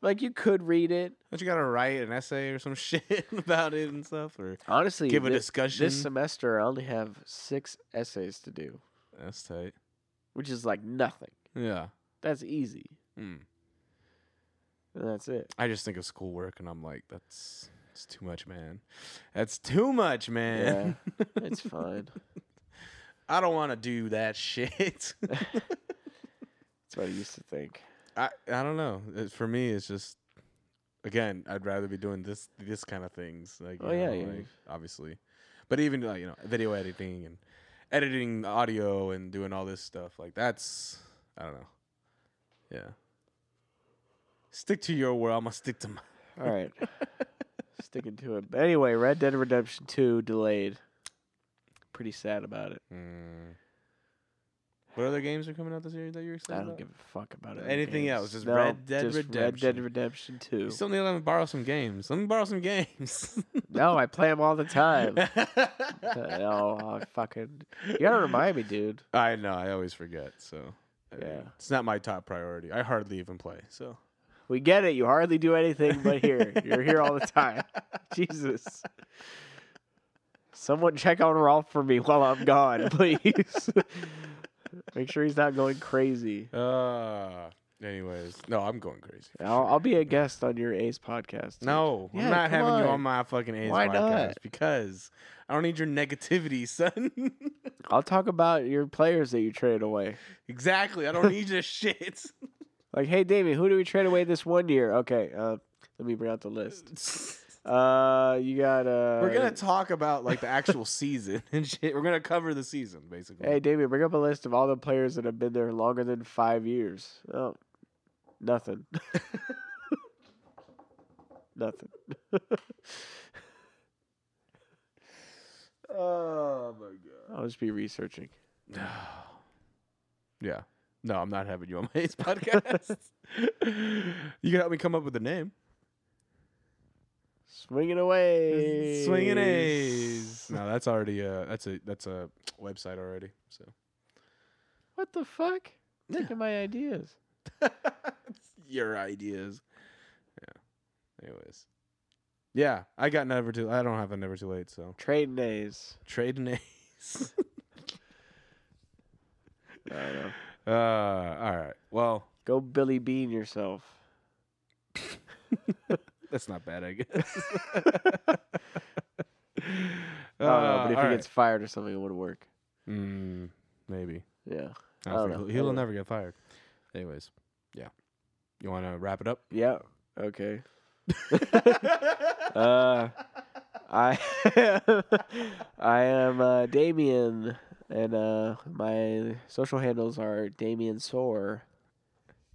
Speaker 2: Like you could read it.
Speaker 1: Don't you gotta write an essay or some [LAUGHS] shit about it and stuff, or
Speaker 2: Honestly,
Speaker 1: give a
Speaker 2: thi-
Speaker 1: discussion?
Speaker 2: This semester, I only have six essays to do,
Speaker 1: That's tight.
Speaker 2: which is like nothing.
Speaker 1: Yeah.
Speaker 2: That's easy,
Speaker 1: Mm.
Speaker 2: and that's it.
Speaker 1: I just think of schoolwork, and I'm like, that's it's too much, man. That's too much, man.
Speaker 2: It's fine.
Speaker 1: [LAUGHS] I don't want to do that [LAUGHS] shit.
Speaker 2: That's what I used to think.
Speaker 1: I I don't know. It- for me, it's just again, I'd rather be doing this this kind of things. Like,
Speaker 2: Oh,
Speaker 1: you
Speaker 2: yeah,
Speaker 1: know,
Speaker 2: yeah.
Speaker 1: like, obviously, but even like you know, video editing and editing audio and doing all this stuff like that's I don't know. Yeah, stick to your world. I'm gonna stick to my.
Speaker 2: All right, sticking to it. But anyway, Red Dead Redemption Two delayed. Pretty sad about it.
Speaker 1: Mm. What other games are coming out this year that you're excited
Speaker 2: I don't
Speaker 1: about?
Speaker 2: give a fuck about it.
Speaker 1: Anything else, just Red Dead
Speaker 2: Red Dead
Speaker 1: Redemption.
Speaker 2: Redemption
Speaker 1: [LAUGHS]
Speaker 2: Two.
Speaker 1: you still need to let me borrow some games. Let me borrow some games.
Speaker 2: no, I play them all the time.
Speaker 1: [LAUGHS]
Speaker 2: no, I uh, fucking. You gotta remind me, dude.
Speaker 1: I know. I always forget. So I mean,
Speaker 2: Yeah.
Speaker 1: it's not my top priority. I hardly even play. So
Speaker 2: We get it. You hardly do anything but here. You're here all
Speaker 1: [LAUGHS]
Speaker 2: the time. Jesus. Someone check on Rolf for me while I'm [LAUGHS] gone, please. Make sure he's not going crazy.
Speaker 1: Uh, Anyways, no, I'm going crazy.
Speaker 2: I'll, I'll be a guest on your Ace podcast.
Speaker 1: No,
Speaker 2: Yeah,
Speaker 1: I'm not
Speaker 2: come
Speaker 1: having you
Speaker 2: on.
Speaker 1: on my fucking A's
Speaker 2: Why
Speaker 1: podcast
Speaker 2: not?
Speaker 1: because I don't need your negativity, [LAUGHS] son.
Speaker 2: I'll talk about your players that you traded away.
Speaker 1: exactly. I don't need your
Speaker 2: [LAUGHS]
Speaker 1: shit.
Speaker 2: Like, hey, Damien, who do we trade away this one year? Okay, uh, let me bring out the list. Uh, you got uh,
Speaker 1: We're gonna talk about like the actual season and shit. We're gonna cover the season basically.
Speaker 2: Hey, Damien, bring up a list of all the players that have been there longer than five years. Oh, nothing. [LAUGHS] nothing.
Speaker 1: oh my
Speaker 2: I'll just be researching.
Speaker 1: god. [SIGHS] yeah. No, I'm not having you on my [LAUGHS] A's podcast. you can help me come up with a name.
Speaker 2: Swinging away.
Speaker 1: Swinging A's. No, that's already uh that's a that's a website already. So
Speaker 2: What the fuck?
Speaker 1: Yeah.
Speaker 2: Taking my ideas.
Speaker 1: your ideas. Yeah. Anyways. Yeah, I got never too. I don't have a never too late. So
Speaker 2: Trading days.
Speaker 1: trade an ace.
Speaker 2: I don't know.
Speaker 1: [LAUGHS] uh, all right. Well,
Speaker 2: Go Billy Bean yourself.
Speaker 1: that's not bad, I
Speaker 2: [LAUGHS]
Speaker 1: guess. [LAUGHS]
Speaker 2: I don't know, but if he
Speaker 1: alright.
Speaker 2: gets fired or something, it would work.
Speaker 1: Uh, Mm, maybe.
Speaker 2: Yeah.
Speaker 1: I
Speaker 2: Oh, I don't
Speaker 1: don't
Speaker 2: know.
Speaker 1: think he'll, he'll
Speaker 2: Anyway.
Speaker 1: never get fired. Anyways, yeah. You want to wrap
Speaker 2: [LAUGHS]
Speaker 1: it up?
Speaker 2: Yeah. Okay. Uh, I [LAUGHS] I am uh, Damien, and uh, my social handles are Damien Soar,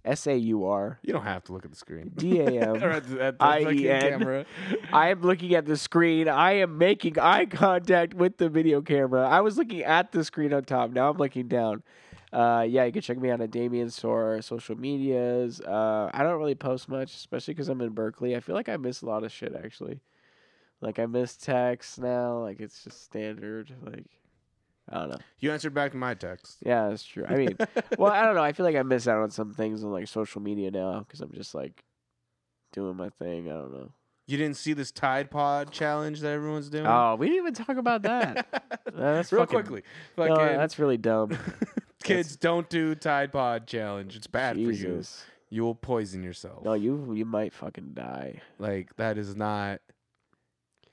Speaker 2: S A U R
Speaker 1: you don't have to look at the screen.
Speaker 2: D A
Speaker 1: [LAUGHS] Or
Speaker 2: M.
Speaker 1: at the, at the fucking
Speaker 2: IEN.
Speaker 1: camera.
Speaker 2: I am looking at the screen. I am making eye contact with the video camera. I was looking at the screen on top. Now I'm looking down. Uh, yeah, you can check me out at Damien Soar social medias. Uh, I don't really post much, especially because I'm in Berkeley. I feel like I miss a lot of shit actually. Like I miss texts now. Like it's just standard. Like I don't know.
Speaker 1: You answered back to my text.
Speaker 2: [LAUGHS] Yeah, that's true.
Speaker 1: [LAUGHS]
Speaker 2: I mean, well, I don't know. I feel like I miss out on some things on like social media now because I'm just like doing my thing. I don't know.
Speaker 1: You didn't see this Tide Pod challenge that everyone's doing? [LAUGHS]
Speaker 2: Oh, we didn't even talk about that. that's
Speaker 1: Real
Speaker 2: fucking-
Speaker 1: quickly.
Speaker 2: No,
Speaker 1: Fucking
Speaker 2: that's really dumb.
Speaker 1: kids, don't do Tide Pod challenge. It's [LAUGHS] bad for you. Oh.
Speaker 2: Jesus.
Speaker 1: You will poison yourself.
Speaker 2: No, you you might fucking die.
Speaker 1: like, that is not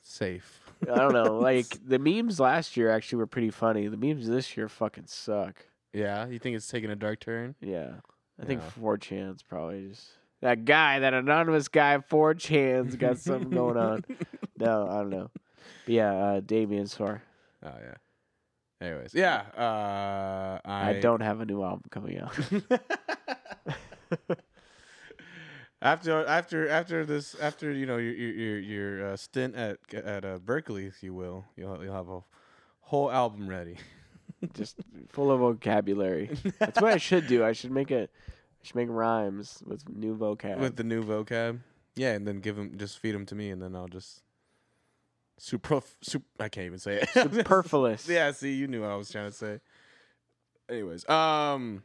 Speaker 1: safe.
Speaker 2: I
Speaker 1: [LAUGHS]
Speaker 2: don't know. Like the memes last year actually were pretty funny. The memes this year fucking suck.
Speaker 1: yeah, you think it's taking a dark turn?
Speaker 2: Yeah, I think
Speaker 1: Yeah.
Speaker 2: 4chan's probably just that guy, that anonymous guy. 4chan's got something going on. No, I don't know. But yeah, uh, Damien Sor.
Speaker 1: [LAUGHS] Oh, yeah. Anyways, yeah. Uh, I,
Speaker 2: I don't have a new album coming out.
Speaker 1: [LAUGHS] after after after this after you know your your your, your uh, stint at at uh, Berkeley, if you will, you'll you'll have a whole album ready.
Speaker 2: Just full of vocabulary. That's what I should do. I should make it. I should make rhymes with new vocab.
Speaker 1: with the new vocab. Yeah, and then give them just feed them to me, and then I'll just super sup, I can't even say it. [LAUGHS]
Speaker 2: Superfluous.
Speaker 1: yeah, see, you knew what I was trying to say. Anyways, um,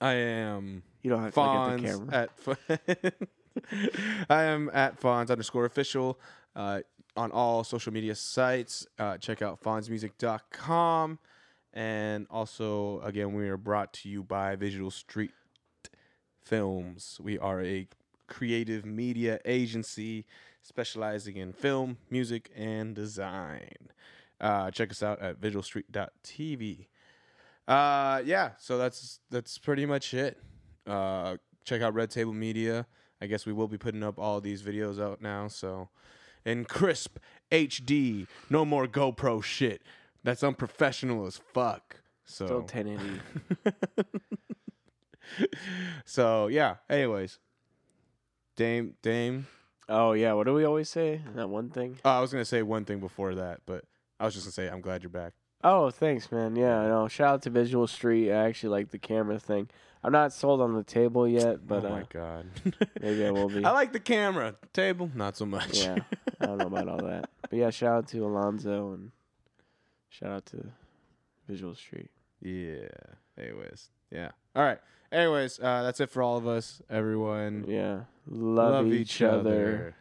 Speaker 1: I am
Speaker 2: You don't have to look at the
Speaker 1: Fonz
Speaker 2: camera.
Speaker 1: at Fo- [LAUGHS] I am at Fonz underscore official uh, on all social media sites. Uh, check out fonzmusic.com. And also, again, we are brought to you by Visual Street Films. We are a creative media agency specializing in film, music, and design. Uh, check us out at visualstreet.tv. Uh, yeah, so that's that's pretty much it. Uh, check out Red Table Media. I guess we will be putting up all these videos out now. So, in crisp HD, no more GoPro shit. That's unprofessional as fuck. So
Speaker 2: Still 1080.
Speaker 1: [LAUGHS] so yeah. Anyways, Dame, Dame.
Speaker 2: oh yeah, what do we always say? That one thing.
Speaker 1: Oh, I was gonna say one thing before that, but I was just gonna say I'm glad you're back.
Speaker 2: Oh, thanks, man. Yeah, no. Shout out to Visual Street. I actually like the camera thing. I'm not sold on the table yet, but
Speaker 1: oh
Speaker 2: uh,
Speaker 1: my god.
Speaker 2: [LAUGHS] maybe I will
Speaker 1: [LAUGHS]
Speaker 2: be.
Speaker 1: I like the camera table, not so much.
Speaker 2: yeah, I don't know about all that. But yeah, shout out to Alonzo and shout out to Visual Street.
Speaker 1: [LAUGHS] yeah. Anyways, yeah. All right. Anyways, uh, that's it for all of us, everyone.
Speaker 2: Yeah, love, each, other.